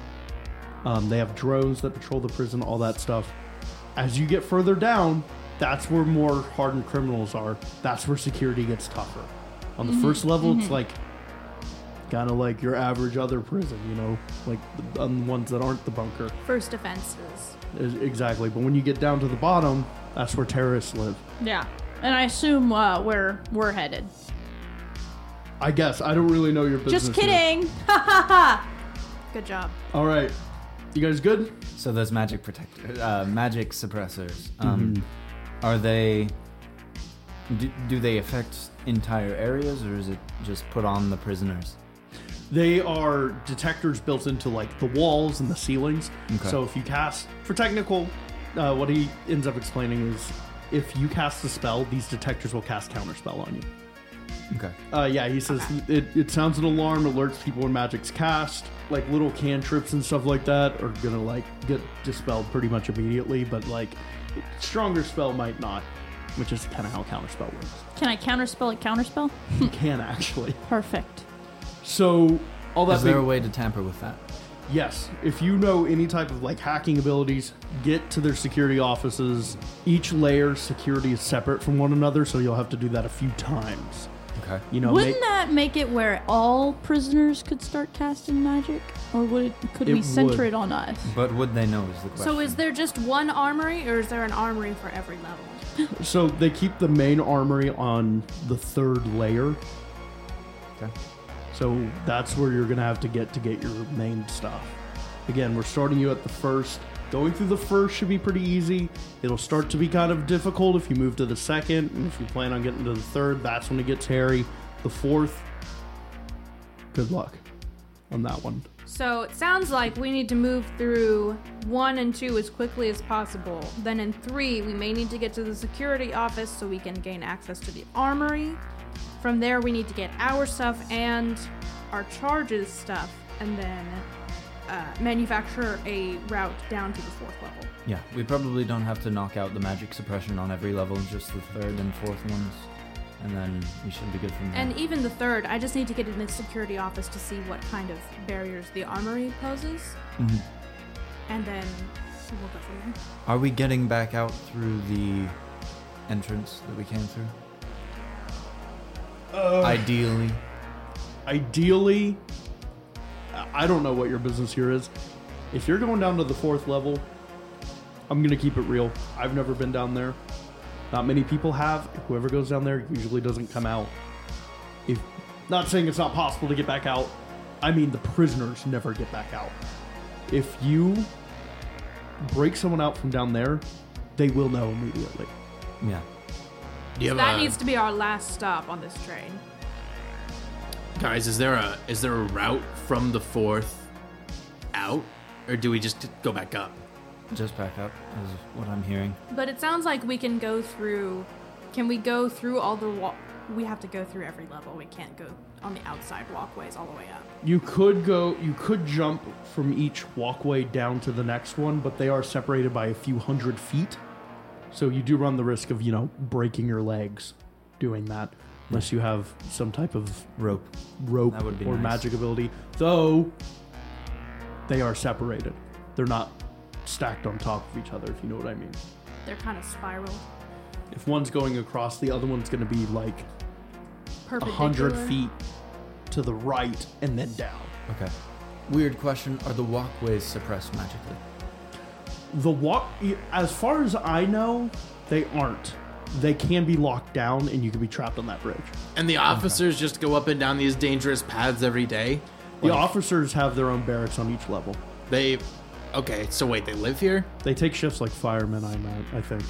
[SPEAKER 4] Um, they have drones that patrol the prison, all that stuff. As you get further down, that's where more hardened criminals are. That's where security gets tougher. On the
[SPEAKER 5] Mm-hmm.
[SPEAKER 4] first level, it's like kind of like your average other prison, you know, like the um, ones that aren't the bunker.
[SPEAKER 3] First offenses.
[SPEAKER 4] Is- Exactly. But when you get down to the bottom, that's where terrorists live.
[SPEAKER 5] Yeah. And I assume uh, where we're headed.
[SPEAKER 4] I guess. I don't really know your business.
[SPEAKER 5] Just
[SPEAKER 4] yet.
[SPEAKER 5] kidding.
[SPEAKER 3] Good job.
[SPEAKER 4] All right. You guys good?
[SPEAKER 8] So those magic protectors, uh, magic suppressors, um,
[SPEAKER 2] Mm-hmm.
[SPEAKER 8] are they? Do, do they affect entire areas, or is it just put on the prisoners?
[SPEAKER 4] They are detectors built into like the walls and the ceilings.
[SPEAKER 8] Okay.
[SPEAKER 4] So if you cast for technical, uh, what he ends up explaining is if you cast a spell, these detectors will cast counterspell on you.
[SPEAKER 8] Okay.
[SPEAKER 4] Uh, yeah, he says it, it sounds an alarm, alerts people when magic's cast. Like little cantrips and stuff like that are gonna like get dispelled pretty much immediately, but like stronger spell might not, which is kind of how counterspell works.
[SPEAKER 5] Can I counterspell a counterspell?
[SPEAKER 4] you can actually.
[SPEAKER 5] Perfect.
[SPEAKER 4] So all that
[SPEAKER 8] Is there a
[SPEAKER 4] being-
[SPEAKER 8] way to tamper with that?
[SPEAKER 4] Yes. If you know any type of like hacking abilities, get to their security offices. Each layer security is separate from one another, so you'll have to do that a few times.
[SPEAKER 2] Okay.
[SPEAKER 4] You know,
[SPEAKER 5] Wouldn't
[SPEAKER 4] make-
[SPEAKER 5] that make it where all prisoners could start casting magic, or would it? Could
[SPEAKER 4] It
[SPEAKER 5] we center
[SPEAKER 4] would.
[SPEAKER 5] it on us?
[SPEAKER 2] But would they know is the question.
[SPEAKER 3] So is there just one armory, or is there an armory for every level?
[SPEAKER 4] so they keep the main armory on the third layer.
[SPEAKER 2] Okay.
[SPEAKER 4] So that's where you're gonna have to get to get your main stuff. Again, we're starting you at the first. Going through the first should be pretty easy. It'll start to be kind of difficult if you move to the second, and if you plan on getting to the third, that's when it gets hairy. The fourth, good luck on that one.
[SPEAKER 3] So it sounds like we need to move through one and two as quickly as possible. Then in three, we may need to get to the security office so we can gain access to the armory. From there, we need to get our stuff and our charges stuff, and then uh, manufacture a route down to the fourth level.
[SPEAKER 2] Yeah, we probably don't have to knock out the magic suppression on every level, just the third and fourth ones, and then we should be good from there.
[SPEAKER 3] And e- even the third, I just need to get in the security office to see what kind of barriers the armory poses,
[SPEAKER 2] Mhm.
[SPEAKER 3] and then we'll go from there.
[SPEAKER 2] Are we getting back out through the entrance that we came through? Ideally.
[SPEAKER 4] ideally I- i don't know what your business here is if you're going down to the fourth level i'm gonna keep it real i've never been down there not many people have whoever goes down there usually doesn't come out if not saying it's not possible to get back out i mean the prisoners never get back out if you break someone out from down there they will know immediately
[SPEAKER 2] Yeah.
[SPEAKER 6] Yeah,
[SPEAKER 3] That needs to be our last stop on this train.
[SPEAKER 6] guys. Is there a is there a route from the fourth out, or do we just go back up?
[SPEAKER 2] Just back up is what I'm hearing.
[SPEAKER 3] But it sounds like we can go through. Can we go through all the wa- We have to go through every level. We can't go on the outside walkways all the way up.
[SPEAKER 4] You could go, you could jump from each walkway down to the next one, but they are separated by a few hundred feet. So you do run the risk of, you know, breaking your legs doing that, unless you have some type of
[SPEAKER 2] Rope.
[SPEAKER 4] rope
[SPEAKER 2] That would be
[SPEAKER 4] or
[SPEAKER 2] nice.
[SPEAKER 4] magic ability. Though they are separated, they're not stacked on top of each other, if you know what I mean.
[SPEAKER 3] They're kind of spiral,
[SPEAKER 4] If one's going across, the other one's going to be like a
[SPEAKER 3] perpendicular.
[SPEAKER 4] hundred feet to the right and then down.
[SPEAKER 2] Okay. Weird question. Are the walkways suppressed magically?
[SPEAKER 4] The walk, as far as I know, they aren't. They can be locked down, and you can be trapped on that bridge.
[SPEAKER 6] And the officers just go up and down these dangerous paths every day.
[SPEAKER 4] The
[SPEAKER 6] Like,
[SPEAKER 4] officers have their own barracks on each level.
[SPEAKER 6] they. Okay, so wait, they live here?
[SPEAKER 4] They take shifts like firemen. I know. I think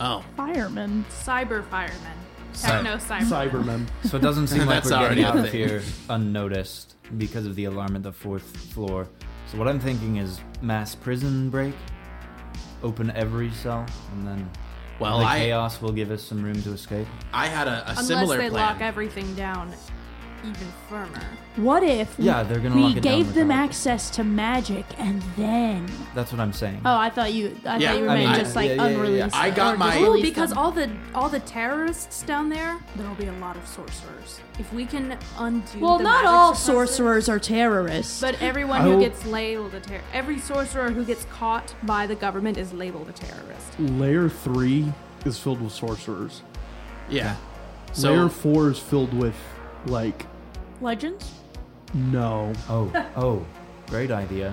[SPEAKER 6] Oh,
[SPEAKER 5] Firemen.
[SPEAKER 3] Cyber firemen. Techno cyber.
[SPEAKER 4] cybermen.
[SPEAKER 2] So it doesn't seem like
[SPEAKER 6] That's
[SPEAKER 2] we're
[SPEAKER 6] already
[SPEAKER 2] getting
[SPEAKER 6] a
[SPEAKER 2] out of
[SPEAKER 6] thing.
[SPEAKER 2] here unnoticed because of the alarm at the fourth floor. So what I'm thinking is mass prison break, open every cell, and then
[SPEAKER 6] well,
[SPEAKER 2] the
[SPEAKER 6] Oh, I
[SPEAKER 4] uh,
[SPEAKER 2] chaos will give us some room to escape.
[SPEAKER 6] I had a, a
[SPEAKER 3] Unless
[SPEAKER 6] similar
[SPEAKER 3] they
[SPEAKER 6] plan.
[SPEAKER 3] lock everything down even firmer.
[SPEAKER 5] What if
[SPEAKER 2] Yeah, they're gonna
[SPEAKER 5] we
[SPEAKER 2] lock it down
[SPEAKER 5] gave
[SPEAKER 2] with
[SPEAKER 5] them
[SPEAKER 2] that.
[SPEAKER 5] access to magic and then?
[SPEAKER 2] That's what I'm saying.
[SPEAKER 5] Oh, I thought you. I
[SPEAKER 6] Yeah,
[SPEAKER 5] thought you were
[SPEAKER 6] I
[SPEAKER 5] meant
[SPEAKER 6] mean,
[SPEAKER 5] just
[SPEAKER 2] I-
[SPEAKER 5] like
[SPEAKER 2] yeah, yeah, yeah, yeah.
[SPEAKER 5] unreleased.
[SPEAKER 6] I got
[SPEAKER 5] or
[SPEAKER 6] my-
[SPEAKER 5] just
[SPEAKER 3] Ooh,
[SPEAKER 5] release
[SPEAKER 3] because
[SPEAKER 5] them.
[SPEAKER 3] all the all the terrorists down there, there'll be a lot of sorcerers. If we can undo.
[SPEAKER 5] Well,
[SPEAKER 3] the
[SPEAKER 5] not
[SPEAKER 3] magic
[SPEAKER 5] all
[SPEAKER 3] suppressors-
[SPEAKER 5] sorcerers are terrorists.
[SPEAKER 3] But everyone
[SPEAKER 4] I
[SPEAKER 3] who
[SPEAKER 4] will-
[SPEAKER 3] gets labeled a terror, every sorcerer who gets caught by the government is labeled a terrorist.
[SPEAKER 4] Layer three is filled with sorcerers.
[SPEAKER 6] Yeah. So
[SPEAKER 4] Layer four is filled with like
[SPEAKER 5] legends.
[SPEAKER 4] no.
[SPEAKER 2] Oh, oh, great idea.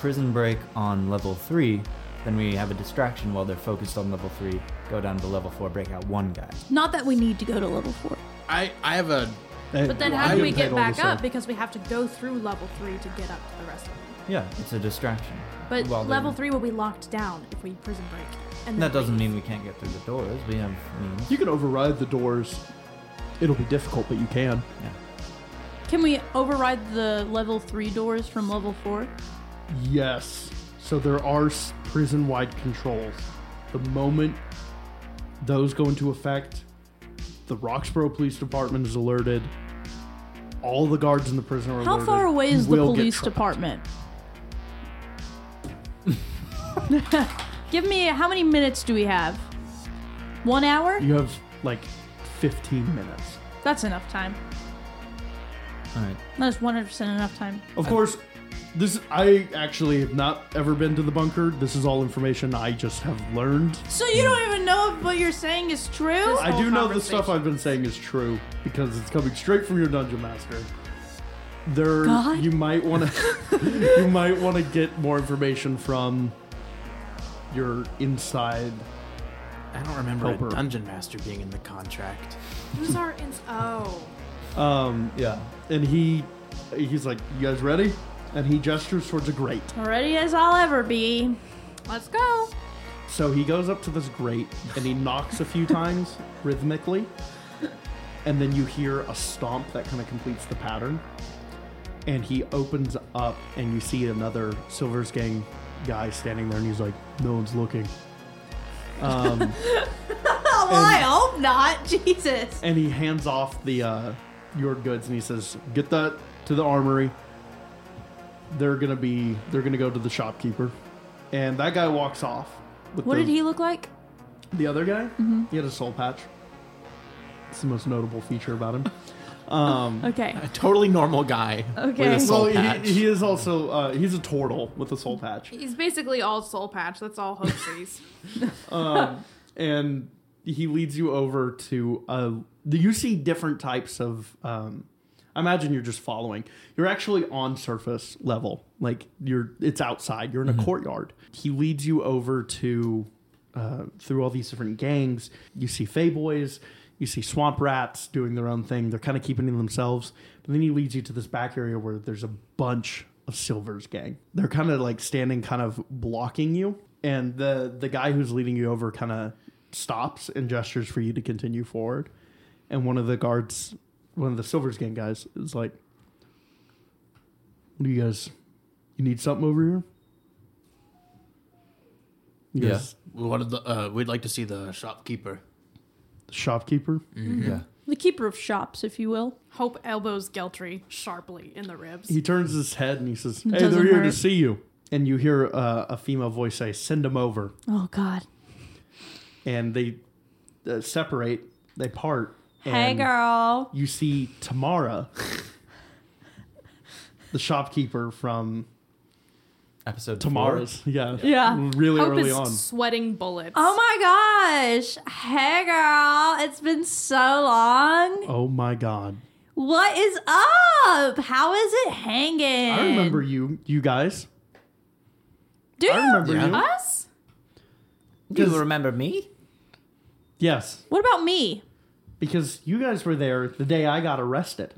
[SPEAKER 2] Prison break on level three. Then we have a distraction while they're focused on level three. Go down to level four, break out one guy.
[SPEAKER 5] Not that we need to go to level four.
[SPEAKER 6] I I have a
[SPEAKER 3] But then
[SPEAKER 6] I
[SPEAKER 3] how do we
[SPEAKER 6] wouldn't
[SPEAKER 3] get back up? Because we have to go through level three to get up to the rest of them.
[SPEAKER 2] Yeah, it's a distraction.
[SPEAKER 3] But
[SPEAKER 2] While they're-
[SPEAKER 3] level three will be locked down if we prison break. And
[SPEAKER 2] That doesn't
[SPEAKER 3] leave.
[SPEAKER 2] mean we can't get through the doors. We have means.
[SPEAKER 4] You can override the doors. It'll be difficult, but you can.
[SPEAKER 5] Can we override the level three doors from level four?
[SPEAKER 4] Yes. So there are s- prison-wide controls. The moment those go into effect, the Roxborough Police Department is alerted. All the guards in the prison are
[SPEAKER 5] How
[SPEAKER 4] alerted.
[SPEAKER 5] far away is the
[SPEAKER 4] We'll get
[SPEAKER 5] police
[SPEAKER 4] trapped.
[SPEAKER 5] department? Give me how many minutes do we have? One hour?
[SPEAKER 4] You have like 15 minutes.
[SPEAKER 5] That's enough time.
[SPEAKER 2] All right.
[SPEAKER 5] That's 100% enough time.
[SPEAKER 4] Of course, This I actually have not ever been to the bunker. This is all information I just have learned.
[SPEAKER 7] So you don't even know if what you're saying is true?
[SPEAKER 4] I do
[SPEAKER 3] whole
[SPEAKER 4] know the stuff
[SPEAKER 3] conversation.
[SPEAKER 4] I've been saying is true because it's coming straight from your dungeon master. There,
[SPEAKER 5] God.
[SPEAKER 4] you might want to, you might want to get more information from your inside.
[SPEAKER 6] I don't remember
[SPEAKER 4] Helper.
[SPEAKER 6] a dungeon master being in the contract.
[SPEAKER 3] Who's our ins? Oh,
[SPEAKER 4] Um, yeah, and he, he's like, "You guys ready?" And he gestures towards a grate.
[SPEAKER 7] Ready as I'll ever be.
[SPEAKER 3] let's go.
[SPEAKER 4] So he goes up to this grate and he knocks a few times rhythmically, and then you hear a stomp that kind of completes the pattern. And he opens up, and you see another Silver's Gang guy standing there, and he's like, "No one's looking." Um,
[SPEAKER 7] Oh, well, I hope not. Jesus.
[SPEAKER 4] and he hands off the uh, your goods, and he says, "Get that to the armory. They're gonna be they're gonna go to the shopkeeper." And that guy walks off. with
[SPEAKER 5] What
[SPEAKER 4] the-
[SPEAKER 5] did he look like?
[SPEAKER 4] The other guy,
[SPEAKER 6] Mm-hmm.
[SPEAKER 4] he had a soul patch. It's the most notable feature about him.
[SPEAKER 5] Okay.
[SPEAKER 6] A totally normal guy.
[SPEAKER 5] Okay.
[SPEAKER 6] With a soul
[SPEAKER 4] Well,
[SPEAKER 6] patch.
[SPEAKER 4] he, he is also uh, he's a turtle with a soul patch,
[SPEAKER 3] He's basically all soul patch. That's all Hoaxies.
[SPEAKER 4] and he leads you over to uh, the- you see different types of. Um, I imagine you're just following. You're actually on surface level, like you're. It's outside. You're in a courtyard. He leads you over to uh, through all these different gangs. You see Fay Boys, you see Swamp Rats doing their own thing. They're kind of keeping to themselves. But then he leads you to this back area where there's a bunch of Silver's gang. They're kind of like standing, kind of blocking you. And the the guy who's leading you over kind of stops and gestures for you to continue forward. And one of the guards, one of the Silver's gang guys, is like, "What do you guys? You need something over here?" You
[SPEAKER 6] Yeah.
[SPEAKER 4] guys-
[SPEAKER 6] We wanted the, uh, we'd like to see the shopkeeper.
[SPEAKER 4] shopkeeper.
[SPEAKER 8] Yeah.
[SPEAKER 5] The keeper of shops, if you will.
[SPEAKER 3] Hope elbows Geltry sharply in the ribs.
[SPEAKER 4] He turns his head and he says, "Hey,
[SPEAKER 5] doesn't
[SPEAKER 4] they're here to
[SPEAKER 5] hurt.
[SPEAKER 4] see you." And you hear uh, a female voice say, "Send them over."
[SPEAKER 5] Oh God.
[SPEAKER 4] And they uh, separate. They part.
[SPEAKER 7] Hey,
[SPEAKER 4] and
[SPEAKER 7] girl.
[SPEAKER 4] You see Tamara, the shopkeeper from
[SPEAKER 8] Episode
[SPEAKER 4] Tamara's. Yeah,
[SPEAKER 5] Yeah.
[SPEAKER 4] Really
[SPEAKER 3] Hope
[SPEAKER 4] early
[SPEAKER 3] is
[SPEAKER 4] on.
[SPEAKER 3] sweating bullets.
[SPEAKER 7] Oh my gosh. Hey, girl. It's been so long.
[SPEAKER 4] Oh my god!
[SPEAKER 7] What is up? How is it hanging?
[SPEAKER 4] I remember you, you guys.
[SPEAKER 7] Do
[SPEAKER 4] I
[SPEAKER 7] you?
[SPEAKER 4] remember
[SPEAKER 6] Yeah.
[SPEAKER 4] you.
[SPEAKER 3] Us?
[SPEAKER 8] Do you remember me?
[SPEAKER 4] Yes,
[SPEAKER 7] What about me?
[SPEAKER 4] because you guys were there the day I got arrested.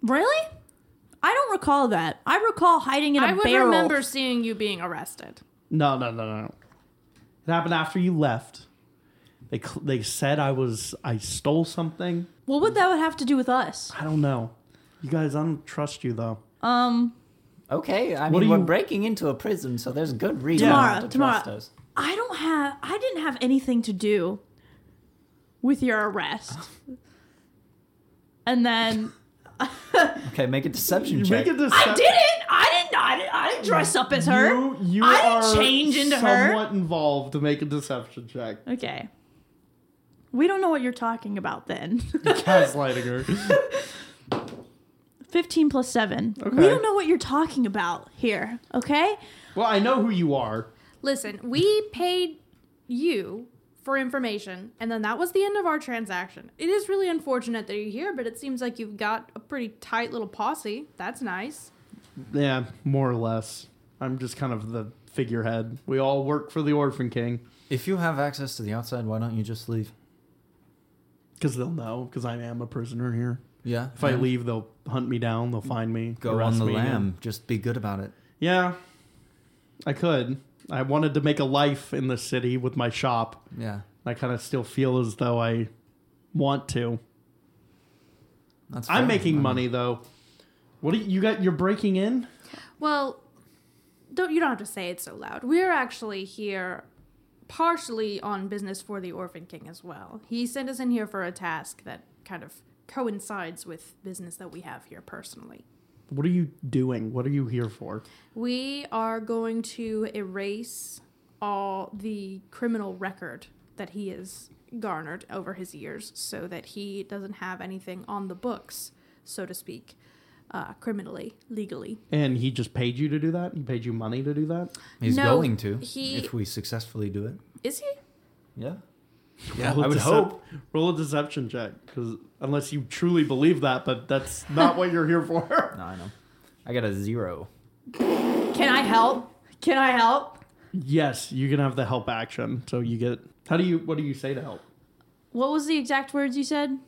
[SPEAKER 7] Really? I don't recall that. I recall hiding in a
[SPEAKER 3] I would
[SPEAKER 7] barrel.
[SPEAKER 3] remember seeing you being arrested.
[SPEAKER 4] No, no, no, no, no. It happened after you left. They cl- they said I was I stole something.
[SPEAKER 7] What would that have to do with us?
[SPEAKER 4] I don't know. You guys, I don't trust you though.
[SPEAKER 7] Um,
[SPEAKER 8] Okay, I
[SPEAKER 4] What
[SPEAKER 8] mean
[SPEAKER 4] are
[SPEAKER 8] we're
[SPEAKER 4] you-
[SPEAKER 8] breaking into a prison, so there's good reason
[SPEAKER 7] Tomorrow,
[SPEAKER 8] to
[SPEAKER 7] tomorrow.
[SPEAKER 8] trust us.
[SPEAKER 7] I don't have. I didn't have anything to do with your arrest. And then
[SPEAKER 8] Okay, make a deception
[SPEAKER 4] You
[SPEAKER 8] check.
[SPEAKER 4] make a deception.
[SPEAKER 7] I didn't. I didn't. I didn't. I didn't dress up as her.
[SPEAKER 4] You, you
[SPEAKER 7] I didn't
[SPEAKER 4] are
[SPEAKER 7] change into her.
[SPEAKER 4] somewhat involved to make a deception check.
[SPEAKER 7] Okay. We don't know what you're talking about then.
[SPEAKER 4] Gaslighting her.
[SPEAKER 7] 15 plus 7.
[SPEAKER 4] Okay.
[SPEAKER 7] We don't know what you're talking about here, okay?
[SPEAKER 4] Well, I know who you are.
[SPEAKER 3] Listen, we paid you for information, and then that was the end of our transaction. It is really unfortunate that you're here, but it seems like you've got a pretty tight little posse. That's nice.
[SPEAKER 4] Yeah, more or less. I'm just kind of the figurehead. We all work for the Orphan King
[SPEAKER 8] If you have access to the outside, why don't you just leave?
[SPEAKER 4] because they'll know because I am a prisoner here.
[SPEAKER 8] Yeah.
[SPEAKER 4] If I leave, they'll hunt me down. They'll find me.
[SPEAKER 8] go
[SPEAKER 4] arrest
[SPEAKER 8] on
[SPEAKER 4] me
[SPEAKER 8] the lamb.
[SPEAKER 4] again.
[SPEAKER 8] Just be good about it.
[SPEAKER 4] Yeah, I could. I wanted to make a life in the city with my shop.
[SPEAKER 8] Yeah.
[SPEAKER 4] I kind of still feel as though I want to.
[SPEAKER 8] That's
[SPEAKER 4] I'm
[SPEAKER 8] fair.
[SPEAKER 4] making
[SPEAKER 8] Um,
[SPEAKER 4] money though. What do you, you got? You're breaking in.
[SPEAKER 3] Well, don't you don't have to say it so loud. We're actually here partially on business for the Orphan King as well. He sent us in here for a task that kind of coincides with business that we have here personally.
[SPEAKER 4] What are you doing? What are you here for?
[SPEAKER 3] We are going to erase all the criminal record that he has garnered over his years so that he doesn't have anything on the books, so to speak. uh, criminally, legally.
[SPEAKER 4] And he just paid you to do that? He paid you money to do that?
[SPEAKER 2] He's
[SPEAKER 3] No,
[SPEAKER 2] going to
[SPEAKER 3] he-
[SPEAKER 2] if we successfully do it.
[SPEAKER 3] Is he?
[SPEAKER 2] Yeah.
[SPEAKER 6] Yeah,
[SPEAKER 4] Roll a
[SPEAKER 2] I would
[SPEAKER 4] decep-
[SPEAKER 2] hope.
[SPEAKER 4] Roll a deception check, because unless you truly believe that, but that's not what you're here for.
[SPEAKER 2] No, I know. I got a zero.
[SPEAKER 5] Can I help? Can I help?
[SPEAKER 4] Yes, you can have the help action. So you get. How do you? What do you say to help?
[SPEAKER 5] What was the exact words you said?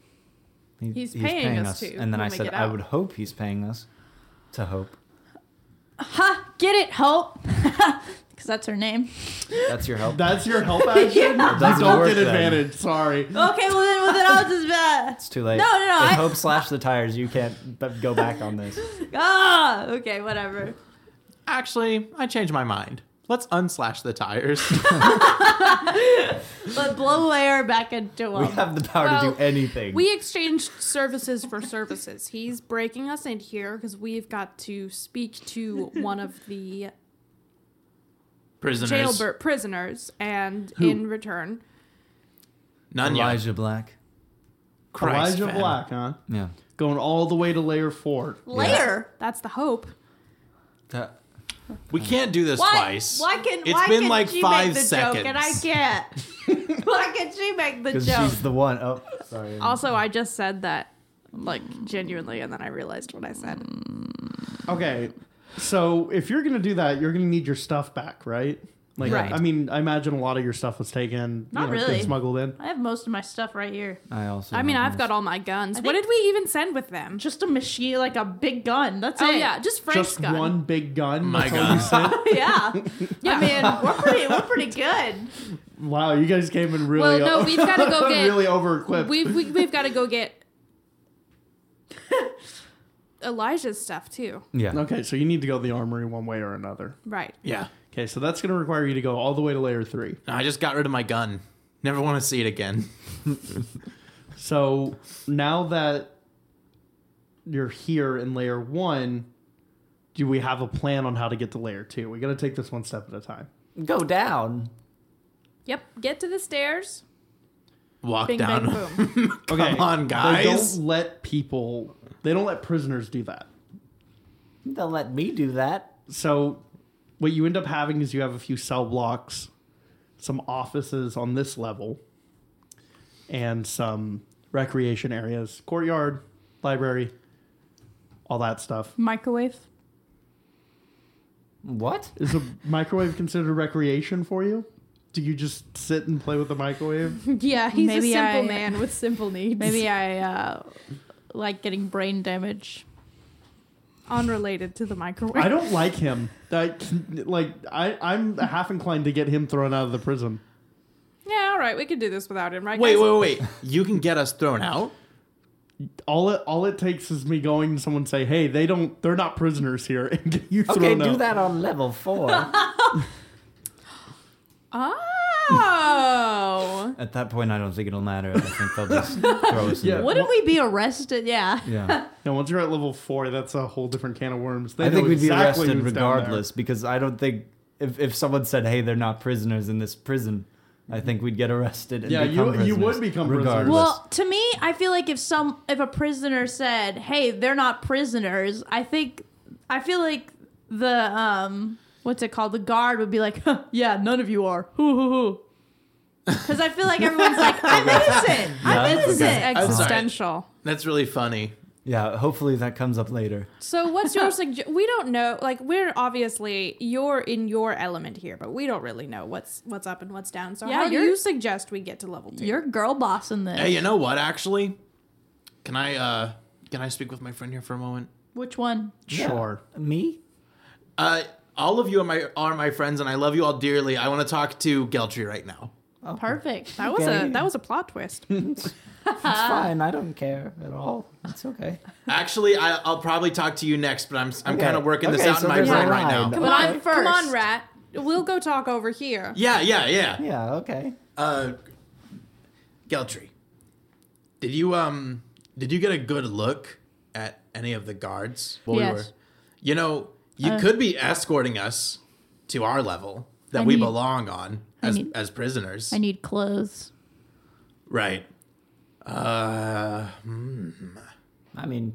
[SPEAKER 2] He-
[SPEAKER 3] He's paying us to
[SPEAKER 2] and then
[SPEAKER 3] when
[SPEAKER 2] I
[SPEAKER 3] we
[SPEAKER 2] said,
[SPEAKER 3] get
[SPEAKER 2] I
[SPEAKER 3] out."
[SPEAKER 2] would hope he's paying us to hope.
[SPEAKER 5] Ha! Get it, help! Because that's her name.
[SPEAKER 2] That's your help.
[SPEAKER 4] That's your help action.
[SPEAKER 2] doesn't
[SPEAKER 4] You don't
[SPEAKER 2] work
[SPEAKER 4] get
[SPEAKER 2] then.
[SPEAKER 4] advantage. Sorry.
[SPEAKER 5] Okay, well then, well then I'll just uh,
[SPEAKER 2] it's too late.
[SPEAKER 5] No, no, no,
[SPEAKER 2] If
[SPEAKER 5] I-
[SPEAKER 2] hope slash the tires. You can't b- go back on this.
[SPEAKER 5] ah. Okay, whatever.
[SPEAKER 6] Actually, I changed my mind. Let's unslash the tires.
[SPEAKER 5] But blow away our back into
[SPEAKER 2] We
[SPEAKER 5] one.
[SPEAKER 2] have the power to
[SPEAKER 3] Well,
[SPEAKER 2] do anything.
[SPEAKER 3] We exchanged services for services. He's breaking us in here because we've got to speak to one of the
[SPEAKER 6] Prisoners.
[SPEAKER 3] jailbird prisoners, and in return,
[SPEAKER 6] None yet.
[SPEAKER 2] Elijah Black.
[SPEAKER 6] Christ,
[SPEAKER 4] Elijah
[SPEAKER 6] fam.
[SPEAKER 4] Black, huh?
[SPEAKER 2] Yeah.
[SPEAKER 4] Going all the way to layer four.
[SPEAKER 5] Layer.
[SPEAKER 3] that's the hope.
[SPEAKER 2] That-
[SPEAKER 6] We can't do this
[SPEAKER 5] Why?
[SPEAKER 6] twice.
[SPEAKER 5] Why can?
[SPEAKER 6] It's
[SPEAKER 5] why
[SPEAKER 6] been
[SPEAKER 5] can
[SPEAKER 6] like
[SPEAKER 5] she
[SPEAKER 6] five
[SPEAKER 5] make the
[SPEAKER 6] seconds.
[SPEAKER 5] joke and I can't? why can she make the
[SPEAKER 2] Because
[SPEAKER 5] joke?
[SPEAKER 2] she's the one. Oh, sorry.
[SPEAKER 3] Also, I just said that like genuinely, and then I realized what I said.
[SPEAKER 4] Okay. So if you're gonna do that, you're gonna need your stuff back, right? Like,
[SPEAKER 2] Right.
[SPEAKER 4] I mean, I imagine a lot of your stuff was taken,
[SPEAKER 5] Not
[SPEAKER 4] you know,
[SPEAKER 5] really.
[SPEAKER 4] been smuggled in.
[SPEAKER 5] I have most of my stuff right here.
[SPEAKER 2] I also.
[SPEAKER 3] I mean,
[SPEAKER 2] have
[SPEAKER 3] I've
[SPEAKER 2] this.
[SPEAKER 3] got all my guns.
[SPEAKER 5] I
[SPEAKER 3] what
[SPEAKER 5] think-
[SPEAKER 3] did we even send with them?
[SPEAKER 5] Just a machine, like a big gun. That's
[SPEAKER 3] oh
[SPEAKER 5] it.
[SPEAKER 3] yeah, just Frank's
[SPEAKER 4] Just
[SPEAKER 3] gun.
[SPEAKER 4] one big gun.
[SPEAKER 6] My
[SPEAKER 4] That's all you
[SPEAKER 6] God.
[SPEAKER 4] sent?
[SPEAKER 5] yeah.
[SPEAKER 3] Yeah.
[SPEAKER 5] I mean, we're pretty, we're pretty good.
[SPEAKER 4] Wow, you guys came in really.
[SPEAKER 3] Well, no, we've gotta go get-
[SPEAKER 4] really over equipped.
[SPEAKER 3] we've we, we've got to go get Elijah's stuff too.
[SPEAKER 2] Yeah.
[SPEAKER 4] Okay, so you need to go to the armory one way or another.
[SPEAKER 3] Right.
[SPEAKER 6] Yeah.
[SPEAKER 4] Okay, so that's going to require you to go all the way to layer three.
[SPEAKER 6] I just got rid of my gun. Never want to see it again.
[SPEAKER 4] So now that you're here in layer one, do we have a plan on how to get to layer two? We got to take this one step at a time.
[SPEAKER 2] Go down.
[SPEAKER 3] Yep. Get to the stairs.
[SPEAKER 6] Walk
[SPEAKER 3] Bing
[SPEAKER 6] down.
[SPEAKER 3] bang boom.
[SPEAKER 4] Okay,
[SPEAKER 6] Come on,
[SPEAKER 4] They
[SPEAKER 6] guys.
[SPEAKER 4] don't let people. They don't let prisoners do that.
[SPEAKER 2] Don't let me do that.
[SPEAKER 4] So what you end up having is you have a few cell blocks, some offices on this level, and some recreation areas, courtyard, library, all that stuff.
[SPEAKER 9] Microwave.
[SPEAKER 2] What?
[SPEAKER 4] Is a microwave considered recreation for you? Do you just sit and play with the microwave?
[SPEAKER 9] Yeah,
[SPEAKER 3] He's a simple man with simple needs.
[SPEAKER 9] Maybe I uh, like getting brain damage.
[SPEAKER 3] unrelated to the microwave.
[SPEAKER 4] I don't like him. I, like I, I'm half inclined to get him thrown out of the prison.
[SPEAKER 3] Yeah. All right. We could do this without him. Right.
[SPEAKER 6] Wait,
[SPEAKER 3] guys?
[SPEAKER 6] wait, wait. You can get us thrown out?
[SPEAKER 4] All it all it takes is me going to someone say, "Hey, they don't. They're not prisoners here," and get you thrown
[SPEAKER 2] Okay,
[SPEAKER 4] out.
[SPEAKER 2] do that on level four.
[SPEAKER 3] Oh.
[SPEAKER 2] At that point, I don't think it'll matter. I think they'll just throw us.
[SPEAKER 4] Yeah.
[SPEAKER 2] In
[SPEAKER 5] Wouldn't we be arrested? Yeah.
[SPEAKER 2] the- yeah.
[SPEAKER 4] No, once you're at level four, that's a whole different can of worms. They
[SPEAKER 2] I think
[SPEAKER 4] know
[SPEAKER 2] we'd be
[SPEAKER 4] exactly
[SPEAKER 2] arrested
[SPEAKER 4] who's down there.
[SPEAKER 2] regardless because I don't think if, if someone said, "Hey, they're not prisoners in this prison," I think we'd get arrested. And
[SPEAKER 4] Yeah, you-
[SPEAKER 2] become
[SPEAKER 4] you
[SPEAKER 2] prisoners,
[SPEAKER 4] would become prisoners.
[SPEAKER 2] regardless.
[SPEAKER 5] Well, to me, I feel like if some if a prisoner said, "Hey, they're not prisoners," I think I feel like the um what's it called? The guard would be like, huh, "Yeah, none of you are." Hoo hoo hoo. Because I feel like everyone's like, "I'm innocent. I'm
[SPEAKER 2] Yeah.
[SPEAKER 5] innocent."
[SPEAKER 3] Existential.
[SPEAKER 6] That's really funny.
[SPEAKER 2] yeah. Hopefully, that comes up later.
[SPEAKER 3] So what's your suggestion? We don't know. Like we're obviously you're in your element here, but we don't really know what's what's up and what's down. So
[SPEAKER 5] Yeah,
[SPEAKER 3] how do
[SPEAKER 5] you're-
[SPEAKER 3] you suggest we get to level two?
[SPEAKER 5] You're girl bossing this.
[SPEAKER 6] Hey, you know what, actually? Can I uh can I speak with my friend here for a moment?
[SPEAKER 5] Which one?
[SPEAKER 4] Sure.
[SPEAKER 2] Me?
[SPEAKER 6] Uh all of you are my are my friends and I love you all dearly. I want to talk to Geltry right now.
[SPEAKER 5] Perfect.
[SPEAKER 3] that was
[SPEAKER 2] Okay.
[SPEAKER 3] a that was a plot twist.
[SPEAKER 2] It's fine. I don't care at all. It's okay.
[SPEAKER 6] Actually, I, I'll probably talk to you next, but I'm I'm
[SPEAKER 2] Okay.
[SPEAKER 6] kind of working this
[SPEAKER 2] Okay,
[SPEAKER 6] out
[SPEAKER 2] so
[SPEAKER 6] in my
[SPEAKER 2] there's a
[SPEAKER 6] brain right
[SPEAKER 2] line.
[SPEAKER 6] now.
[SPEAKER 2] Come
[SPEAKER 5] But I'm first.
[SPEAKER 3] Come on, rat. We'll go talk over here.
[SPEAKER 6] Yeah, yeah, yeah.
[SPEAKER 2] Yeah. Okay.
[SPEAKER 6] Uh, Geltry, did you um did you get a good look at any of the guards? while
[SPEAKER 9] Yes. Uh,
[SPEAKER 6] You know, you could be escorting us to our level that
[SPEAKER 9] I
[SPEAKER 6] we
[SPEAKER 9] need-
[SPEAKER 6] belong on as
[SPEAKER 9] need-
[SPEAKER 6] as prisoners.
[SPEAKER 9] I need clothes.
[SPEAKER 6] right. Uh, hmm.
[SPEAKER 2] I mean,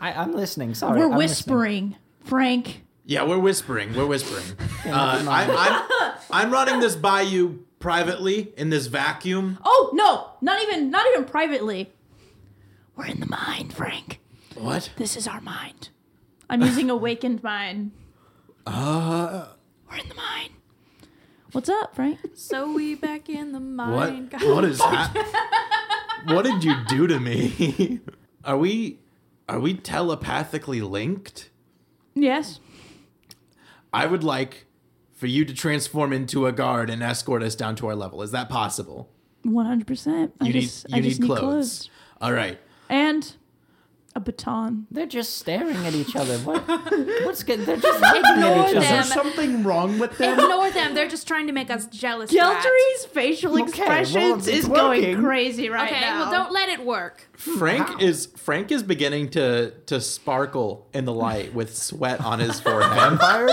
[SPEAKER 10] I, I'm listening. Sorry,
[SPEAKER 5] We're
[SPEAKER 10] I'm listening.
[SPEAKER 5] whispering, Frank.
[SPEAKER 6] Yeah, we're whispering. We're whispering. uh, I, I'm, I'm running this by you privately in this vacuum.
[SPEAKER 5] Oh no, not even not even privately. We're in the mind, Frank.
[SPEAKER 6] What?
[SPEAKER 5] This is our mind. I'm using awakened mind. Uh We're in the mind. What's up, Frank?
[SPEAKER 3] So we back in the
[SPEAKER 5] Oh
[SPEAKER 6] What?
[SPEAKER 3] mind. God.
[SPEAKER 6] What is that? what did you do to me? are we are we telepathically linked?
[SPEAKER 5] Yes.
[SPEAKER 6] I would like for you to transform into a guard and escort us down to our level. Is that possible?
[SPEAKER 5] 100%. I
[SPEAKER 6] You
[SPEAKER 5] just,
[SPEAKER 6] need you
[SPEAKER 5] I just
[SPEAKER 6] need clothes. All right.
[SPEAKER 5] And a baton.
[SPEAKER 8] They're just staring at each other. What? What's good? They're just looking at each
[SPEAKER 3] them.
[SPEAKER 8] other.
[SPEAKER 4] Is there something wrong with them?
[SPEAKER 3] Ignore them. They're just trying to make us jealous. Rat.
[SPEAKER 5] Geltry's facial
[SPEAKER 8] Okay, well,
[SPEAKER 5] expressions
[SPEAKER 8] if it's
[SPEAKER 5] is going
[SPEAKER 8] working-
[SPEAKER 5] crazy right
[SPEAKER 3] Okay,
[SPEAKER 5] now.
[SPEAKER 3] well, don't let it work.
[SPEAKER 5] Hmm,
[SPEAKER 6] Frank is Frank is beginning to to sparkle in the light with sweat on his forehead.
[SPEAKER 8] Vampire?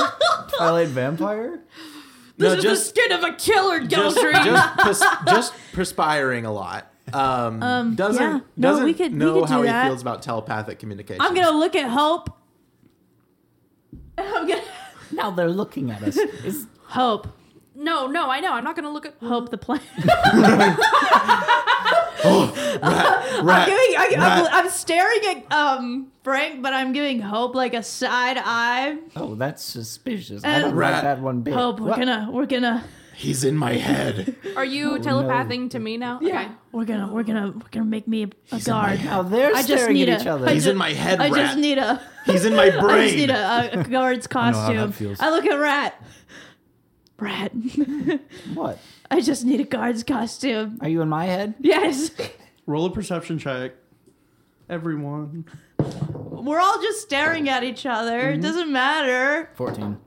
[SPEAKER 8] Twilight vampire?
[SPEAKER 6] no, just
[SPEAKER 5] skin of a killer,
[SPEAKER 6] just, just, pers- just perspiring a lot. Um, doesn't
[SPEAKER 5] yeah. No,
[SPEAKER 6] doesn't
[SPEAKER 5] we could- we
[SPEAKER 6] know
[SPEAKER 5] could do
[SPEAKER 6] how
[SPEAKER 5] that.
[SPEAKER 6] he feels about telepathic communication.
[SPEAKER 5] I'm gonna look at Hope. I'm gonna
[SPEAKER 8] Now they're looking at us. Is,
[SPEAKER 5] Hope.
[SPEAKER 3] No, no, I know. I'm not going to look at.
[SPEAKER 5] Hope the plan.
[SPEAKER 6] Rat,
[SPEAKER 5] giving, I,
[SPEAKER 6] Right.
[SPEAKER 5] I'm, I'm staring at um Frank, but I'm giving Hope like a side eye.
[SPEAKER 8] oh, that's suspicious. I don't
[SPEAKER 6] Uh, Rat.
[SPEAKER 8] like that one bit.
[SPEAKER 5] Hope, we're
[SPEAKER 8] What?
[SPEAKER 5] gonna, we're gonna,
[SPEAKER 6] he's in my head.
[SPEAKER 3] Are you telepathing to me now? Yeah.
[SPEAKER 5] we're gonna, we're gonna, we're gonna make me a, a guard.
[SPEAKER 8] Oh, they're
[SPEAKER 5] I just
[SPEAKER 8] staring
[SPEAKER 5] need
[SPEAKER 8] at
[SPEAKER 5] a-
[SPEAKER 8] each other.
[SPEAKER 5] I
[SPEAKER 6] He's
[SPEAKER 5] ju-
[SPEAKER 6] in my head.
[SPEAKER 5] I
[SPEAKER 6] rat.
[SPEAKER 5] just need a,
[SPEAKER 6] he's in my brain.
[SPEAKER 5] I just need a, a guard's
[SPEAKER 8] how that
[SPEAKER 5] costume.
[SPEAKER 8] feels.
[SPEAKER 5] I, look at Rat. Rat,
[SPEAKER 8] What?
[SPEAKER 5] I just need a guard's costume.
[SPEAKER 8] Are you in my head?
[SPEAKER 5] Yes,
[SPEAKER 4] Roll a perception check. Everyone.
[SPEAKER 5] we're all just staring at each other. It doesn't matter.
[SPEAKER 8] 14.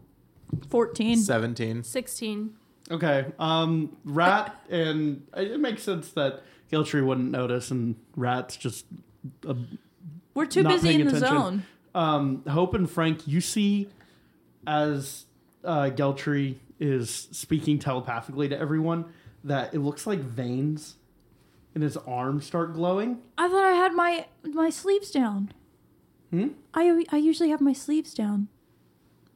[SPEAKER 5] Fourteen.
[SPEAKER 6] Seventeen.
[SPEAKER 3] 16.
[SPEAKER 4] Okay. Um, rat and it it makes sense that Giltree wouldn't notice, and Rat's just
[SPEAKER 5] We're too
[SPEAKER 4] not
[SPEAKER 5] busy
[SPEAKER 4] paying
[SPEAKER 5] in the
[SPEAKER 4] attention.
[SPEAKER 5] zone.
[SPEAKER 4] um, Hope and Frank. You see, as uh, Geltry is speaking telepathically to everyone, that it looks like veins in his arm start glowing.
[SPEAKER 5] I thought I had my my sleeves down. Hmm? I I usually have my sleeves down.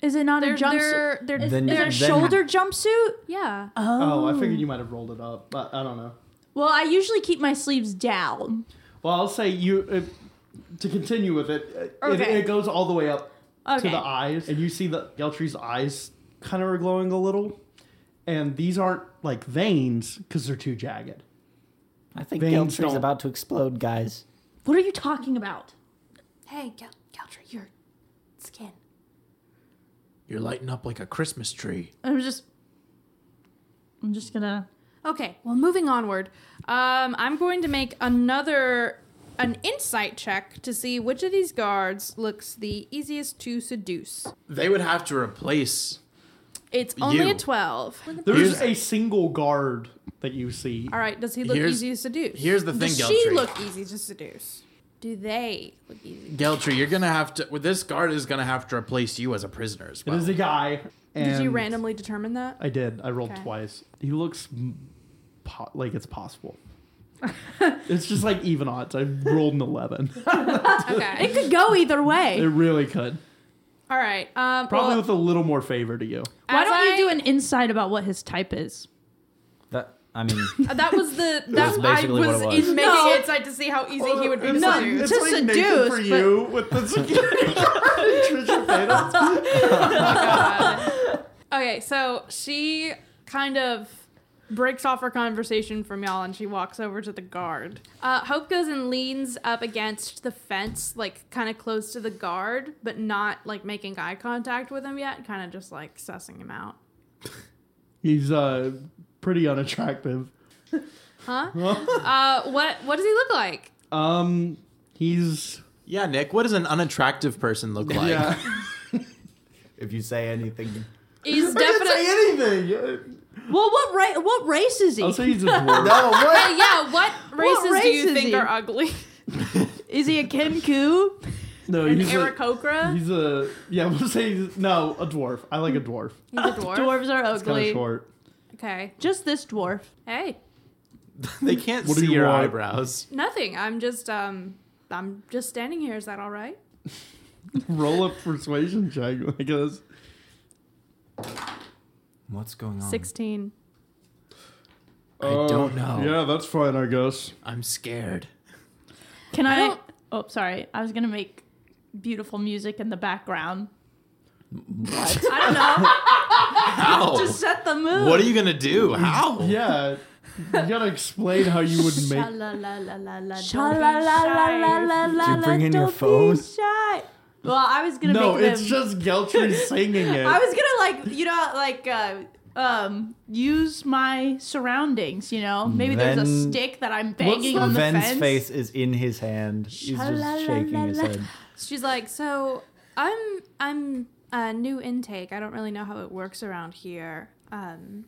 [SPEAKER 5] Is it not
[SPEAKER 3] They're,
[SPEAKER 5] a jumpsuit?
[SPEAKER 3] they're, they're,
[SPEAKER 8] Then-
[SPEAKER 3] they're
[SPEAKER 8] then-
[SPEAKER 5] Shoulder jumpsuit?
[SPEAKER 3] yeah.
[SPEAKER 4] Oh, I figured you might have rolled it up, but I don't know.
[SPEAKER 5] Well, I usually keep my sleeves down.
[SPEAKER 4] Well, I'll say you uh, to continue with it. uh, It,
[SPEAKER 5] Okay.
[SPEAKER 4] it goes all the way up to
[SPEAKER 5] Okay.
[SPEAKER 4] the eyes, and you see that Geltry's eyes kind of are glowing a little, and these aren't like veins because they're too jagged.
[SPEAKER 8] I think
[SPEAKER 4] Veins
[SPEAKER 8] Geltry's
[SPEAKER 4] don't-
[SPEAKER 8] about to explode, guys.
[SPEAKER 5] What are you talking about?
[SPEAKER 3] Hey, Gal- Galtra, your skin.
[SPEAKER 6] You're lighting up like a Christmas tree.
[SPEAKER 5] I'm just I'm just gonna
[SPEAKER 3] Okay, well, moving onward. Um, I'm going to make another an insight check to see which of these guards looks the easiest to seduce.
[SPEAKER 6] They would have to replace.
[SPEAKER 3] It's only
[SPEAKER 6] You.
[SPEAKER 3] a 12.
[SPEAKER 4] There's
[SPEAKER 6] Here's-
[SPEAKER 4] a single guard that you see.
[SPEAKER 3] All right, does he look
[SPEAKER 6] Here's-
[SPEAKER 3] easy to seduce?
[SPEAKER 6] here's the
[SPEAKER 3] Does
[SPEAKER 6] thing,
[SPEAKER 3] she
[SPEAKER 6] Geltry.
[SPEAKER 3] look easy to seduce? Do they look easy?
[SPEAKER 6] Geltry, you're gonna have to. Well, this guard is gonna have to replace you as a prisoner as
[SPEAKER 4] It
[SPEAKER 6] well.
[SPEAKER 4] is a guy. And
[SPEAKER 3] Did you randomly determine that?
[SPEAKER 4] I did. I rolled
[SPEAKER 3] Okay.
[SPEAKER 4] twice. He looks m- po- like it's possible. it's just like even odds. I rolled an eleven.
[SPEAKER 3] Okay.
[SPEAKER 5] could go either
[SPEAKER 4] It
[SPEAKER 5] way.
[SPEAKER 4] really could.
[SPEAKER 3] All right. Um,
[SPEAKER 4] Probably
[SPEAKER 3] well,
[SPEAKER 4] with a little more favor to you.
[SPEAKER 5] Why
[SPEAKER 3] as
[SPEAKER 5] don't
[SPEAKER 3] I-
[SPEAKER 5] you do an insight about what his type is?
[SPEAKER 8] That, I mean,
[SPEAKER 3] That was the that I
[SPEAKER 8] basically what
[SPEAKER 3] was,
[SPEAKER 8] it was.
[SPEAKER 3] in making
[SPEAKER 5] No.
[SPEAKER 3] insight to see how easy he would be to
[SPEAKER 4] It's like-
[SPEAKER 3] seduce.
[SPEAKER 4] it's
[SPEAKER 5] to
[SPEAKER 4] like Nathan for
[SPEAKER 5] seduce, but-
[SPEAKER 4] you with the security guard and Trisha Paytas.
[SPEAKER 3] Okay, so she kind of breaks off her conversation from y'all and she walks over to the guard. Uh, Hope goes and leans up against the fence, like kind of close to the guard, but not like making eye contact with him yet, kind of just like sussing him out.
[SPEAKER 4] He's uh pretty unattractive.
[SPEAKER 3] Huh? uh, what what does he look like?
[SPEAKER 4] Um, he's
[SPEAKER 6] yeah, Nick. What does an unattractive person look like?
[SPEAKER 4] yeah.
[SPEAKER 8] if you say anything,
[SPEAKER 3] He's
[SPEAKER 4] Say
[SPEAKER 3] definitely
[SPEAKER 4] anything.
[SPEAKER 5] Well, what ra- what race is he?
[SPEAKER 4] I'll say he's a dwarf.
[SPEAKER 8] oh,
[SPEAKER 3] yeah.
[SPEAKER 8] what?
[SPEAKER 3] What races do
[SPEAKER 5] race
[SPEAKER 3] you
[SPEAKER 5] is
[SPEAKER 3] think
[SPEAKER 5] he?
[SPEAKER 3] are ugly?
[SPEAKER 5] is he a Kenku?
[SPEAKER 4] No,
[SPEAKER 3] An
[SPEAKER 4] he's a,
[SPEAKER 3] Aarakocra? He's
[SPEAKER 4] he's a yeah. We'll say he's, no a dwarf. I like a dwarf.
[SPEAKER 3] a dwarf.
[SPEAKER 5] Dwarves are
[SPEAKER 4] Kind of
[SPEAKER 5] ugly.
[SPEAKER 4] short.
[SPEAKER 3] Okay.
[SPEAKER 5] Just this dwarf.
[SPEAKER 3] Hey,
[SPEAKER 6] They can't
[SPEAKER 4] What do
[SPEAKER 6] see
[SPEAKER 4] you
[SPEAKER 6] your
[SPEAKER 4] want?
[SPEAKER 6] eyebrows.
[SPEAKER 3] nothing. I'm just um, I'm just standing here. Is that all right?
[SPEAKER 4] Roll a persuasion check, I guess.
[SPEAKER 8] What's going on?
[SPEAKER 3] 16.
[SPEAKER 4] Uh,
[SPEAKER 6] don't know.
[SPEAKER 4] Yeah, that's fine, I guess.
[SPEAKER 6] I'm scared.
[SPEAKER 7] Can
[SPEAKER 5] I
[SPEAKER 7] I?
[SPEAKER 5] don't-
[SPEAKER 7] oh, sorry. I was gonna make beautiful music in the background. What? I don't know.
[SPEAKER 8] Oh.
[SPEAKER 6] How?
[SPEAKER 7] Just set the mood.
[SPEAKER 6] what are you gonna do? How?
[SPEAKER 4] Oh. Yeah, you gotta explain how you would make.
[SPEAKER 8] Did you bring in your phone?
[SPEAKER 7] Well, I was gonna
[SPEAKER 4] No,
[SPEAKER 7] make them.
[SPEAKER 4] it's just Geltry singing it.
[SPEAKER 7] I was gonna like you know like uh, um use my surroundings. You know, maybe there's a
[SPEAKER 8] Then-
[SPEAKER 7] stick that I'm banging on the
[SPEAKER 8] Ven's
[SPEAKER 7] fence.
[SPEAKER 8] face is in his hand. He's just shaking his head.
[SPEAKER 3] She's like, so I'm I'm a new intake. I don't really know how it works around here. Um,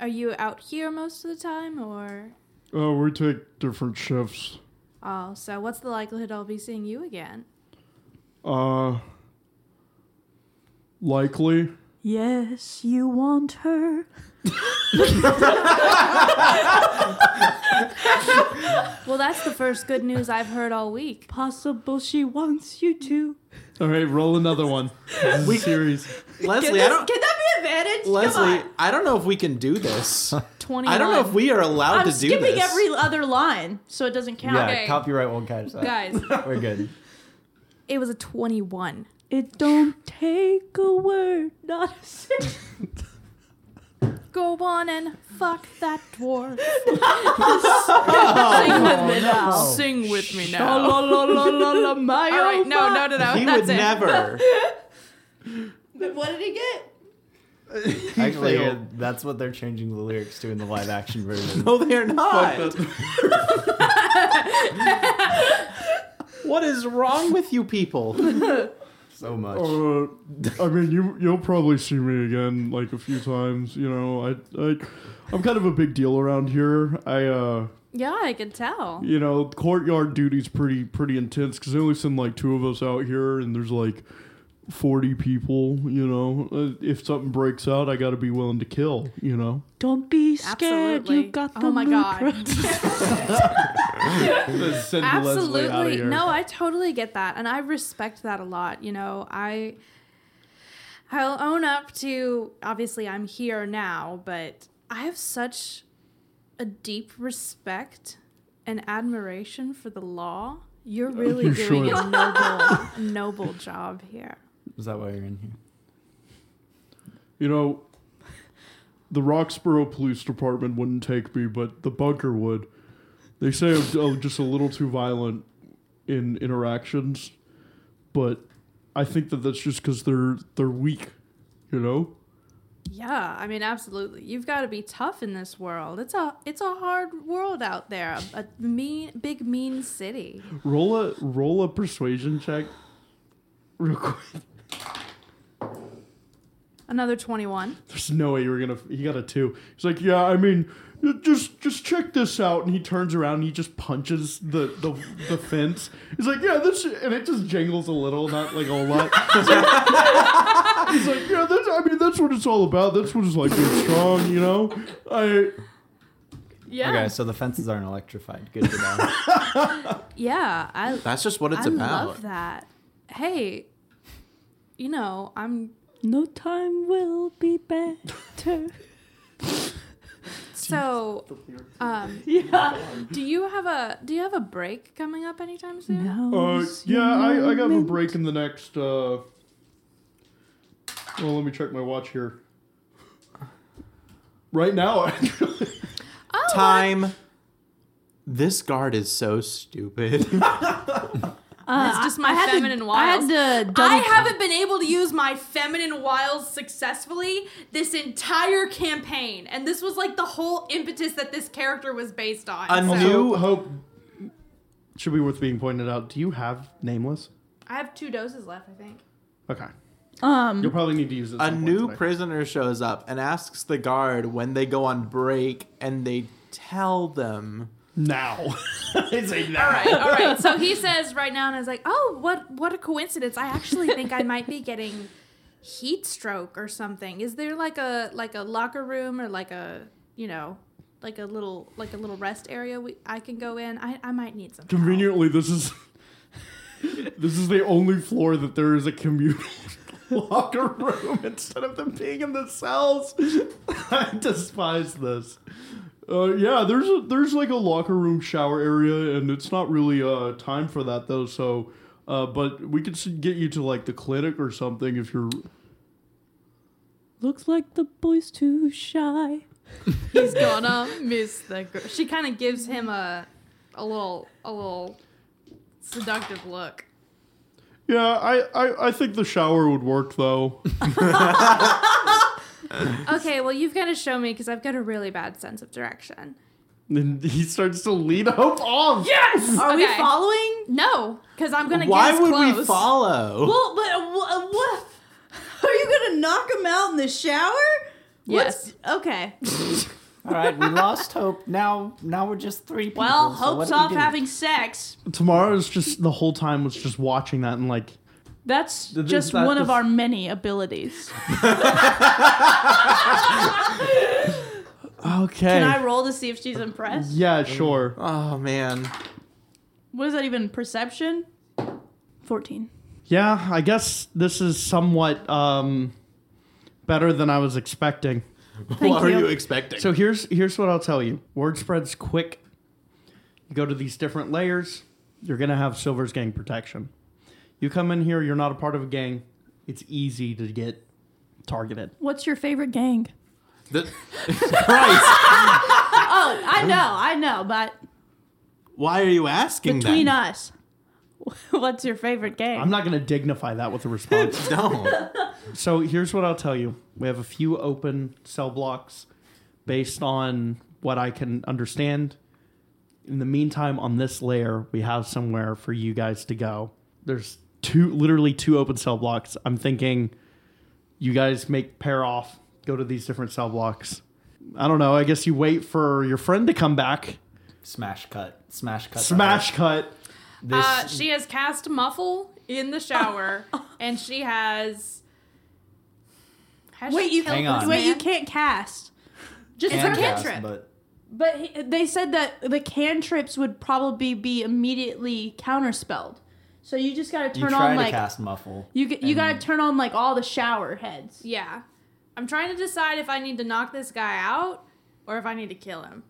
[SPEAKER 3] are you out here most of the time, or
[SPEAKER 4] Oh, we take different shifts.
[SPEAKER 3] oh, so what's the likelihood I'll be seeing you again?
[SPEAKER 4] Uh, likely.
[SPEAKER 5] Yes, you want her.
[SPEAKER 3] Well, that's the first good news I've heard all week.
[SPEAKER 5] Possible she wants you to.
[SPEAKER 4] All right, roll another one. This is a series.
[SPEAKER 6] Leslie, I don't.
[SPEAKER 7] Can that be advantage?
[SPEAKER 6] Leslie,
[SPEAKER 7] Come on.
[SPEAKER 6] I don't know if we can do this.
[SPEAKER 3] Twenty.
[SPEAKER 6] I don't know if we are allowed
[SPEAKER 7] I'm
[SPEAKER 6] to do
[SPEAKER 7] skipping
[SPEAKER 6] this.
[SPEAKER 7] every other line, so it doesn't count.
[SPEAKER 8] Yeah,
[SPEAKER 3] Okay.
[SPEAKER 8] copyright won't catch that.
[SPEAKER 3] guys.
[SPEAKER 8] We're good.
[SPEAKER 3] It was a twenty-one.
[SPEAKER 5] It don't take a word, not a sentence.
[SPEAKER 3] Go on and fuck that dwarf. Sing with me now.
[SPEAKER 5] la la la la la, my
[SPEAKER 3] All right,
[SPEAKER 5] oh
[SPEAKER 3] no,
[SPEAKER 5] my.
[SPEAKER 3] no, no, no.
[SPEAKER 6] he
[SPEAKER 3] that's
[SPEAKER 6] would
[SPEAKER 3] it.
[SPEAKER 6] never.
[SPEAKER 7] But what did he get?
[SPEAKER 8] Actually,
[SPEAKER 4] failed.
[SPEAKER 8] that's what they're changing the lyrics to in the live action version.
[SPEAKER 6] No, they're not. what is wrong with you people?
[SPEAKER 8] So much.
[SPEAKER 4] Uh, I mean, you you'll probably see me again like a few times. You know, I, I I'm kind of a big deal around here. I uh,
[SPEAKER 3] Yeah, I can tell.
[SPEAKER 4] you know, courtyard duty's pretty pretty intense because they only send like two of us out here, and there's like. 40 people, you know. Uh, If something breaks out, I got to be willing to kill, you know.
[SPEAKER 5] Don't be scared.
[SPEAKER 3] Absolutely.
[SPEAKER 5] You got the
[SPEAKER 3] Oh my
[SPEAKER 5] mood
[SPEAKER 3] God.
[SPEAKER 5] right.
[SPEAKER 4] Send
[SPEAKER 3] Absolutely. No, I totally get that. And I respect that a lot. You know, I I'll own up to obviously I'm here now, but I have such a deep respect and admiration for the law. You're really
[SPEAKER 4] you
[SPEAKER 3] doing
[SPEAKER 4] should.
[SPEAKER 3] a noble noble job here.
[SPEAKER 8] Is that why you're in here?
[SPEAKER 4] You know, the Roxborough Police Department wouldn't take me, but the bunker would. They say I'm oh, just a little too violent in interactions, but I think that that's just because they're they're weak. You know,
[SPEAKER 3] Yeah, I mean absolutely. You've got to be tough in this world. It's a it's a hard world out there. A, a mean big mean city.
[SPEAKER 4] roll a roll a persuasion check, real quick.
[SPEAKER 3] Another 21.
[SPEAKER 4] There's no way you were gonna. He got a two. He's like, yeah, I mean, you just just check this out. And he turns around and he just punches the the, the fence. He's like, yeah, this, and it just jingles a little, not like a whole lot. He's like, he's like, yeah, that's. I mean, that's what it's all about. That's what it's like being strong, you know. I
[SPEAKER 7] Yeah.
[SPEAKER 8] Okay, so the fences aren't electrified. Good to know.
[SPEAKER 3] Yeah, I
[SPEAKER 6] That's just what it's
[SPEAKER 3] I
[SPEAKER 6] about.
[SPEAKER 3] love that. Hey, you know, I'm
[SPEAKER 5] no time will be better.
[SPEAKER 3] so um Do you have a do you have a break coming up anytime soon?
[SPEAKER 4] uh, yeah, I I got a break in the next. uh Well, let me check my watch here. Right now, actually.
[SPEAKER 6] Time. This guard is so stupid.
[SPEAKER 3] It's just my feminine
[SPEAKER 7] Uh, I
[SPEAKER 3] wiles.
[SPEAKER 7] had to double.
[SPEAKER 3] I haven't been able to use my feminine wiles successfully this entire campaign, and this was like the whole impetus that this character was based on.
[SPEAKER 6] A
[SPEAKER 3] So-
[SPEAKER 6] new
[SPEAKER 4] hope should be worth being pointed out. Do you have nameless?
[SPEAKER 3] I have two doses left, I think.
[SPEAKER 4] Okay,
[SPEAKER 7] um.
[SPEAKER 4] you'll probably need to use it. at
[SPEAKER 6] a
[SPEAKER 4] some point
[SPEAKER 6] new
[SPEAKER 4] today.
[SPEAKER 6] prisoner shows up and asks the guard when they go on break, and they tell them.
[SPEAKER 4] now. it's a now.
[SPEAKER 3] All right, all right. So he says right now, and I was like, "Oh, what? What a coincidence! I actually think I might be getting heat stroke or something. Is there like a like a locker room or like a you know like a little like a little rest area we, I can go in? I I might need some." help."
[SPEAKER 4] Conveniently, this is This is the only floor that there is a communal locker room instead of them being in the cells. I despise this. Uh, yeah, there's a, there's like a locker room shower area, and it's not really uh, time for that though. So, uh, but we could s- get you to like the clinic or something if you're.
[SPEAKER 1] Looks like the boy's too shy.
[SPEAKER 3] He's gonna miss the girl. She kind of gives him a, a little, a little seductive look.
[SPEAKER 4] Yeah, I, I, I think the shower would work though.
[SPEAKER 3] Okay, well you've got to show me because I've got a really bad sense of direction.
[SPEAKER 4] and he starts to lead Hope off.
[SPEAKER 3] Yes.
[SPEAKER 7] Are we following?
[SPEAKER 3] No, because I'm gonna.
[SPEAKER 6] Why
[SPEAKER 3] guess
[SPEAKER 6] would
[SPEAKER 3] close.
[SPEAKER 6] we follow?
[SPEAKER 7] Well, but uh, wha- uh, what? Are you gonna knock him out in the shower?
[SPEAKER 3] Yes.
[SPEAKER 7] What's- okay.
[SPEAKER 8] All right, we lost hope. Now, now we're just three people.
[SPEAKER 7] Well,
[SPEAKER 8] so what
[SPEAKER 7] Hope's
[SPEAKER 8] do we
[SPEAKER 7] off
[SPEAKER 8] do?
[SPEAKER 7] having sex.
[SPEAKER 4] Tomorrow's just the whole time was just watching that and like
[SPEAKER 5] That's
[SPEAKER 4] Th-
[SPEAKER 5] just
[SPEAKER 4] is that
[SPEAKER 5] one of
[SPEAKER 4] the-
[SPEAKER 5] our many abilities.
[SPEAKER 4] okay.
[SPEAKER 7] Can I roll to see if she's impressed?
[SPEAKER 4] yeah, sure.
[SPEAKER 6] oh man.
[SPEAKER 5] What is that even? Perception? 14.
[SPEAKER 4] Yeah, I guess this is somewhat um, better than I was expecting.
[SPEAKER 6] what are you expecting?
[SPEAKER 4] So here's here's what I'll tell you. Word spreads quick. You go to these different layers. You're gonna have Silver's gang protection. You come in here. You're not a part of a gang. It's easy to get targeted.
[SPEAKER 5] What's your favorite gang?
[SPEAKER 6] The- Christ,
[SPEAKER 7] Oh, I know, I know, but
[SPEAKER 6] why are you asking
[SPEAKER 7] between
[SPEAKER 6] that?
[SPEAKER 7] us, what's your favorite game?
[SPEAKER 4] I'm not gonna dignify that with a response.
[SPEAKER 6] No.
[SPEAKER 4] So here's what I'll tell you. We have a few open cell blocks based on what I can understand. In the meantime, on this layer, we have somewhere for you guys to go. There's two, literally two open cell blocks. I'm thinking you guys make pair off, go to these different cell blocks. I don't know. I guess you wait for your friend to come back.
[SPEAKER 8] Smash cut. Smash cut.
[SPEAKER 4] Smash cut.
[SPEAKER 8] This,
[SPEAKER 3] Uh, she has cast muffle in the shower, and she has. has
[SPEAKER 7] Wait,
[SPEAKER 3] she
[SPEAKER 7] you
[SPEAKER 3] killed
[SPEAKER 8] Hang on.
[SPEAKER 3] this
[SPEAKER 7] Wait, you
[SPEAKER 3] man?
[SPEAKER 7] can't cast. Just
[SPEAKER 8] and
[SPEAKER 7] for
[SPEAKER 8] cast,
[SPEAKER 7] cantrip.
[SPEAKER 8] but
[SPEAKER 7] But he, they said that the cantrips would probably be immediately counterspelled. So you just gotta
[SPEAKER 8] you
[SPEAKER 7] turn on
[SPEAKER 8] try to
[SPEAKER 7] like
[SPEAKER 8] cast muffle.
[SPEAKER 7] you g- you gotta
[SPEAKER 8] and-
[SPEAKER 7] turn on like all the shower heads.
[SPEAKER 3] Yeah, I'm trying to decide if I need to knock this guy out or if I need to kill him.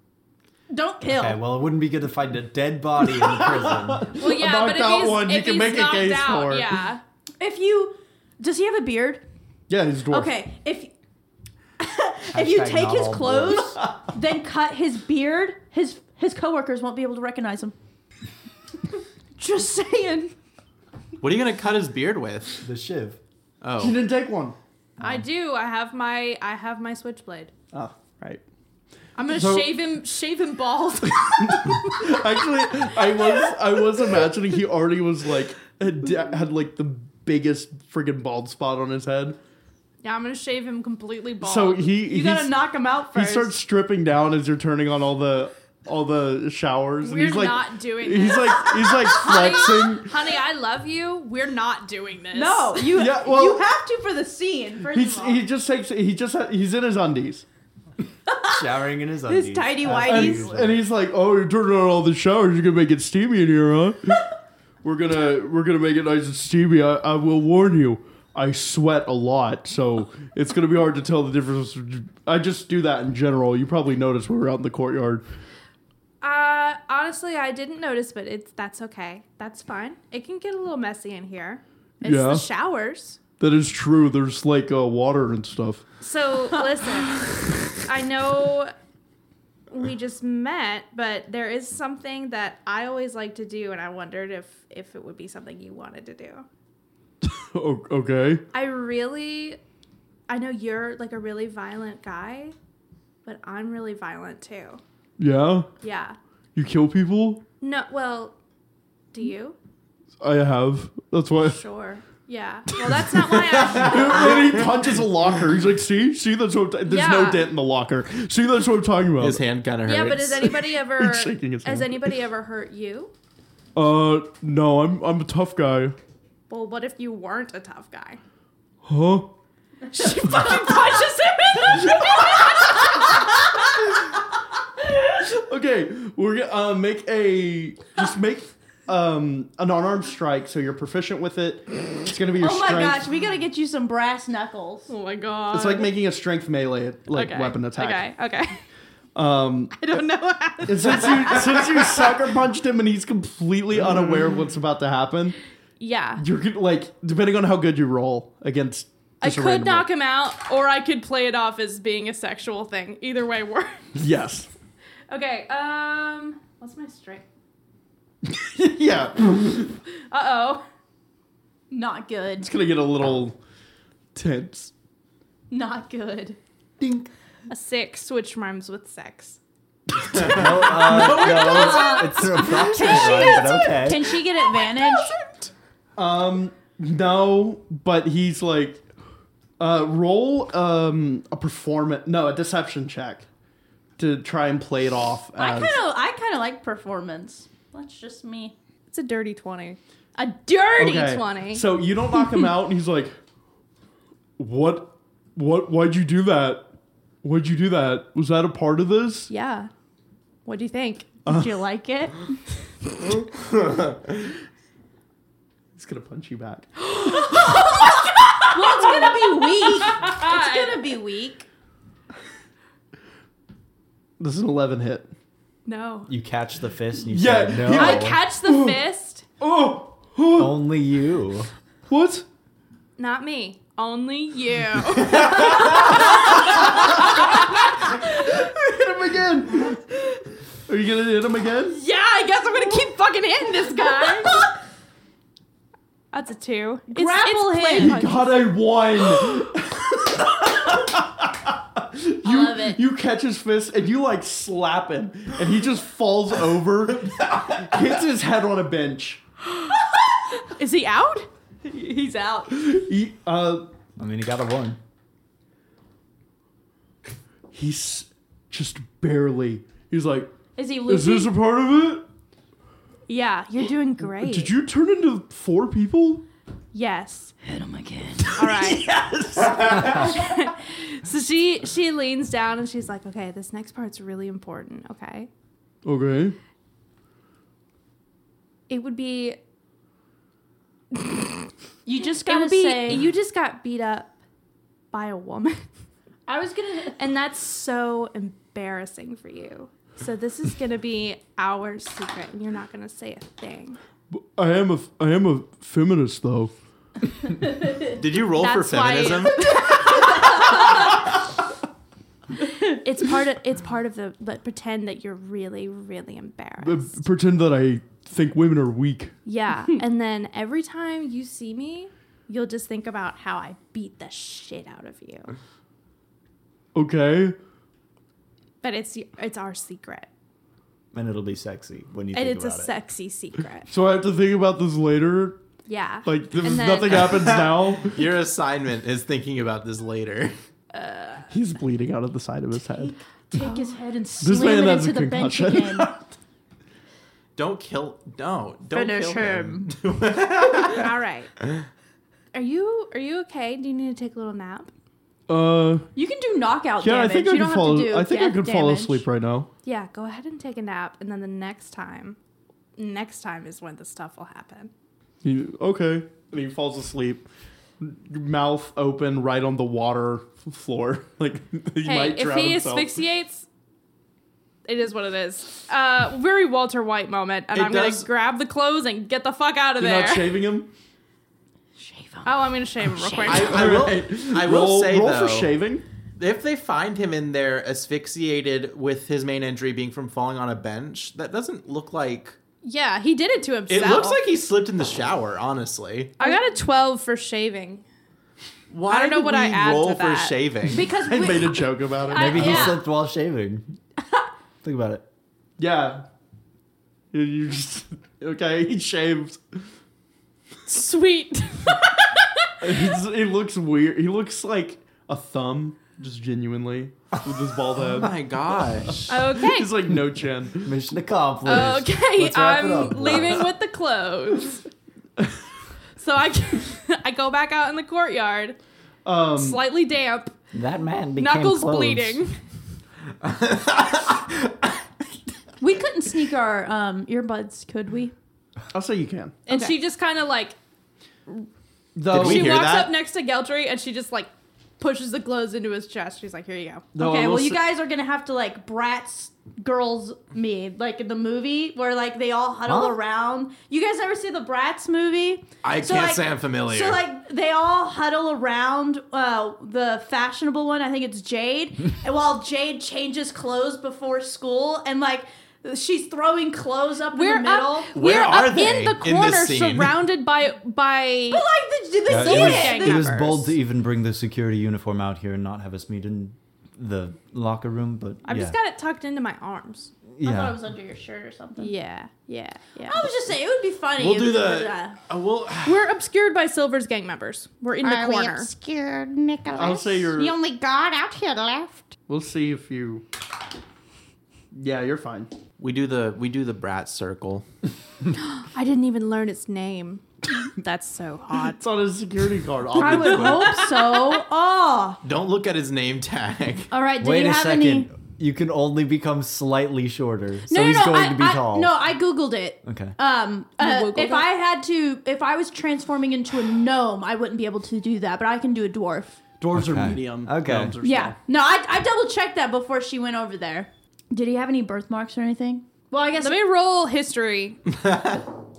[SPEAKER 7] Don't kill.
[SPEAKER 8] Okay, well, it wouldn't be good to find a dead body in the prison.
[SPEAKER 3] Well, yeah, but
[SPEAKER 4] Knocked
[SPEAKER 3] if
[SPEAKER 4] out
[SPEAKER 3] he's,
[SPEAKER 4] one, you
[SPEAKER 3] if
[SPEAKER 4] can
[SPEAKER 3] he's
[SPEAKER 4] make a
[SPEAKER 3] knocked
[SPEAKER 4] case
[SPEAKER 3] out,
[SPEAKER 4] for it.
[SPEAKER 3] yeah.
[SPEAKER 7] If you does he have a beard?
[SPEAKER 4] Yeah, he's dwarf.
[SPEAKER 7] Okay, if if you
[SPEAKER 8] Hashtag
[SPEAKER 7] take
[SPEAKER 8] not
[SPEAKER 7] his
[SPEAKER 8] all
[SPEAKER 7] clothes, then cut his beard, his his coworkers won't be able to recognize him. Just saying.
[SPEAKER 6] what are you gonna cut his beard with?
[SPEAKER 8] the shiv.
[SPEAKER 4] You
[SPEAKER 6] Oh,
[SPEAKER 4] didn't take one.
[SPEAKER 3] I do. I have my I have my switchblade.
[SPEAKER 4] Oh, right.
[SPEAKER 3] I'm gonna
[SPEAKER 4] So-
[SPEAKER 3] shave him, shave him bald.
[SPEAKER 4] Actually, I was I was imagining he already was like had, had like the biggest friggin' bald spot on his head.
[SPEAKER 3] yeah, I'm gonna shave him completely bald.
[SPEAKER 4] So he
[SPEAKER 7] You
[SPEAKER 4] he's-
[SPEAKER 7] gotta knock him out
[SPEAKER 4] he
[SPEAKER 7] first.
[SPEAKER 4] starts stripping down as you're turning on all the all the showers, and
[SPEAKER 3] we're
[SPEAKER 4] he's like
[SPEAKER 3] not doing
[SPEAKER 4] he's
[SPEAKER 3] this,
[SPEAKER 4] like he's like flexing.
[SPEAKER 3] honey. I love you. We're not doing this.
[SPEAKER 7] no, you
[SPEAKER 4] Yeah, well-
[SPEAKER 7] you have to for the scene. First
[SPEAKER 4] He's,
[SPEAKER 7] of all.
[SPEAKER 4] he just takes he just he's in his undies
[SPEAKER 8] Showering in his undies.
[SPEAKER 7] tidy
[SPEAKER 8] as
[SPEAKER 7] whities.
[SPEAKER 8] usual.
[SPEAKER 4] and he's like, "Oh, you're turning on all the showers. You're gonna make it steamy in here, huh? we're gonna we're gonna make it nice and steamy. I, I will warn you, I sweat a lot, so it's gonna be hard to tell the difference. I just do that in general. You probably noticed when we were out in the courtyard.
[SPEAKER 3] Uh, honestly, I didn't notice, but it's that's okay. That's fine. It can get a little messy in here. It's
[SPEAKER 4] Yeah.
[SPEAKER 3] the showers.
[SPEAKER 4] That is true. There's like uh, water and stuff.
[SPEAKER 3] So listen, I know we just met, but there is something that I always like to do, and I wondered if if it would be something you wanted to do.
[SPEAKER 4] O- okay.
[SPEAKER 3] I really, I know you're like a really violent guy, but I'm really violent too.
[SPEAKER 4] Yeah.
[SPEAKER 3] Yeah.
[SPEAKER 4] You kill people.
[SPEAKER 3] No. Well, do you?
[SPEAKER 4] I have. That's why.
[SPEAKER 3] Sure. Yeah. Well, that's not why I.
[SPEAKER 4] and he punches a locker. He's like, "See, see, that's what. I'm ta- There's
[SPEAKER 3] Yeah.
[SPEAKER 4] no dent in the locker. See, that's what I'm talking about."
[SPEAKER 6] his hand kind of hurts.
[SPEAKER 3] Yeah, but has anybody ever
[SPEAKER 4] He's shaking his
[SPEAKER 3] has
[SPEAKER 4] hand.
[SPEAKER 3] anybody ever hurt you?
[SPEAKER 4] Uh, no, I'm I'm a tough guy.
[SPEAKER 3] Well, what if you weren't a tough guy?
[SPEAKER 4] Huh?
[SPEAKER 3] Punches him in the
[SPEAKER 4] Okay, we're gonna uh, make a just make um, an unarmed strike, so you're proficient with it. It's going to be your
[SPEAKER 7] oh my
[SPEAKER 4] strength.
[SPEAKER 7] gosh, we gotta get you some brass knuckles.
[SPEAKER 3] Oh my god.
[SPEAKER 4] It's like making a strength melee like weapon attack.
[SPEAKER 3] Okay, okay.
[SPEAKER 4] Um,
[SPEAKER 3] I don't know how to-
[SPEAKER 4] and since you since you sucker punched him and he's completely unaware of what's about to happen,
[SPEAKER 3] Yeah.
[SPEAKER 4] you're gonna, like depending on how good you roll against.
[SPEAKER 3] I
[SPEAKER 4] just a
[SPEAKER 3] could
[SPEAKER 4] random
[SPEAKER 3] knock
[SPEAKER 4] roll.
[SPEAKER 3] him out, or I could play it off as being a sexual thing. Either way works.
[SPEAKER 4] Yes.
[SPEAKER 3] Okay, um, what's my strength?
[SPEAKER 4] yeah.
[SPEAKER 3] Uh oh.
[SPEAKER 7] Not good.
[SPEAKER 4] It's gonna get a little tense.
[SPEAKER 7] Not good.
[SPEAKER 3] A six, which rhymes with sex.
[SPEAKER 8] No, uh, no, it's, it's approximately right, but okay.
[SPEAKER 7] Can she get advantage?
[SPEAKER 4] Um, no, but he's like, uh, roll um a performance, no, a deception check to try and play it off
[SPEAKER 7] I
[SPEAKER 4] as.
[SPEAKER 7] kind of, I kind of like performance. That's just me.
[SPEAKER 3] It's a dirty 20.
[SPEAKER 7] A dirty.
[SPEAKER 4] Okay,
[SPEAKER 3] 20.
[SPEAKER 4] So you don't knock him out, and he's like, "What? What? Why'd you do that? Why'd you do that? Was that a part of this?"
[SPEAKER 3] Yeah. What do you think?
[SPEAKER 4] Oh.
[SPEAKER 7] Did you like it?
[SPEAKER 4] He's gonna punch you back.
[SPEAKER 7] Well, it's gonna be weak. It's gonna be weak.
[SPEAKER 4] This is an eleven hit.
[SPEAKER 3] No.
[SPEAKER 8] You catch the fist and you
[SPEAKER 4] Yeah,
[SPEAKER 8] say,
[SPEAKER 4] he
[SPEAKER 8] no,
[SPEAKER 4] like-
[SPEAKER 3] I catch the fist.
[SPEAKER 4] Oh, oh,
[SPEAKER 8] only you.
[SPEAKER 4] what?
[SPEAKER 3] Not me. Only you.
[SPEAKER 4] Hit him again. Are you gonna hit him again?
[SPEAKER 3] yeah, I guess I'm gonna keep fucking hitting this guy. That's a two. It's,
[SPEAKER 7] Grapple
[SPEAKER 3] it's play
[SPEAKER 7] him.
[SPEAKER 3] punch.
[SPEAKER 4] God, I won.
[SPEAKER 7] I love it.
[SPEAKER 4] You catch his fist and you like slap him, and he just falls over, hits his head on a bench.
[SPEAKER 3] Is he out?
[SPEAKER 7] He's out.
[SPEAKER 4] He, uh,
[SPEAKER 8] I mean, you got a one.
[SPEAKER 4] he's just barely. He's like,
[SPEAKER 7] Is he
[SPEAKER 4] "Is this
[SPEAKER 7] loopy?
[SPEAKER 4] a part of it?
[SPEAKER 3] Yeah, you're doing great.
[SPEAKER 4] Did you turn into four people?"
[SPEAKER 3] Yes.
[SPEAKER 7] Hit him again.
[SPEAKER 3] All right. so she she leans down and she's like, "Okay, this next part's really important. Okay,
[SPEAKER 4] Okay.
[SPEAKER 3] it would be it
[SPEAKER 7] You just gotta
[SPEAKER 3] would be
[SPEAKER 7] say.
[SPEAKER 3] you just got beat up by a woman,
[SPEAKER 7] I was gonna.
[SPEAKER 3] and that's so embarrassing for you. So this is gonna be our secret, and you're not gonna say a thing.
[SPEAKER 4] B- I am a f- I am a feminist though.
[SPEAKER 6] Did you roll for
[SPEAKER 3] That's why-
[SPEAKER 6] feminism?
[SPEAKER 3] It's part of it's part of the but pretend that you're really really embarrassed.
[SPEAKER 4] Uh, pretend that I think women are weak.
[SPEAKER 3] Yeah. and then every time you see me, you'll just think about how I beat the shit out of you.
[SPEAKER 4] Okay.
[SPEAKER 3] But it's it's our secret.
[SPEAKER 8] And it'll be sexy when you
[SPEAKER 3] And
[SPEAKER 8] think
[SPEAKER 3] it's a
[SPEAKER 8] about it.
[SPEAKER 3] sexy secret.
[SPEAKER 4] So I have to think about this later.
[SPEAKER 3] Yeah.
[SPEAKER 4] Like if
[SPEAKER 3] And then-
[SPEAKER 4] nothing happens now,
[SPEAKER 6] Your assignment is thinking about this later.
[SPEAKER 4] he's bleeding out of the side of his head.
[SPEAKER 7] Take his head and
[SPEAKER 4] This
[SPEAKER 7] slam
[SPEAKER 4] man
[SPEAKER 7] it
[SPEAKER 4] has
[SPEAKER 7] into
[SPEAKER 4] a
[SPEAKER 7] the bench
[SPEAKER 4] concussion.
[SPEAKER 7] again.
[SPEAKER 6] Don't kill. No, don't
[SPEAKER 3] Finish
[SPEAKER 6] kill
[SPEAKER 3] him. All right. Are you are you okay? Do you need to take a little nap?
[SPEAKER 4] Uh,
[SPEAKER 7] You can do knockout
[SPEAKER 4] yeah,
[SPEAKER 7] damage.
[SPEAKER 4] I think
[SPEAKER 7] you
[SPEAKER 4] I
[SPEAKER 7] don't
[SPEAKER 4] could
[SPEAKER 7] have
[SPEAKER 4] fall.
[SPEAKER 7] to do
[SPEAKER 4] I think I
[SPEAKER 7] death
[SPEAKER 4] could fall
[SPEAKER 7] damage.
[SPEAKER 4] asleep right now.
[SPEAKER 3] Yeah, go ahead and take a nap and then the next time next time is when the stuff will happen.
[SPEAKER 4] He, okay. And he falls asleep, mouth open, right on the water f- floor. Like he
[SPEAKER 3] Hey,
[SPEAKER 4] might
[SPEAKER 3] if
[SPEAKER 4] drown
[SPEAKER 3] he
[SPEAKER 4] himself.
[SPEAKER 3] asphyxiates, it is what it is. Uh, very Walter White moment, and
[SPEAKER 6] It
[SPEAKER 3] I'm
[SPEAKER 6] does-
[SPEAKER 3] gonna grab the clothes and get the fuck out of
[SPEAKER 4] You're
[SPEAKER 3] there.
[SPEAKER 4] not shaving him.
[SPEAKER 7] Shave him.
[SPEAKER 3] oh, I'm gonna shave him real quick.
[SPEAKER 6] I, I will. I will
[SPEAKER 4] roll,
[SPEAKER 6] say
[SPEAKER 4] roll
[SPEAKER 6] though,
[SPEAKER 4] for shaving.
[SPEAKER 6] if they find him in there asphyxiated with his main injury being from falling on a bench, that doesn't look like.
[SPEAKER 3] yeah, he did it to
[SPEAKER 6] It
[SPEAKER 3] himself.
[SPEAKER 6] looks like he slipped in the shower. Honestly,
[SPEAKER 3] I got a 12 for shaving.
[SPEAKER 6] why
[SPEAKER 3] I don't know
[SPEAKER 6] did
[SPEAKER 3] what
[SPEAKER 6] we
[SPEAKER 3] I add to
[SPEAKER 6] roll
[SPEAKER 3] that.
[SPEAKER 6] for shaving?
[SPEAKER 7] Because
[SPEAKER 4] I
[SPEAKER 7] we,
[SPEAKER 4] made a joke about it.
[SPEAKER 8] Maybe he
[SPEAKER 7] Yeah.
[SPEAKER 8] slipped while shaving. think about it.
[SPEAKER 4] yeah. You- You just okay. He shaves.
[SPEAKER 3] Sweet.
[SPEAKER 4] It's, it looks weird. He looks like a thumb, just genuinely with his bald
[SPEAKER 6] oh
[SPEAKER 4] head.
[SPEAKER 6] my gosh.
[SPEAKER 3] Okay.
[SPEAKER 4] He's like no chin.
[SPEAKER 8] Mission accomplished.
[SPEAKER 3] Okay,
[SPEAKER 8] Let's wrap it up.
[SPEAKER 3] I'm leaving with the clothes. So I, I go back out in the courtyard,
[SPEAKER 4] Um,
[SPEAKER 3] slightly damp,
[SPEAKER 8] That man became
[SPEAKER 3] knuckles
[SPEAKER 8] clothes.
[SPEAKER 3] bleeding.
[SPEAKER 7] we couldn't sneak our um, earbuds, could we?
[SPEAKER 4] I'll say you can.
[SPEAKER 3] And
[SPEAKER 5] Okay.
[SPEAKER 3] she just kind of like
[SPEAKER 4] Though,
[SPEAKER 6] Did we
[SPEAKER 3] she
[SPEAKER 6] hear
[SPEAKER 3] walks
[SPEAKER 6] that?
[SPEAKER 3] up next to Geltry and she just like pushes the gloves into his chest. She's like, "Here you go."
[SPEAKER 4] though I
[SPEAKER 5] okay,
[SPEAKER 4] will
[SPEAKER 5] well, you
[SPEAKER 4] say-
[SPEAKER 5] guys are gonna have to like brats girls me like in the movie where like they all huddle
[SPEAKER 2] Huh?
[SPEAKER 5] around. You guys ever see the Brats movie?
[SPEAKER 6] I
[SPEAKER 5] So,
[SPEAKER 6] can't
[SPEAKER 5] like-
[SPEAKER 6] say I'm familiar.
[SPEAKER 5] So like they all huddle around uh, the fashionable one. I think it's Jade. and while Jade changes clothes before school, and like she's throwing clothes up
[SPEAKER 3] We're
[SPEAKER 5] in the middle.
[SPEAKER 3] up.
[SPEAKER 6] Where
[SPEAKER 3] we're
[SPEAKER 6] are
[SPEAKER 3] up
[SPEAKER 6] they
[SPEAKER 3] in the
[SPEAKER 6] in this
[SPEAKER 3] corner,
[SPEAKER 6] scene?
[SPEAKER 3] surrounded by by.
[SPEAKER 5] But like the, the
[SPEAKER 2] Uh,
[SPEAKER 5] kid-
[SPEAKER 2] it,
[SPEAKER 3] gang
[SPEAKER 2] was, it
[SPEAKER 5] the-
[SPEAKER 2] was
[SPEAKER 3] members.
[SPEAKER 2] bold to even bring the security uniform out here and not have us meet in the locker room, but
[SPEAKER 3] I've
[SPEAKER 2] yeah,
[SPEAKER 3] just got it tucked into my arms.
[SPEAKER 5] I thought
[SPEAKER 2] yeah.
[SPEAKER 5] it was under your shirt or something.
[SPEAKER 3] Yeah, yeah, yeah.
[SPEAKER 5] I was just saying it would be funny.
[SPEAKER 6] we'll
[SPEAKER 5] if
[SPEAKER 6] do
[SPEAKER 5] it was,
[SPEAKER 6] the.
[SPEAKER 5] uh,
[SPEAKER 6] Uh, we'll.
[SPEAKER 3] We're obscured by Silver's gang members. We're in the
[SPEAKER 11] Are we
[SPEAKER 3] corner.
[SPEAKER 11] obscured, Nicholas?
[SPEAKER 4] I'll say you're-
[SPEAKER 11] the only god out here left.
[SPEAKER 4] We'll see if you. Yeah, you're fine.
[SPEAKER 6] We do the we do the brat circle.
[SPEAKER 3] I didn't even learn its name. That's so hot.
[SPEAKER 4] It's on a security card.
[SPEAKER 5] I
[SPEAKER 4] I'll-
[SPEAKER 5] would hope so. Oh,
[SPEAKER 6] Don't look at his name tag.
[SPEAKER 5] all right. Do
[SPEAKER 2] Wait
[SPEAKER 5] you
[SPEAKER 2] a
[SPEAKER 5] have
[SPEAKER 2] second.
[SPEAKER 5] any?
[SPEAKER 2] You can only become slightly shorter.
[SPEAKER 5] No,
[SPEAKER 2] so
[SPEAKER 5] no,
[SPEAKER 2] he's
[SPEAKER 5] no,
[SPEAKER 2] going
[SPEAKER 5] I,
[SPEAKER 2] to be
[SPEAKER 5] I-
[SPEAKER 2] tall.
[SPEAKER 5] No, I googled it.
[SPEAKER 2] Okay.
[SPEAKER 5] Um, uh,
[SPEAKER 3] Googled
[SPEAKER 5] if
[SPEAKER 3] it?
[SPEAKER 5] I had to, if I was transforming into a gnome, I wouldn't be able to do that. But I can do a dwarf.
[SPEAKER 4] Dwarves
[SPEAKER 2] Okay.
[SPEAKER 4] are medium.
[SPEAKER 2] Okay.
[SPEAKER 4] gnomes are
[SPEAKER 5] Yeah. No, I, I double checked that before she went over there. Did he have any birthmarks or anything? Well, I guess.
[SPEAKER 3] Let me roll history.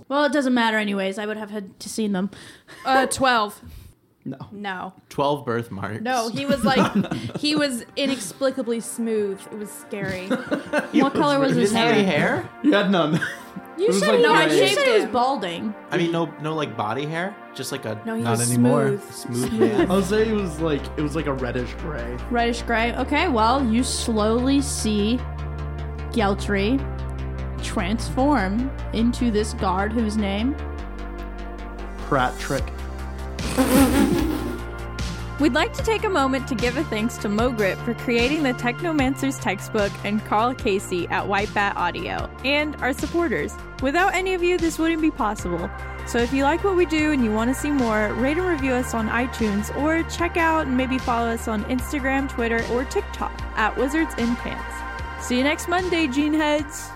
[SPEAKER 5] well, it doesn't matter anyways. I would have had to seen them.
[SPEAKER 3] Uh, twelve.
[SPEAKER 4] No.
[SPEAKER 3] No.
[SPEAKER 6] Twelve birthmarks.
[SPEAKER 3] No, he was like, he was inexplicably smooth. It was scary.
[SPEAKER 5] what color was his hair?
[SPEAKER 6] hair?
[SPEAKER 4] small. You had none.
[SPEAKER 5] You
[SPEAKER 4] was
[SPEAKER 5] said
[SPEAKER 4] like
[SPEAKER 5] he
[SPEAKER 4] no,
[SPEAKER 5] had.
[SPEAKER 4] I
[SPEAKER 5] You
[SPEAKER 3] shaved
[SPEAKER 5] said he was
[SPEAKER 3] him.
[SPEAKER 5] balding.
[SPEAKER 6] I mean, no, no, like body hair. Just like a
[SPEAKER 3] No, he
[SPEAKER 2] Not
[SPEAKER 3] was
[SPEAKER 2] anymore.
[SPEAKER 3] smooth.
[SPEAKER 6] smooth man.
[SPEAKER 4] I'll say it was like it was like a reddish gray.
[SPEAKER 5] reddish gray. Okay, well, you slowly see Geltry transform into this guard whose name.
[SPEAKER 4] Pratt trick.
[SPEAKER 1] We'd like to take a moment to give a thanks to Mogrit for creating the Technomancer's textbook and Carl Casey at White Bat Audio, and our supporters. Without any of you, this wouldn't be possible. So if you like what we do and you want to see more, rate and review us on iTunes, or check out and maybe follow us on Instagram, Twitter, or TikTok at Wizards in Pants. See you next Monday, Gene Heads!